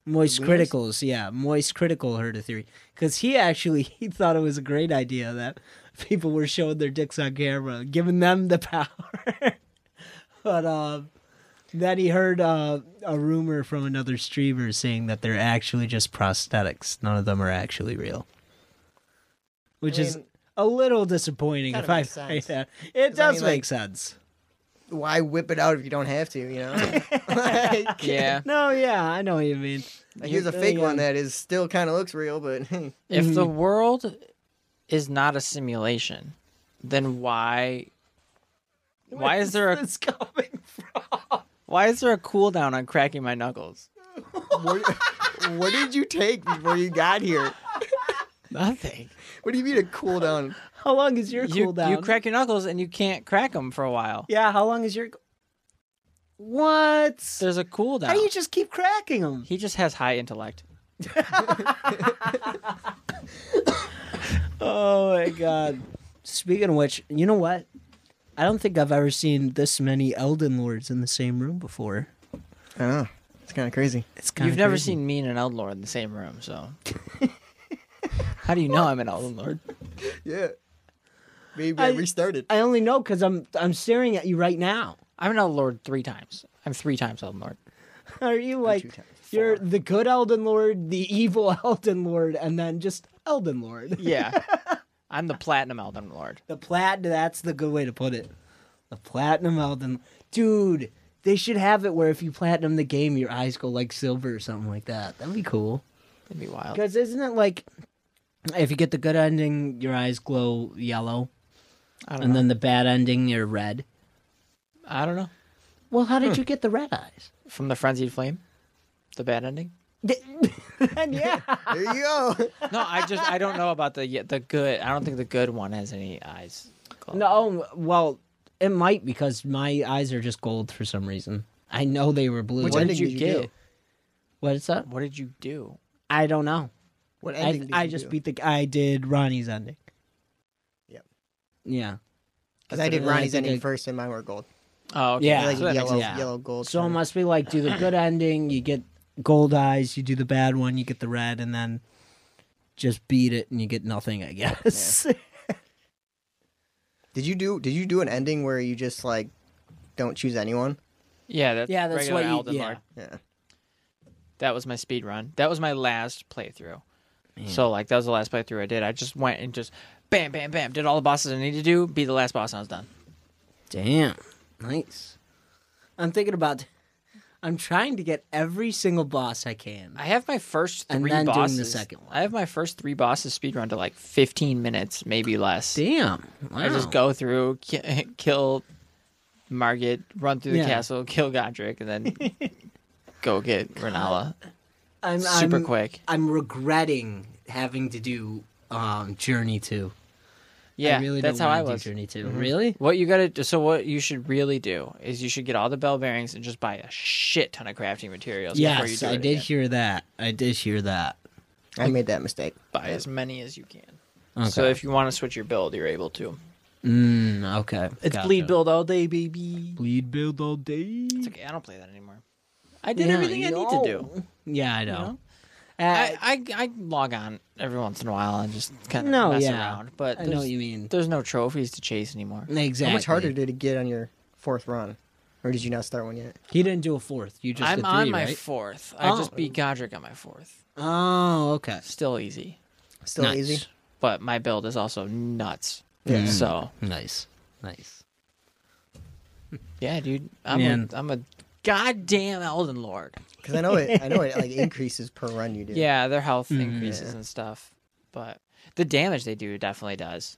[SPEAKER 2] Moist Criticals, yeah, Moist Critical heard a theory because he actually [laughs] he thought it was a great idea that people were showing their dicks on camera, giving them the [laughs] power. but uh, then he heard uh, a rumor from another streamer saying that they're actually just prosthetics; none of them are actually real, which is
[SPEAKER 3] mean,
[SPEAKER 2] a little disappointing.
[SPEAKER 3] kinda
[SPEAKER 2] If I
[SPEAKER 3] makes
[SPEAKER 2] [laughs] say
[SPEAKER 3] sense.
[SPEAKER 2] that, it
[SPEAKER 3] I
[SPEAKER 2] does
[SPEAKER 3] mean,
[SPEAKER 2] make
[SPEAKER 3] like-
[SPEAKER 2] sense.
[SPEAKER 3] Why whip it out if you don't have to? You [laughs] know,
[SPEAKER 1] [laughs]
[SPEAKER 3] like,
[SPEAKER 1] Yeah. [laughs]
[SPEAKER 2] No, yeah, I know what you mean.
[SPEAKER 3] like, here's a
[SPEAKER 2] Yeah,
[SPEAKER 3] fake
[SPEAKER 2] yeah.
[SPEAKER 3] one that is still kind of looks real, but
[SPEAKER 1] If the world is not a simulation, then why why is there a
[SPEAKER 2] It's coming
[SPEAKER 1] why is there a cooldown on cracking my knuckles?
[SPEAKER 3] what, what did you take before you got here?
[SPEAKER 1] Nothing.
[SPEAKER 3] What do you mean a cool down?
[SPEAKER 2] How long is your
[SPEAKER 1] You,
[SPEAKER 2] cooldown?
[SPEAKER 1] you crack your knuckles and you can't crack them for a while.
[SPEAKER 2] Yeah, how long is your? What?
[SPEAKER 1] There's a cooldown.
[SPEAKER 2] How do you just keep cracking them?
[SPEAKER 1] He just has high intellect.
[SPEAKER 2] Oh my god! Speaking of which, you know what? I don't think I've ever seen this many Elden Lords in the same room before.
[SPEAKER 3] I don't know. It's kind of crazy.
[SPEAKER 2] It's kind
[SPEAKER 1] You've never seen me and an Eldlord in the same room, [laughs] so. How do you know I'm an Eldlord?
[SPEAKER 3] Yeah. Maybe
[SPEAKER 2] I-
[SPEAKER 3] I restarted.
[SPEAKER 2] I only know because I'm I'm staring at you right now. [laughs]
[SPEAKER 1] I'm an Eldlord three times. I'm three times Eldlord.
[SPEAKER 2] Are you like
[SPEAKER 3] times.
[SPEAKER 2] you're the good Elden Lord, the evil [laughs] Elden Lord, and then just Elden Lord?
[SPEAKER 1] Yeah. [laughs] I'm the Platinum Elden Lord.
[SPEAKER 2] The platinum. That's the good way to put it. The platinum Elden. Dude, they should have it where if you platinum the game, your eyes go like silver or something like that. That'd be cool.
[SPEAKER 1] It'd be wild.
[SPEAKER 2] Because isn't it like if you get the good ending, your eyes glow yellow,
[SPEAKER 1] I don't
[SPEAKER 2] and
[SPEAKER 1] know.
[SPEAKER 2] then the bad ending, you're red?
[SPEAKER 1] I don't know.
[SPEAKER 2] Well, how
[SPEAKER 1] Hmm.
[SPEAKER 2] did you get the red eyes?
[SPEAKER 1] From the Frenzied Flame? The [laughs] bad ending?
[SPEAKER 2] and yeah,
[SPEAKER 3] There you go. [laughs]
[SPEAKER 1] No, I just, I don't know about the yeah, the good. I don't think the good one has any eyes. glow.
[SPEAKER 2] [laughs] no. oh, Well, it might because my eyes are just gold for some reason. I know they were blue.
[SPEAKER 3] Which
[SPEAKER 1] What
[SPEAKER 2] What,
[SPEAKER 3] ending?
[SPEAKER 1] did you
[SPEAKER 3] did you
[SPEAKER 1] get?
[SPEAKER 3] do?
[SPEAKER 2] what is that?
[SPEAKER 1] What did you do?
[SPEAKER 2] I don't know.
[SPEAKER 3] What
[SPEAKER 2] I,
[SPEAKER 3] ending
[SPEAKER 2] I just
[SPEAKER 3] beat
[SPEAKER 2] beat the. I did Ronnie's ending.
[SPEAKER 3] Yep.
[SPEAKER 2] Yeah.
[SPEAKER 3] because I did
[SPEAKER 2] And then I
[SPEAKER 3] Ronnie's
[SPEAKER 2] think
[SPEAKER 3] ending
[SPEAKER 2] I-
[SPEAKER 3] first, and mine were gold.
[SPEAKER 1] Oh, okay.
[SPEAKER 2] Yeah.
[SPEAKER 3] They're, like
[SPEAKER 1] So that
[SPEAKER 3] yellow,
[SPEAKER 2] yeah.
[SPEAKER 3] yellow gold.
[SPEAKER 2] So it
[SPEAKER 3] color.
[SPEAKER 2] must be like do the good ending, you get gold eyes, you do the bad one, you get the red, and then just beat it and you get nothing, I guess.
[SPEAKER 3] Did you do? Did you do an ending where you just like don't choose anyone?
[SPEAKER 1] Yeah, that's,
[SPEAKER 2] Yeah, that's
[SPEAKER 1] regular
[SPEAKER 2] what you-
[SPEAKER 1] Elden
[SPEAKER 2] yeah.
[SPEAKER 1] Lord.
[SPEAKER 3] Yeah.
[SPEAKER 1] That was my speed run. That was my last playthrough. So like that was the last playthrough I did. I just went and just bam, bam, bam, did all the bosses I needed to do, beat the last boss, and I was done.
[SPEAKER 2] Damn. Nice. I'm thinking about I'm trying to get every single boss I can.
[SPEAKER 1] I have my first
[SPEAKER 2] And
[SPEAKER 1] three
[SPEAKER 2] then doing the
[SPEAKER 1] bosses.
[SPEAKER 2] second one.
[SPEAKER 1] I have my first three bosses speed run to like fifteen minutes, maybe less.
[SPEAKER 2] Damn.
[SPEAKER 1] I just go through, ki- [laughs] kill Margit, run through the
[SPEAKER 2] Yeah.
[SPEAKER 1] castle, kill Godric, and
[SPEAKER 2] [laughs]
[SPEAKER 1] then go get Renala
[SPEAKER 2] I'm,
[SPEAKER 1] super
[SPEAKER 2] I'm-
[SPEAKER 1] quick.
[SPEAKER 2] I'm regretting having to do um Journey 2.
[SPEAKER 1] Yeah,
[SPEAKER 2] I really
[SPEAKER 1] that's
[SPEAKER 2] don't
[SPEAKER 1] how I
[SPEAKER 2] wanna do
[SPEAKER 1] was. Mm-hmm.
[SPEAKER 2] Journey 2. Really?
[SPEAKER 1] What you gotta do, so what you should really do is you should get all the bell bearings and just buy a shit ton of crafting materials. before you
[SPEAKER 2] Yes,
[SPEAKER 1] do
[SPEAKER 2] I
[SPEAKER 1] it
[SPEAKER 2] did
[SPEAKER 1] again.
[SPEAKER 2] hear that. I did hear that.
[SPEAKER 3] I made that mistake.
[SPEAKER 1] Buy as many as you can.
[SPEAKER 2] Okay.
[SPEAKER 1] So if you want to switch your build, you're able to.
[SPEAKER 2] Mm, okay.
[SPEAKER 1] It's
[SPEAKER 2] Gotcha.
[SPEAKER 1] bleed build all day, baby.
[SPEAKER 2] Bleed build all day.
[SPEAKER 1] It's okay. I don't play that anymore. I did
[SPEAKER 2] Yeah,
[SPEAKER 1] everything I need to do.
[SPEAKER 2] Yeah, I know.
[SPEAKER 1] I, I I log on every once in a while and just kind of
[SPEAKER 2] No,
[SPEAKER 1] mess
[SPEAKER 2] yeah.
[SPEAKER 1] around, but
[SPEAKER 2] I know
[SPEAKER 1] there's,
[SPEAKER 2] what you mean.
[SPEAKER 1] there's no trophies to chase anymore.
[SPEAKER 2] Exactly.
[SPEAKER 3] How much harder did it get on your fourth run, or did you not start one yet?
[SPEAKER 2] He didn't do a fourth. You just
[SPEAKER 1] I'm
[SPEAKER 2] did three,
[SPEAKER 1] on my
[SPEAKER 2] right?
[SPEAKER 1] fourth. I just
[SPEAKER 2] Oh.
[SPEAKER 1] beat Godric on my fourth.
[SPEAKER 2] oh, okay.
[SPEAKER 1] Still easy,
[SPEAKER 3] Still
[SPEAKER 2] Nice.
[SPEAKER 3] easy.
[SPEAKER 1] but my build is also nuts. So
[SPEAKER 2] Nice, nice.
[SPEAKER 1] yeah, dude, I'm
[SPEAKER 2] Man.
[SPEAKER 1] a, I'm a goddamn Elden Lord.
[SPEAKER 3] Because I know it. I know it like increases per run you do.
[SPEAKER 1] Yeah, their health
[SPEAKER 2] Mm.
[SPEAKER 1] increases and stuff, but the damage they do definitely does.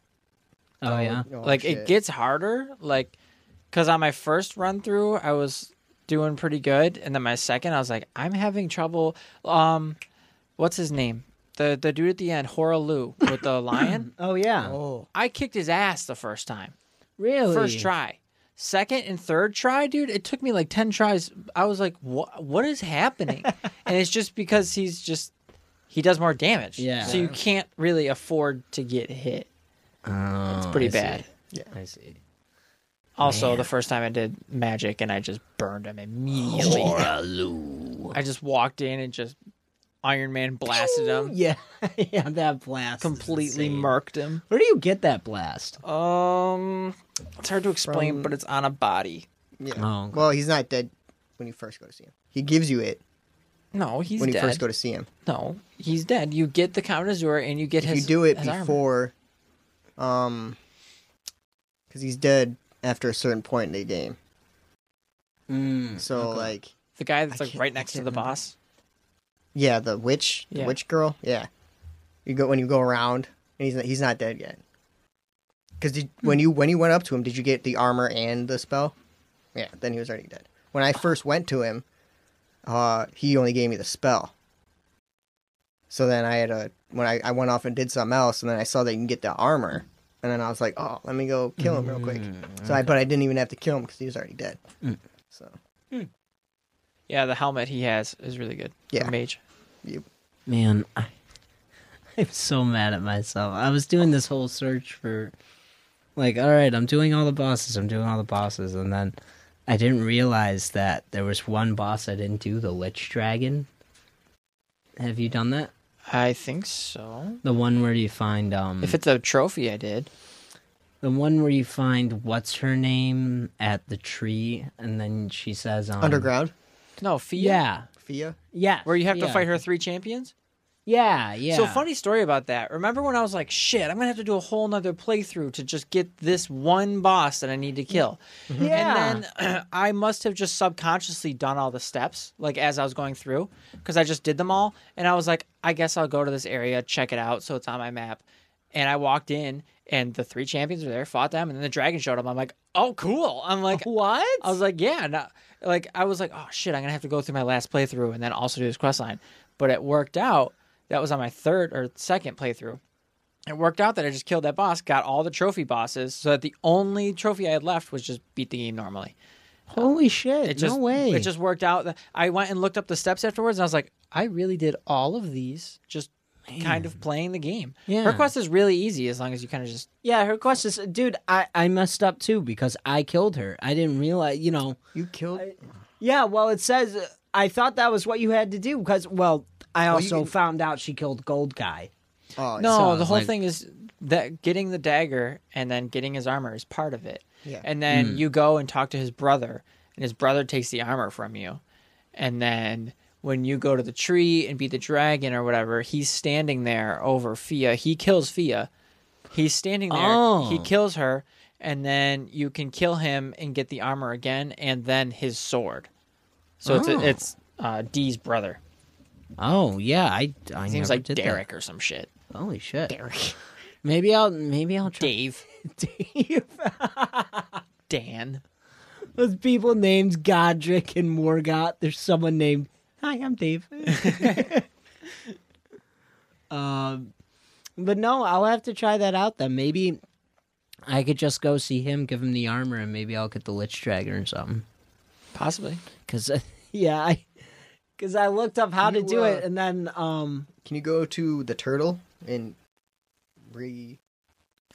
[SPEAKER 2] Oh yeah.
[SPEAKER 3] Oh,
[SPEAKER 1] like
[SPEAKER 3] shit.
[SPEAKER 1] it gets harder like because on my first run through i was doing pretty good and then my second i was like i'm having trouble um what's his name the the dude at the end horalu with the
[SPEAKER 2] [coughs]
[SPEAKER 1] lion
[SPEAKER 2] Oh yeah.
[SPEAKER 3] Oh,
[SPEAKER 1] i kicked his ass the first time
[SPEAKER 2] really?
[SPEAKER 1] first try second and third try dude it took me like 10 tries i was like what what is
[SPEAKER 2] [laughs]
[SPEAKER 1] happening and it's just because he's just he does more damage
[SPEAKER 2] Yeah.
[SPEAKER 1] so you can't really afford to get hit
[SPEAKER 2] Oh,
[SPEAKER 1] it's pretty
[SPEAKER 2] I see.
[SPEAKER 1] bad
[SPEAKER 2] I see.
[SPEAKER 1] Also, the first time I did magic and I just burned him immediately. I just walked in and just Iron Man blasted him,
[SPEAKER 2] Yeah, [laughs] yeah, that blast. is
[SPEAKER 1] completely
[SPEAKER 2] insane.
[SPEAKER 1] murked him.
[SPEAKER 2] Where do you get that blast?
[SPEAKER 1] Um, it's hard to explain,
[SPEAKER 3] From-
[SPEAKER 1] but it's on a body.
[SPEAKER 3] Yeah.
[SPEAKER 2] Oh, okay.
[SPEAKER 3] Well, he's not dead when you first go to see him. He gives you it
[SPEAKER 1] No, he's
[SPEAKER 3] when you
[SPEAKER 1] dead.
[SPEAKER 3] first go to see him.
[SPEAKER 1] no, he's dead. You get the Count Azura and you get
[SPEAKER 3] If
[SPEAKER 1] his.
[SPEAKER 3] you do it
[SPEAKER 1] his armor.
[SPEAKER 3] before, um, because he's dead after a certain point in the game.
[SPEAKER 2] Mm,
[SPEAKER 3] So
[SPEAKER 2] okay.
[SPEAKER 3] like,
[SPEAKER 1] the guy that's
[SPEAKER 3] I
[SPEAKER 1] like
[SPEAKER 3] can't-
[SPEAKER 1] right
[SPEAKER 3] I
[SPEAKER 1] next to
[SPEAKER 3] can't
[SPEAKER 1] the
[SPEAKER 3] remember.
[SPEAKER 1] boss.
[SPEAKER 3] yeah, the witch,
[SPEAKER 1] Yeah.
[SPEAKER 3] the witch girl, yeah. You go when you go around, and he's not, he's not dead yet. Because when you when you went up to him, did you get the armor and the spell? Yeah, then he was already dead. When I first went to him, uh, he only gave me the spell. So then I had a when I, I went off and did something else, and then I saw that you can get the armor, and then I was like, oh, let me go kill him real quick. So I but I didn't even have to kill him because he was already dead. So
[SPEAKER 1] Yeah, the helmet he has is really good. for
[SPEAKER 3] Yeah.
[SPEAKER 1] mage.
[SPEAKER 2] Man, I, [laughs] I'm so mad at myself. I was doing this whole search for, like, all right, I'm doing all the bosses, I'm doing all the bosses, and then I didn't realize that there was one boss I didn't do, the Lich Dragon. Have you done that?
[SPEAKER 1] I think so.
[SPEAKER 2] The one where you find um,
[SPEAKER 1] If it's a trophy, I did.
[SPEAKER 2] the one where you find what's her name at the tree, and then she says um,
[SPEAKER 3] underground,
[SPEAKER 1] No, Fia.
[SPEAKER 2] Yeah,
[SPEAKER 3] Fia.
[SPEAKER 2] yeah,
[SPEAKER 1] Where you have to
[SPEAKER 2] yeah.
[SPEAKER 1] fight her three champions.
[SPEAKER 2] Yeah, yeah.
[SPEAKER 1] So funny story about that. Remember when I was like, shit, I'm gonna have to do a whole nother playthrough to just get this one boss that I need to kill.
[SPEAKER 2] Yeah.
[SPEAKER 1] And then [clears throat] I must have just subconsciously done all the steps, like as I was going through, because I just did them all. And I was like, I guess I'll go to this area, check it out, so it's on my map. And I walked in, and the three champions were there, fought them, and then the dragon showed up. I'm like, oh, cool. I'm like,
[SPEAKER 2] [laughs] What?
[SPEAKER 1] I was like, yeah, no. like I was like, oh shit, I'm gonna have to go through my last playthrough and then also do this quest line. But it worked out. That was on my third or second playthrough. It worked out that I just killed that boss, got all the trophy bosses, so that the only trophy I had left was just beat the game normally.
[SPEAKER 2] Holy shit!
[SPEAKER 1] It just
[SPEAKER 2] no way.
[SPEAKER 1] it just worked out. I went and looked up the steps afterwards, and I was like, I really did all of these just kind of playing the game.
[SPEAKER 2] Yeah.
[SPEAKER 1] Her quest is really easy as long as you kind of just
[SPEAKER 2] Yeah, her quest is, dude. I I messed up too because I killed her. I didn't realize, you know.
[SPEAKER 3] You killed.
[SPEAKER 2] Yeah, well, it says uh, I thought that was what you had to do because, well, I also found out she killed Gold Guy.
[SPEAKER 3] oh,
[SPEAKER 1] No,
[SPEAKER 2] So,
[SPEAKER 1] the whole
[SPEAKER 2] like-
[SPEAKER 1] thing is that getting the dagger and then getting his armor is part of it.
[SPEAKER 3] Yeah.
[SPEAKER 1] And
[SPEAKER 2] Hmm.
[SPEAKER 1] then you go and talk to his brother, and his brother takes the armor from you. And then when you go to the tree and beat the dragon or whatever, he's standing there over Fia. He kills Fia. He's standing there. He
[SPEAKER 2] Oh.
[SPEAKER 1] kills her, and then you can kill him and get the armor again, and then his sword. So it's
[SPEAKER 2] Oh.
[SPEAKER 1] it's uh, Dee's brother.
[SPEAKER 2] Oh yeah, I I
[SPEAKER 1] Seems
[SPEAKER 2] never
[SPEAKER 1] like
[SPEAKER 2] did that.
[SPEAKER 1] Derek or some shit.
[SPEAKER 2] Holy shit, Derek. Maybe I'll maybe I'll try.
[SPEAKER 1] Dave, [laughs]
[SPEAKER 2] Dave.
[SPEAKER 1] Dan.
[SPEAKER 2] Those people named Godric and Morgoth. There's someone named. Hi, I'm Dave. [laughs] um, but no, I'll have to try that out then. Maybe I could just go see him, give him the armor, and maybe I'll get the Lich Dragon or something.
[SPEAKER 1] Possibly.
[SPEAKER 2] Cause [laughs] uh, yeah, I because I looked up how to
[SPEAKER 3] You,
[SPEAKER 2] do
[SPEAKER 3] uh,
[SPEAKER 2] it, and then um,
[SPEAKER 3] Can you go to the turtle and re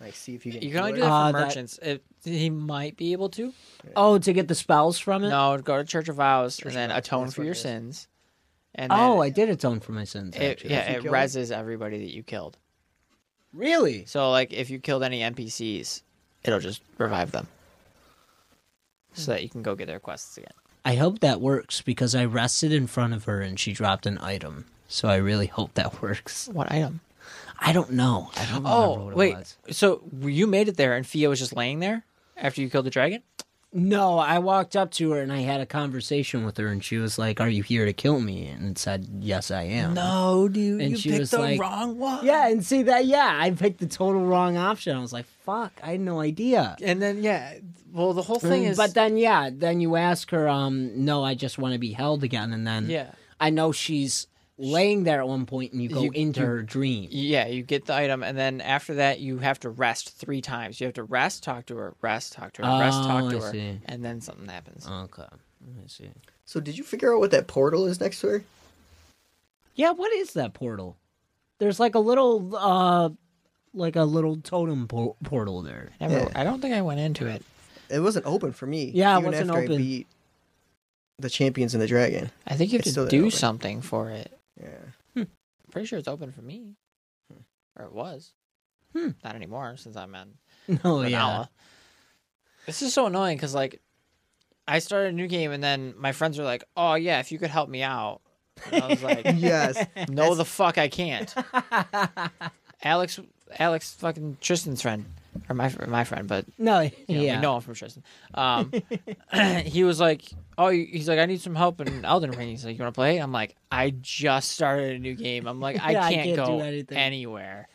[SPEAKER 3] like see if you can?
[SPEAKER 1] You can only do
[SPEAKER 3] it?
[SPEAKER 1] that
[SPEAKER 2] Uh,
[SPEAKER 1] for
[SPEAKER 2] that-
[SPEAKER 1] merchants. It, he might be able to.
[SPEAKER 2] oh, to get the spells from it.
[SPEAKER 1] No, go to Church of Vows and then
[SPEAKER 3] Vows,
[SPEAKER 1] atone
[SPEAKER 3] that's
[SPEAKER 1] for
[SPEAKER 3] what
[SPEAKER 1] your
[SPEAKER 3] it is.
[SPEAKER 1] sins. And then
[SPEAKER 2] oh, I did atone for my sins.
[SPEAKER 1] it,
[SPEAKER 2] actually.
[SPEAKER 1] yeah, it
[SPEAKER 3] If you kill him.
[SPEAKER 1] reses everybody that you killed.
[SPEAKER 2] really?
[SPEAKER 1] So like if you killed any NPCs, it'll just revive them. So that you can go get their quests again.
[SPEAKER 2] I hope that works because I rested in front of her and she dropped an item. So I really hope that [laughs] works.
[SPEAKER 1] What item?
[SPEAKER 2] I don't know. I don't remember
[SPEAKER 1] Oh,
[SPEAKER 2] what
[SPEAKER 1] wait.
[SPEAKER 2] it was.
[SPEAKER 1] So you made it there and Fia was just laying there after you killed the dragon?
[SPEAKER 2] No, I walked up to her and I had a conversation with her and she was like, "Are you here to kill me?" And it said, "Yes, I am."
[SPEAKER 1] No, dude.
[SPEAKER 2] And you she picked was the like-
[SPEAKER 1] wrong one.
[SPEAKER 2] Yeah, and see that yeah, I picked the total wrong option. I was like, "Fuck, I had no idea."
[SPEAKER 1] And then yeah, well the whole thing
[SPEAKER 2] Mm,
[SPEAKER 1] is
[SPEAKER 2] but then yeah, then you ask her um, "No, I just want to be held again." And then
[SPEAKER 1] yeah.
[SPEAKER 2] I know she's laying there at one point and you go
[SPEAKER 1] You-
[SPEAKER 2] into her dream.
[SPEAKER 1] Yeah, you get the item, and then after that, you have to rest three times. You have to rest, talk to her, rest, talk to her, rest, talk
[SPEAKER 2] Oh,
[SPEAKER 1] to
[SPEAKER 2] I
[SPEAKER 1] her,
[SPEAKER 2] see. Oh.
[SPEAKER 1] and then something happens.
[SPEAKER 2] okay. I see.
[SPEAKER 3] So did you figure out what that portal is next to her?
[SPEAKER 2] Yeah, what is that portal? There's like a little, uh, like a little totem por- portal [laughs] there.
[SPEAKER 1] Never,
[SPEAKER 3] Yeah.
[SPEAKER 1] I don't think I went into it.
[SPEAKER 3] It wasn't open for me.
[SPEAKER 2] Yeah, it
[SPEAKER 3] even
[SPEAKER 2] wasn't
[SPEAKER 3] after I
[SPEAKER 2] open.
[SPEAKER 3] beat the champions and the dragon.
[SPEAKER 2] [laughs]
[SPEAKER 1] I think you have
[SPEAKER 3] It's
[SPEAKER 1] to
[SPEAKER 3] still
[SPEAKER 1] do
[SPEAKER 3] open.
[SPEAKER 1] something for it.
[SPEAKER 3] Yeah.
[SPEAKER 1] pretty sure it's open for me,
[SPEAKER 2] Hmm.
[SPEAKER 1] or it was. Not anymore since I'm on
[SPEAKER 2] Oh
[SPEAKER 1] an
[SPEAKER 2] Hmm. yeah.
[SPEAKER 1] hour. This is so annoying because like, I started a new game and then my friends were like, "Oh yeah, if you could help me out," and I was like,
[SPEAKER 3] Yes.
[SPEAKER 1] "No, the fuck, I
[SPEAKER 2] [laughs]
[SPEAKER 1] can't." Alex, Alex, fucking Tristan's friend, or my my friend, but
[SPEAKER 2] No. [laughs]
[SPEAKER 1] you know,
[SPEAKER 2] yeah.
[SPEAKER 1] we know him from Tristan. Um, [clears throat] he was like, "Oh, he's like, I need some help in Elden Ring." He's like, "You want to play?" I'm like, "I just started a new game." I'm like, "I
[SPEAKER 2] [laughs] Yeah, I
[SPEAKER 1] can't,
[SPEAKER 2] can't do
[SPEAKER 1] go
[SPEAKER 2] anything."
[SPEAKER 1] anywhere."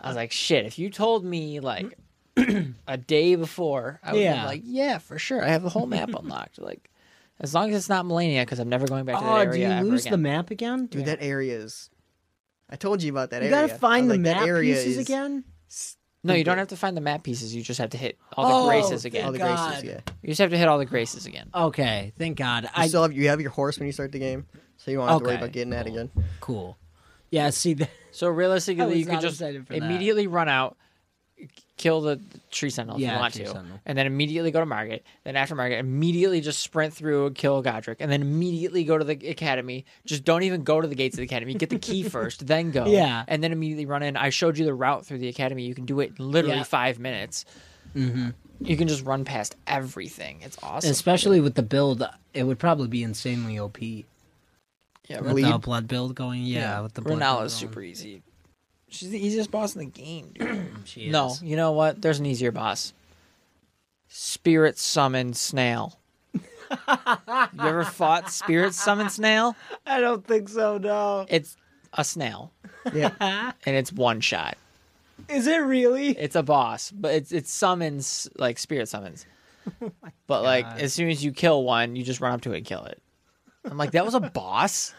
[SPEAKER 1] I was like, "Shit!" If you told me like [clears throat] a day before, I would have
[SPEAKER 2] Yeah.
[SPEAKER 1] been like, "Yeah, for sure, I have the whole map unlocked." Like, as long as it's not Millennia, because I'm never going back to that
[SPEAKER 2] Oh,
[SPEAKER 1] area
[SPEAKER 2] do you
[SPEAKER 1] ever
[SPEAKER 2] lose the
[SPEAKER 1] again.
[SPEAKER 2] map again?
[SPEAKER 3] Dude, that area is. I told you about that
[SPEAKER 2] you
[SPEAKER 3] area.
[SPEAKER 2] gotta find
[SPEAKER 3] I
[SPEAKER 2] the
[SPEAKER 3] was like, that
[SPEAKER 2] map
[SPEAKER 3] area
[SPEAKER 2] pieces
[SPEAKER 3] is-
[SPEAKER 2] again.
[SPEAKER 1] no, you don't have to find the map pieces. You just have to hit all the
[SPEAKER 2] Oh,
[SPEAKER 1] graces
[SPEAKER 2] thank
[SPEAKER 1] again.
[SPEAKER 3] All the
[SPEAKER 2] God.
[SPEAKER 3] graces, yeah. You
[SPEAKER 1] You just have to hit all the graces again.
[SPEAKER 2] Okay. Thank God. I
[SPEAKER 3] still have you have your horse when you start the game, so you don't have to worry
[SPEAKER 2] Okay,
[SPEAKER 3] about getting that again.
[SPEAKER 2] cool. Yeah. See that.
[SPEAKER 1] So
[SPEAKER 2] I was
[SPEAKER 1] realistically, you
[SPEAKER 2] not
[SPEAKER 1] could just
[SPEAKER 2] excited for that.
[SPEAKER 1] immediately run out, k- kill the the tree sentinel if
[SPEAKER 2] Yeah,
[SPEAKER 1] you want
[SPEAKER 2] tree
[SPEAKER 1] to,
[SPEAKER 2] sentinel.
[SPEAKER 1] and then immediately go to Margaret. Then after Margaret, immediately just sprint through and kill Godric, and then immediately go to the academy. Just don't even go to the gates of the academy. Get the
[SPEAKER 2] [laughs]
[SPEAKER 1] key first, then go.
[SPEAKER 2] Yeah.
[SPEAKER 1] and then immediately run in. I showed you the route through the academy. You can do it in literally
[SPEAKER 2] Yeah.
[SPEAKER 1] five minutes. Mm-hmm. You can just run past everything. It's awesome.
[SPEAKER 2] Especially with the build, it would probably be insanely OP.
[SPEAKER 1] yeah,
[SPEAKER 2] With
[SPEAKER 3] Bleed.
[SPEAKER 2] the blood build going, yeah.
[SPEAKER 1] uh,
[SPEAKER 2] with the blood
[SPEAKER 1] Renala
[SPEAKER 2] build
[SPEAKER 1] is
[SPEAKER 2] going.
[SPEAKER 1] super easy. She's the easiest boss in the game, dude. [clears throat]
[SPEAKER 2] She
[SPEAKER 1] No,
[SPEAKER 2] is.
[SPEAKER 1] you know what? There's an easier boss. Spirit summon snail. you ever fought spirit summon snail?
[SPEAKER 2] I don't think so. No.
[SPEAKER 1] It's a snail, [laughs]
[SPEAKER 3] Yeah,
[SPEAKER 1] and it's one shot.
[SPEAKER 2] Is it really?
[SPEAKER 1] It's a boss, but it's it summons like spirit [laughs] summons. Oh But like as soon as you kill one, you just run up to it and kill it. I'm like, that was a boss.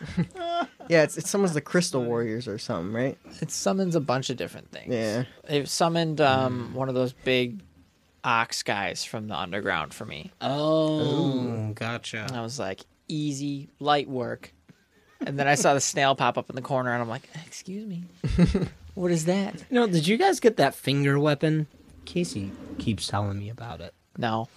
[SPEAKER 3] yeah. It's it's someone's the Crystal Warriors or something, right?
[SPEAKER 1] It summons a bunch of different things.
[SPEAKER 3] Yeah.
[SPEAKER 1] It summoned um, one of those big ox guys from the underground for me.
[SPEAKER 2] Oh, gotcha.
[SPEAKER 1] And I was like, easy, light work. And then I saw the snail pop up in the corner, and I'm like, excuse me, what is that?
[SPEAKER 2] You know, did you guys get that finger weapon? Casey keeps telling me about it.
[SPEAKER 1] No,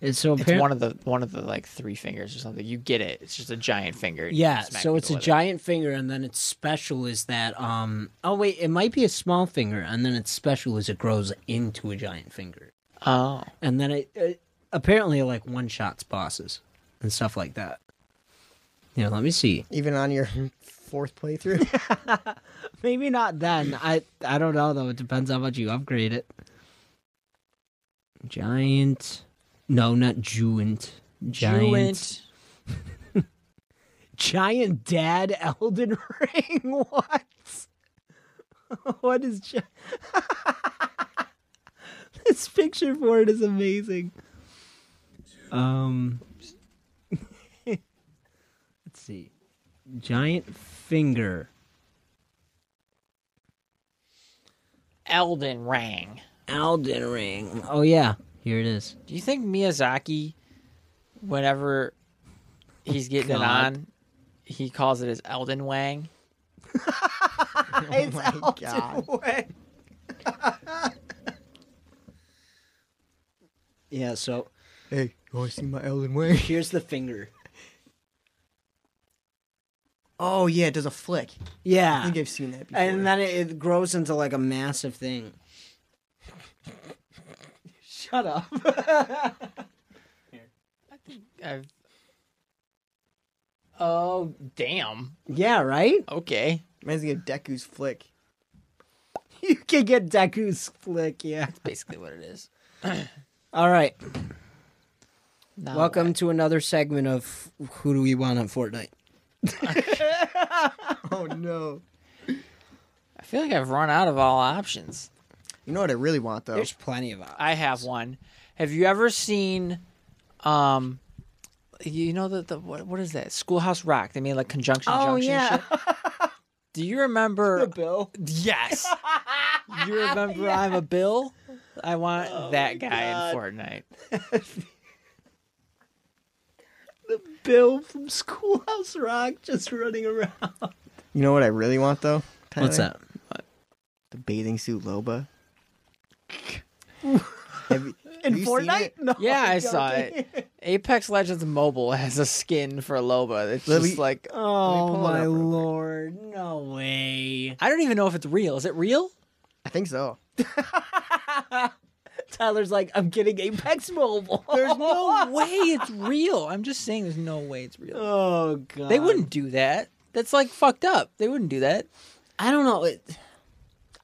[SPEAKER 2] It's so
[SPEAKER 1] it's
[SPEAKER 2] apparent-
[SPEAKER 1] one of the one of the like three fingers or something. You get it? It's just a giant finger. You
[SPEAKER 2] yeah,
[SPEAKER 1] smack
[SPEAKER 2] so it's
[SPEAKER 1] people
[SPEAKER 2] a
[SPEAKER 1] with it.
[SPEAKER 2] giant finger, and then its special is that. um Oh wait, it might be a small finger, and then its special is it grows into a giant finger,
[SPEAKER 1] Oh,
[SPEAKER 2] and then it, it apparently like one shots bosses and stuff like that. Yeah, let me see.
[SPEAKER 3] Even on your [laughs] fourth
[SPEAKER 2] [laughs]
[SPEAKER 3] playthrough.
[SPEAKER 2] Maybe not then. I I don't know though. It depends how much you upgrade it. Giant. No, not Jewent. Giant.
[SPEAKER 1] Druid.
[SPEAKER 2] Giant Dad [laughs] Elden Ring. [laughs] What? what is gi- [laughs] This picture for it is amazing. [laughs] Um Let's see. Giant finger.
[SPEAKER 1] Elden Ring.
[SPEAKER 2] Elden Ring. Oh yeah, here it is.
[SPEAKER 1] Do you think Miyazaki, whenever he's getting it
[SPEAKER 2] God.
[SPEAKER 1] on, he calls it his Elden Wang?
[SPEAKER 3] oh my god.
[SPEAKER 2] Yeah, so
[SPEAKER 3] Hey, you want to see my Elden Ring?
[SPEAKER 2] here's the finger.
[SPEAKER 3] Oh yeah, it does a flick. I
[SPEAKER 2] Yeah.
[SPEAKER 3] think I've seen that before.
[SPEAKER 2] And then it, it grows into like a massive thing. [laughs] Shut up.
[SPEAKER 1] I've... Oh damn!
[SPEAKER 2] [laughs] Yeah, right?
[SPEAKER 1] Okay.
[SPEAKER 3] Reminds me of Deku's flick.
[SPEAKER 2] [laughs] You can get Deku's flick, yeah.
[SPEAKER 1] basically what it is.
[SPEAKER 2] All right. Welcome to another segment of Who Do We Want on Fortnite?
[SPEAKER 3] Oh no.
[SPEAKER 1] I feel like I've run out of all options.
[SPEAKER 3] You know what I really want though?
[SPEAKER 2] There's plenty of options.
[SPEAKER 1] I have one. Have you ever seen, um, you know the, the what what is that Schoolhouse Rock? They made like conjunction. junction shit. Do you remember?
[SPEAKER 2] Bill.
[SPEAKER 1] Yes. You remember I'm a Bill? I want that guy in Fortnite.
[SPEAKER 2] Bill from Schoolhouse Rock just running around.
[SPEAKER 3] You know what I really want though?
[SPEAKER 2] What's
[SPEAKER 3] Tyler?
[SPEAKER 2] up? [laughs]
[SPEAKER 3] The bathing suit Loba. have, you,
[SPEAKER 2] in
[SPEAKER 3] Have you seen
[SPEAKER 2] Fortnite?
[SPEAKER 3] it?
[SPEAKER 2] No,
[SPEAKER 1] Yeah, I saw
[SPEAKER 2] okay.
[SPEAKER 1] Apex Legends Mobile has a skin for Loba. It's
[SPEAKER 3] Let
[SPEAKER 1] just
[SPEAKER 3] me-
[SPEAKER 1] like
[SPEAKER 2] Oh
[SPEAKER 3] pull it up
[SPEAKER 2] my
[SPEAKER 3] real quick.
[SPEAKER 2] lord! No way.
[SPEAKER 1] I don't even know if it's real. Is it real?
[SPEAKER 3] I think so. [laughs]
[SPEAKER 2] Tyler's like, I'm getting Apex Mobile.
[SPEAKER 1] There's no way it's real. I'm just saying there's no way it's real.
[SPEAKER 2] [laughs] Oh god.
[SPEAKER 1] They wouldn't do that. That's like fucked up. They wouldn't do that.
[SPEAKER 2] I don't know. It,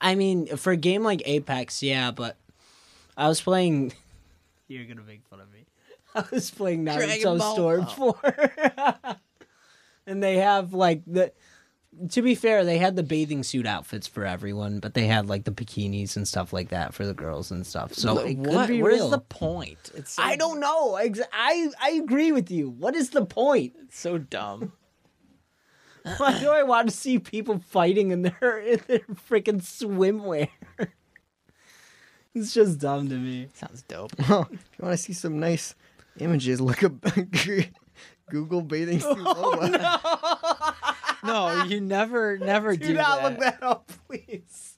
[SPEAKER 2] I mean, for a game like Apex, yeah, but I was playing. [laughs] You're gonna make fun of me. Oh. I was playing
[SPEAKER 1] Dragon
[SPEAKER 2] Naruto
[SPEAKER 1] Ball.
[SPEAKER 2] Storm Four, [laughs] and they have like the. To be fair, they had the bathing suit outfits for everyone, but they had like the bikinis and stuff like that for the girls and stuff. So it could
[SPEAKER 1] what?
[SPEAKER 2] be
[SPEAKER 1] What
[SPEAKER 2] real.
[SPEAKER 1] is the point? It's so,
[SPEAKER 2] I don't know. Ex- I I agree with you. What is the point?
[SPEAKER 1] it's so
[SPEAKER 2] [laughs]
[SPEAKER 1] dumb.
[SPEAKER 2] Why do I want to see people fighting in their [laughs] in their freaking swimwear? It's just dumb to me.
[SPEAKER 1] Sounds dope.
[SPEAKER 3] Oh, if you want to see some nice images, look up [laughs] Google bathing
[SPEAKER 2] [laughs]
[SPEAKER 3] suit.
[SPEAKER 2] Oh,
[SPEAKER 3] Lola.
[SPEAKER 1] [laughs] No, you never, never do,
[SPEAKER 2] Do not
[SPEAKER 1] that.
[SPEAKER 2] look that up, please.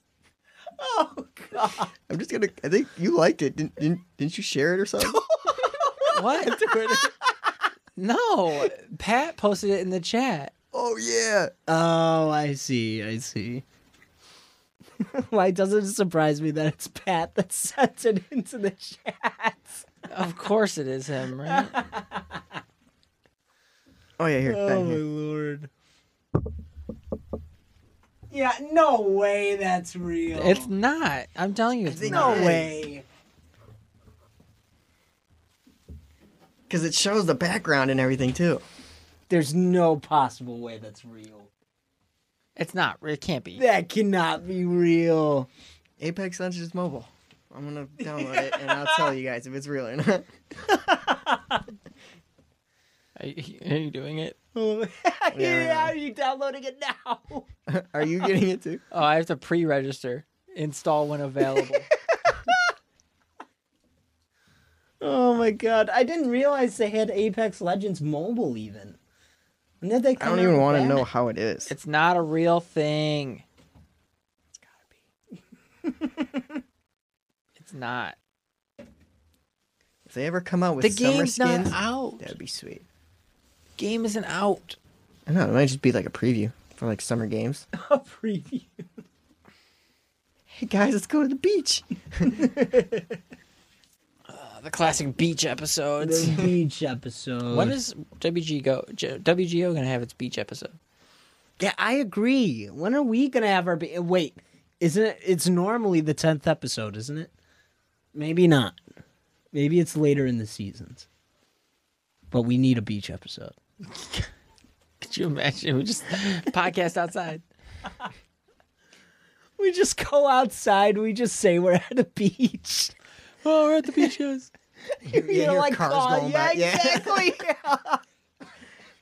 [SPEAKER 2] Oh god.
[SPEAKER 3] I'm just gonna. I think you liked it. Didn't didn't, didn't you share it
[SPEAKER 2] [laughs]
[SPEAKER 3] or something?
[SPEAKER 1] What? no, Pat posted it in the chat.
[SPEAKER 3] oh yeah.
[SPEAKER 2] Oh, I see. I see. [laughs] Why doesn't it surprise me that it's Pat that sent it into the chat?
[SPEAKER 1] Of course, it is him,
[SPEAKER 2] [laughs]
[SPEAKER 1] right?
[SPEAKER 3] Oh yeah. Here.
[SPEAKER 2] Oh
[SPEAKER 3] bang,
[SPEAKER 2] my
[SPEAKER 3] here.
[SPEAKER 2] lord. Yeah, no way that's real.
[SPEAKER 1] It's not. I'm telling you, it's
[SPEAKER 3] think-
[SPEAKER 1] not.
[SPEAKER 2] no way.
[SPEAKER 3] Because it shows the background and everything too.
[SPEAKER 2] There's no possible way that's real.
[SPEAKER 1] It's not. It can't be.
[SPEAKER 2] That cannot be real.
[SPEAKER 3] Apex Legends Mobile. I'm gonna download it and I'll tell you guys if it's real or not. [laughs]
[SPEAKER 1] Are you, are you doing it?
[SPEAKER 2] yeah,
[SPEAKER 3] Yeah.
[SPEAKER 2] are you downloading it now?
[SPEAKER 3] Are you getting it too?
[SPEAKER 1] Oh, I have to pre-register. Install when available.
[SPEAKER 2] Oh my god, I didn't realize they had Apex Legends Mobile even. When did they
[SPEAKER 3] I
[SPEAKER 2] come
[SPEAKER 3] don't
[SPEAKER 2] out
[SPEAKER 3] even
[SPEAKER 2] with
[SPEAKER 3] want to
[SPEAKER 2] that?
[SPEAKER 3] know how it is.
[SPEAKER 1] it's not a real thing. [laughs] It's not.
[SPEAKER 3] If they ever come out with
[SPEAKER 1] The
[SPEAKER 3] summer
[SPEAKER 1] game's not
[SPEAKER 3] skins,
[SPEAKER 1] out.
[SPEAKER 3] that'd be sweet.
[SPEAKER 1] Game isn't out.
[SPEAKER 3] I know it might just be like a preview for like summer games.
[SPEAKER 2] a [laughs] preview.
[SPEAKER 3] Hey guys, let's go to
[SPEAKER 2] [laughs]
[SPEAKER 3] the beach.
[SPEAKER 1] Uh, the classic beach episodes.
[SPEAKER 2] The beach episode.
[SPEAKER 1] when is WG go? J- WGO gonna have its beach episode? [laughs]
[SPEAKER 2] Yeah, I agree. When are we gonna have our be- wait? Isn't it? It's normally the tenth episode, isn't it? Maybe not. Maybe it's later in the seasons. But we need a beach episode.
[SPEAKER 1] Could you imagine? We just [laughs] podcast outside.
[SPEAKER 2] We just go outside. We just say we're at a beach. [laughs]
[SPEAKER 1] Oh, we're at the beach [laughs] house.
[SPEAKER 3] You
[SPEAKER 2] You know,
[SPEAKER 3] hear
[SPEAKER 2] like
[SPEAKER 3] cars
[SPEAKER 2] oh,
[SPEAKER 3] going
[SPEAKER 2] yeah,
[SPEAKER 3] by. Yeah.
[SPEAKER 2] exactly. yeah.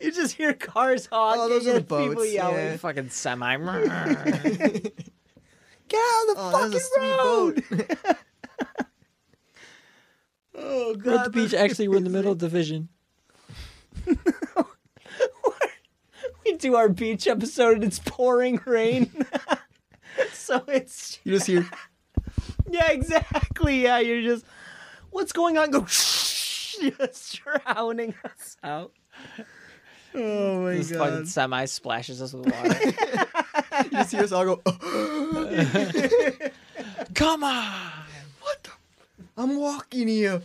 [SPEAKER 2] You just hear cars honking.
[SPEAKER 3] Oh, those are the
[SPEAKER 2] and People
[SPEAKER 3] boats,
[SPEAKER 2] yelling,
[SPEAKER 3] yeah.
[SPEAKER 1] Fucking semi.
[SPEAKER 2] "Get out of the
[SPEAKER 3] [laughs] Oh,
[SPEAKER 2] fucking
[SPEAKER 3] that's a sweet
[SPEAKER 2] road!"
[SPEAKER 3] boat.
[SPEAKER 2] Oh
[SPEAKER 1] We're at the beach. Actually, we're in the middle [laughs] of division.
[SPEAKER 2] [laughs] we do our beach episode and it's pouring rain. [laughs] so it's
[SPEAKER 3] you
[SPEAKER 1] [laughs]
[SPEAKER 3] just hear
[SPEAKER 2] yeah, exactly. Yeah, you're just what's going on? Go [laughs] just drowning us out. Oh my
[SPEAKER 1] This fucking semi splashes us with water. [laughs]
[SPEAKER 3] you just hear us all go, "Oh,
[SPEAKER 1] Come on.
[SPEAKER 3] I'm walking here.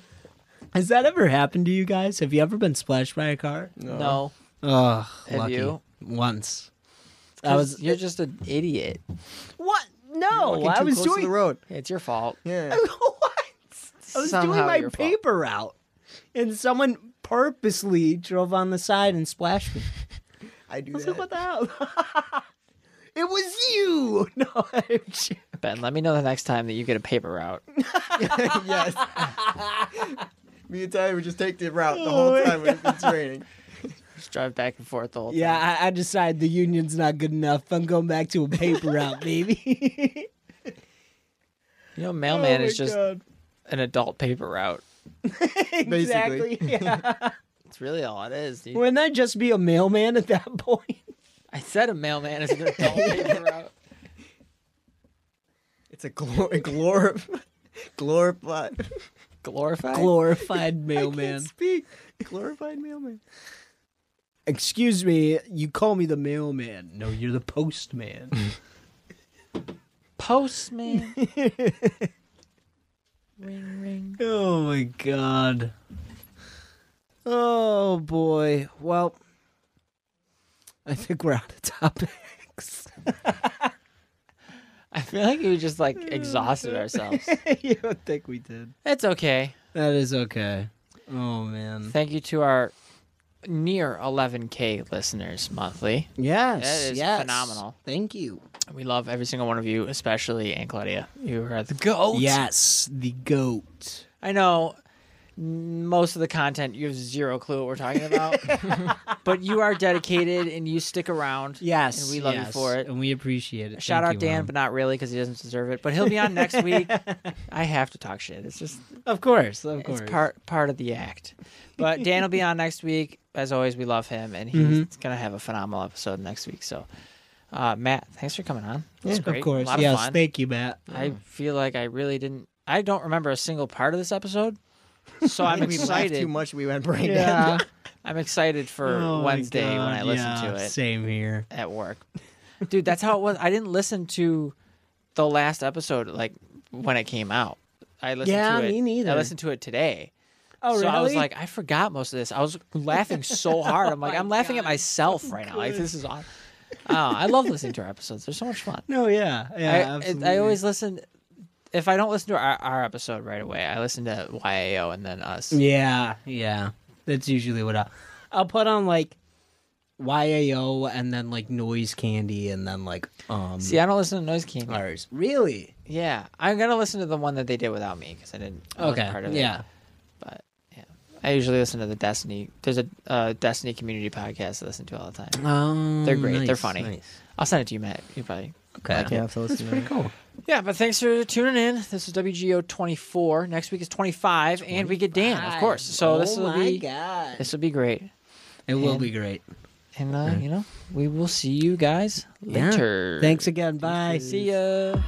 [SPEAKER 2] Has that ever happened to you guys? Have you ever been splashed by a car?
[SPEAKER 1] No,
[SPEAKER 2] Ugh,
[SPEAKER 1] Have
[SPEAKER 2] lucky.
[SPEAKER 1] you?
[SPEAKER 2] Once. I
[SPEAKER 1] I
[SPEAKER 2] was
[SPEAKER 1] was. You're just an idiot.
[SPEAKER 2] what? No,
[SPEAKER 3] Walking
[SPEAKER 2] I
[SPEAKER 3] too
[SPEAKER 2] was
[SPEAKER 3] close to the
[SPEAKER 2] doing [laughs]
[SPEAKER 3] road.
[SPEAKER 1] It's your fault.
[SPEAKER 3] Yeah.
[SPEAKER 2] what? I was
[SPEAKER 1] Somehow
[SPEAKER 2] doing my
[SPEAKER 1] your fault.
[SPEAKER 2] paper route, and someone purposely drove on the side and splashed me.
[SPEAKER 3] I do
[SPEAKER 2] I was like,
[SPEAKER 3] that.
[SPEAKER 2] what the [laughs] hell? it was you. No, I'm j-
[SPEAKER 1] Ben, let me know the next time that you get a paper route.
[SPEAKER 3] yes. Me and Ty would just take the route the whole
[SPEAKER 2] Oh my
[SPEAKER 3] time when it's raining.
[SPEAKER 1] Just drive back and forth the whole time.
[SPEAKER 2] yeah, I, I decided the union's not good enough. I'm going back to a paper route, baby. [laughs]
[SPEAKER 1] You know, mailman
[SPEAKER 2] Oh
[SPEAKER 1] is
[SPEAKER 2] my
[SPEAKER 1] just
[SPEAKER 2] God.
[SPEAKER 1] an adult paper route.
[SPEAKER 2] exactly. Yeah.
[SPEAKER 1] It's really all it is, dude.
[SPEAKER 2] Wouldn't I just be a mailman at that point?
[SPEAKER 1] I said a mailman is an
[SPEAKER 2] [laughs]
[SPEAKER 1] adult paper route.
[SPEAKER 3] It's a [laughs] glor, glor, glor plot.
[SPEAKER 1] Glorified.
[SPEAKER 2] glorified [laughs] mailman.
[SPEAKER 3] Speak. Glorified mailman.
[SPEAKER 2] Excuse me, you call me the mailman. No, you're the postman.
[SPEAKER 1] [laughs]
[SPEAKER 2] [laughs]
[SPEAKER 1] Postman. ring ring.
[SPEAKER 2] oh my god. Oh boy. Well, I think we're out of topics.
[SPEAKER 1] [laughs] I feel like we just
[SPEAKER 2] Oh,
[SPEAKER 1] like exhausted ourselves.
[SPEAKER 2] you don't think we did?
[SPEAKER 1] It's okay.
[SPEAKER 2] That is okay. Oh man.
[SPEAKER 1] Thank you to our near 11k listeners monthly.
[SPEAKER 2] Yes.
[SPEAKER 1] That is
[SPEAKER 2] yes.
[SPEAKER 1] phenomenal.
[SPEAKER 2] Thank you.
[SPEAKER 1] We love every single one of you, especially Aunt Claudia. You are the goat.
[SPEAKER 2] Yes, the goat.
[SPEAKER 1] I know n- most of the content you have zero clue what we're talking
[SPEAKER 2] [laughs]
[SPEAKER 1] about, but you are dedicated and you stick around.
[SPEAKER 2] Yes,
[SPEAKER 1] and we love you
[SPEAKER 2] yes,
[SPEAKER 1] for it.
[SPEAKER 2] and we appreciate it.
[SPEAKER 1] Shout
[SPEAKER 2] Thank
[SPEAKER 1] out
[SPEAKER 2] you,
[SPEAKER 1] Dan,
[SPEAKER 2] Mom.
[SPEAKER 1] but not really because he doesn't deserve it. But he'll be on next
[SPEAKER 2] [laughs]
[SPEAKER 1] week. I have to talk shit. It's just
[SPEAKER 2] of course, of course.
[SPEAKER 1] it's part part of the act. But Dan will be on next week. As always, we love him, and he's
[SPEAKER 2] Mm-hmm.
[SPEAKER 1] gonna have a phenomenal episode next week. So, uh, Matt, thanks for coming on. It was great.
[SPEAKER 2] of course.
[SPEAKER 1] a lot
[SPEAKER 2] yes,
[SPEAKER 1] of fun.
[SPEAKER 2] thank you, Matt.
[SPEAKER 1] I feel like I really didn't. I don't remember a single part of this episode, so
[SPEAKER 2] [laughs]
[SPEAKER 1] I'm
[SPEAKER 3] we laughed
[SPEAKER 1] excited.
[SPEAKER 3] too much. We went brain dead.
[SPEAKER 1] Yeah, [laughs] I'm excited for
[SPEAKER 2] Uh, Oh my
[SPEAKER 1] Wednesday when I
[SPEAKER 2] God,
[SPEAKER 1] listen
[SPEAKER 2] yeah,
[SPEAKER 1] to it
[SPEAKER 2] Same here.
[SPEAKER 1] at work. Dude, that's how it was. I didn't listen to the last episode like when it came out. I listened
[SPEAKER 2] Yeah,
[SPEAKER 1] to it.
[SPEAKER 2] me neither.
[SPEAKER 1] I listened to it today.
[SPEAKER 2] Oh,
[SPEAKER 1] so I was
[SPEAKER 2] really? Oh
[SPEAKER 1] like, I forgot most of this. I was laughing so hard.
[SPEAKER 2] [laughs]
[SPEAKER 1] I'm like, I'm laughing at myself right now. Like this is on. Oh, I love listening to our episodes. They're so much fun.
[SPEAKER 2] No, yeah, yeah.
[SPEAKER 1] I, it-
[SPEAKER 2] absolutely.
[SPEAKER 1] I always listen. If I don't listen to our, our episode right away, I listen to YAO and then us.
[SPEAKER 2] Yeah, yeah. That's usually what I. I'll put on like YAO and then like noise candy and then like um
[SPEAKER 1] See, I don't listen to Noise King.
[SPEAKER 2] ours. Really?
[SPEAKER 1] Yeah, I'm gonna listen to the one that they did without me because I didn't. I wasn't
[SPEAKER 2] Okay.
[SPEAKER 1] Part of it.
[SPEAKER 2] Yeah.
[SPEAKER 1] but yeah, I usually listen to the Destiny. There's a uh, Destiny community podcast I listen to all the time.
[SPEAKER 2] Um,
[SPEAKER 1] They're great. They're funny. I'll send it to you, Matt. You probably.
[SPEAKER 2] Okay.
[SPEAKER 3] Yeah, so listen to that.
[SPEAKER 2] Cool.
[SPEAKER 1] Yeah, but thanks for tuning in. This is WGO 24. Next week is 25, and we get Dan, of course. So this will be
[SPEAKER 2] Oh god.
[SPEAKER 1] this will be great.
[SPEAKER 2] It will
[SPEAKER 1] And-
[SPEAKER 2] be great.
[SPEAKER 1] And
[SPEAKER 2] Mm.
[SPEAKER 1] uh, you know, we will see you guys later.
[SPEAKER 2] Thanks again. Bye.
[SPEAKER 1] See ya.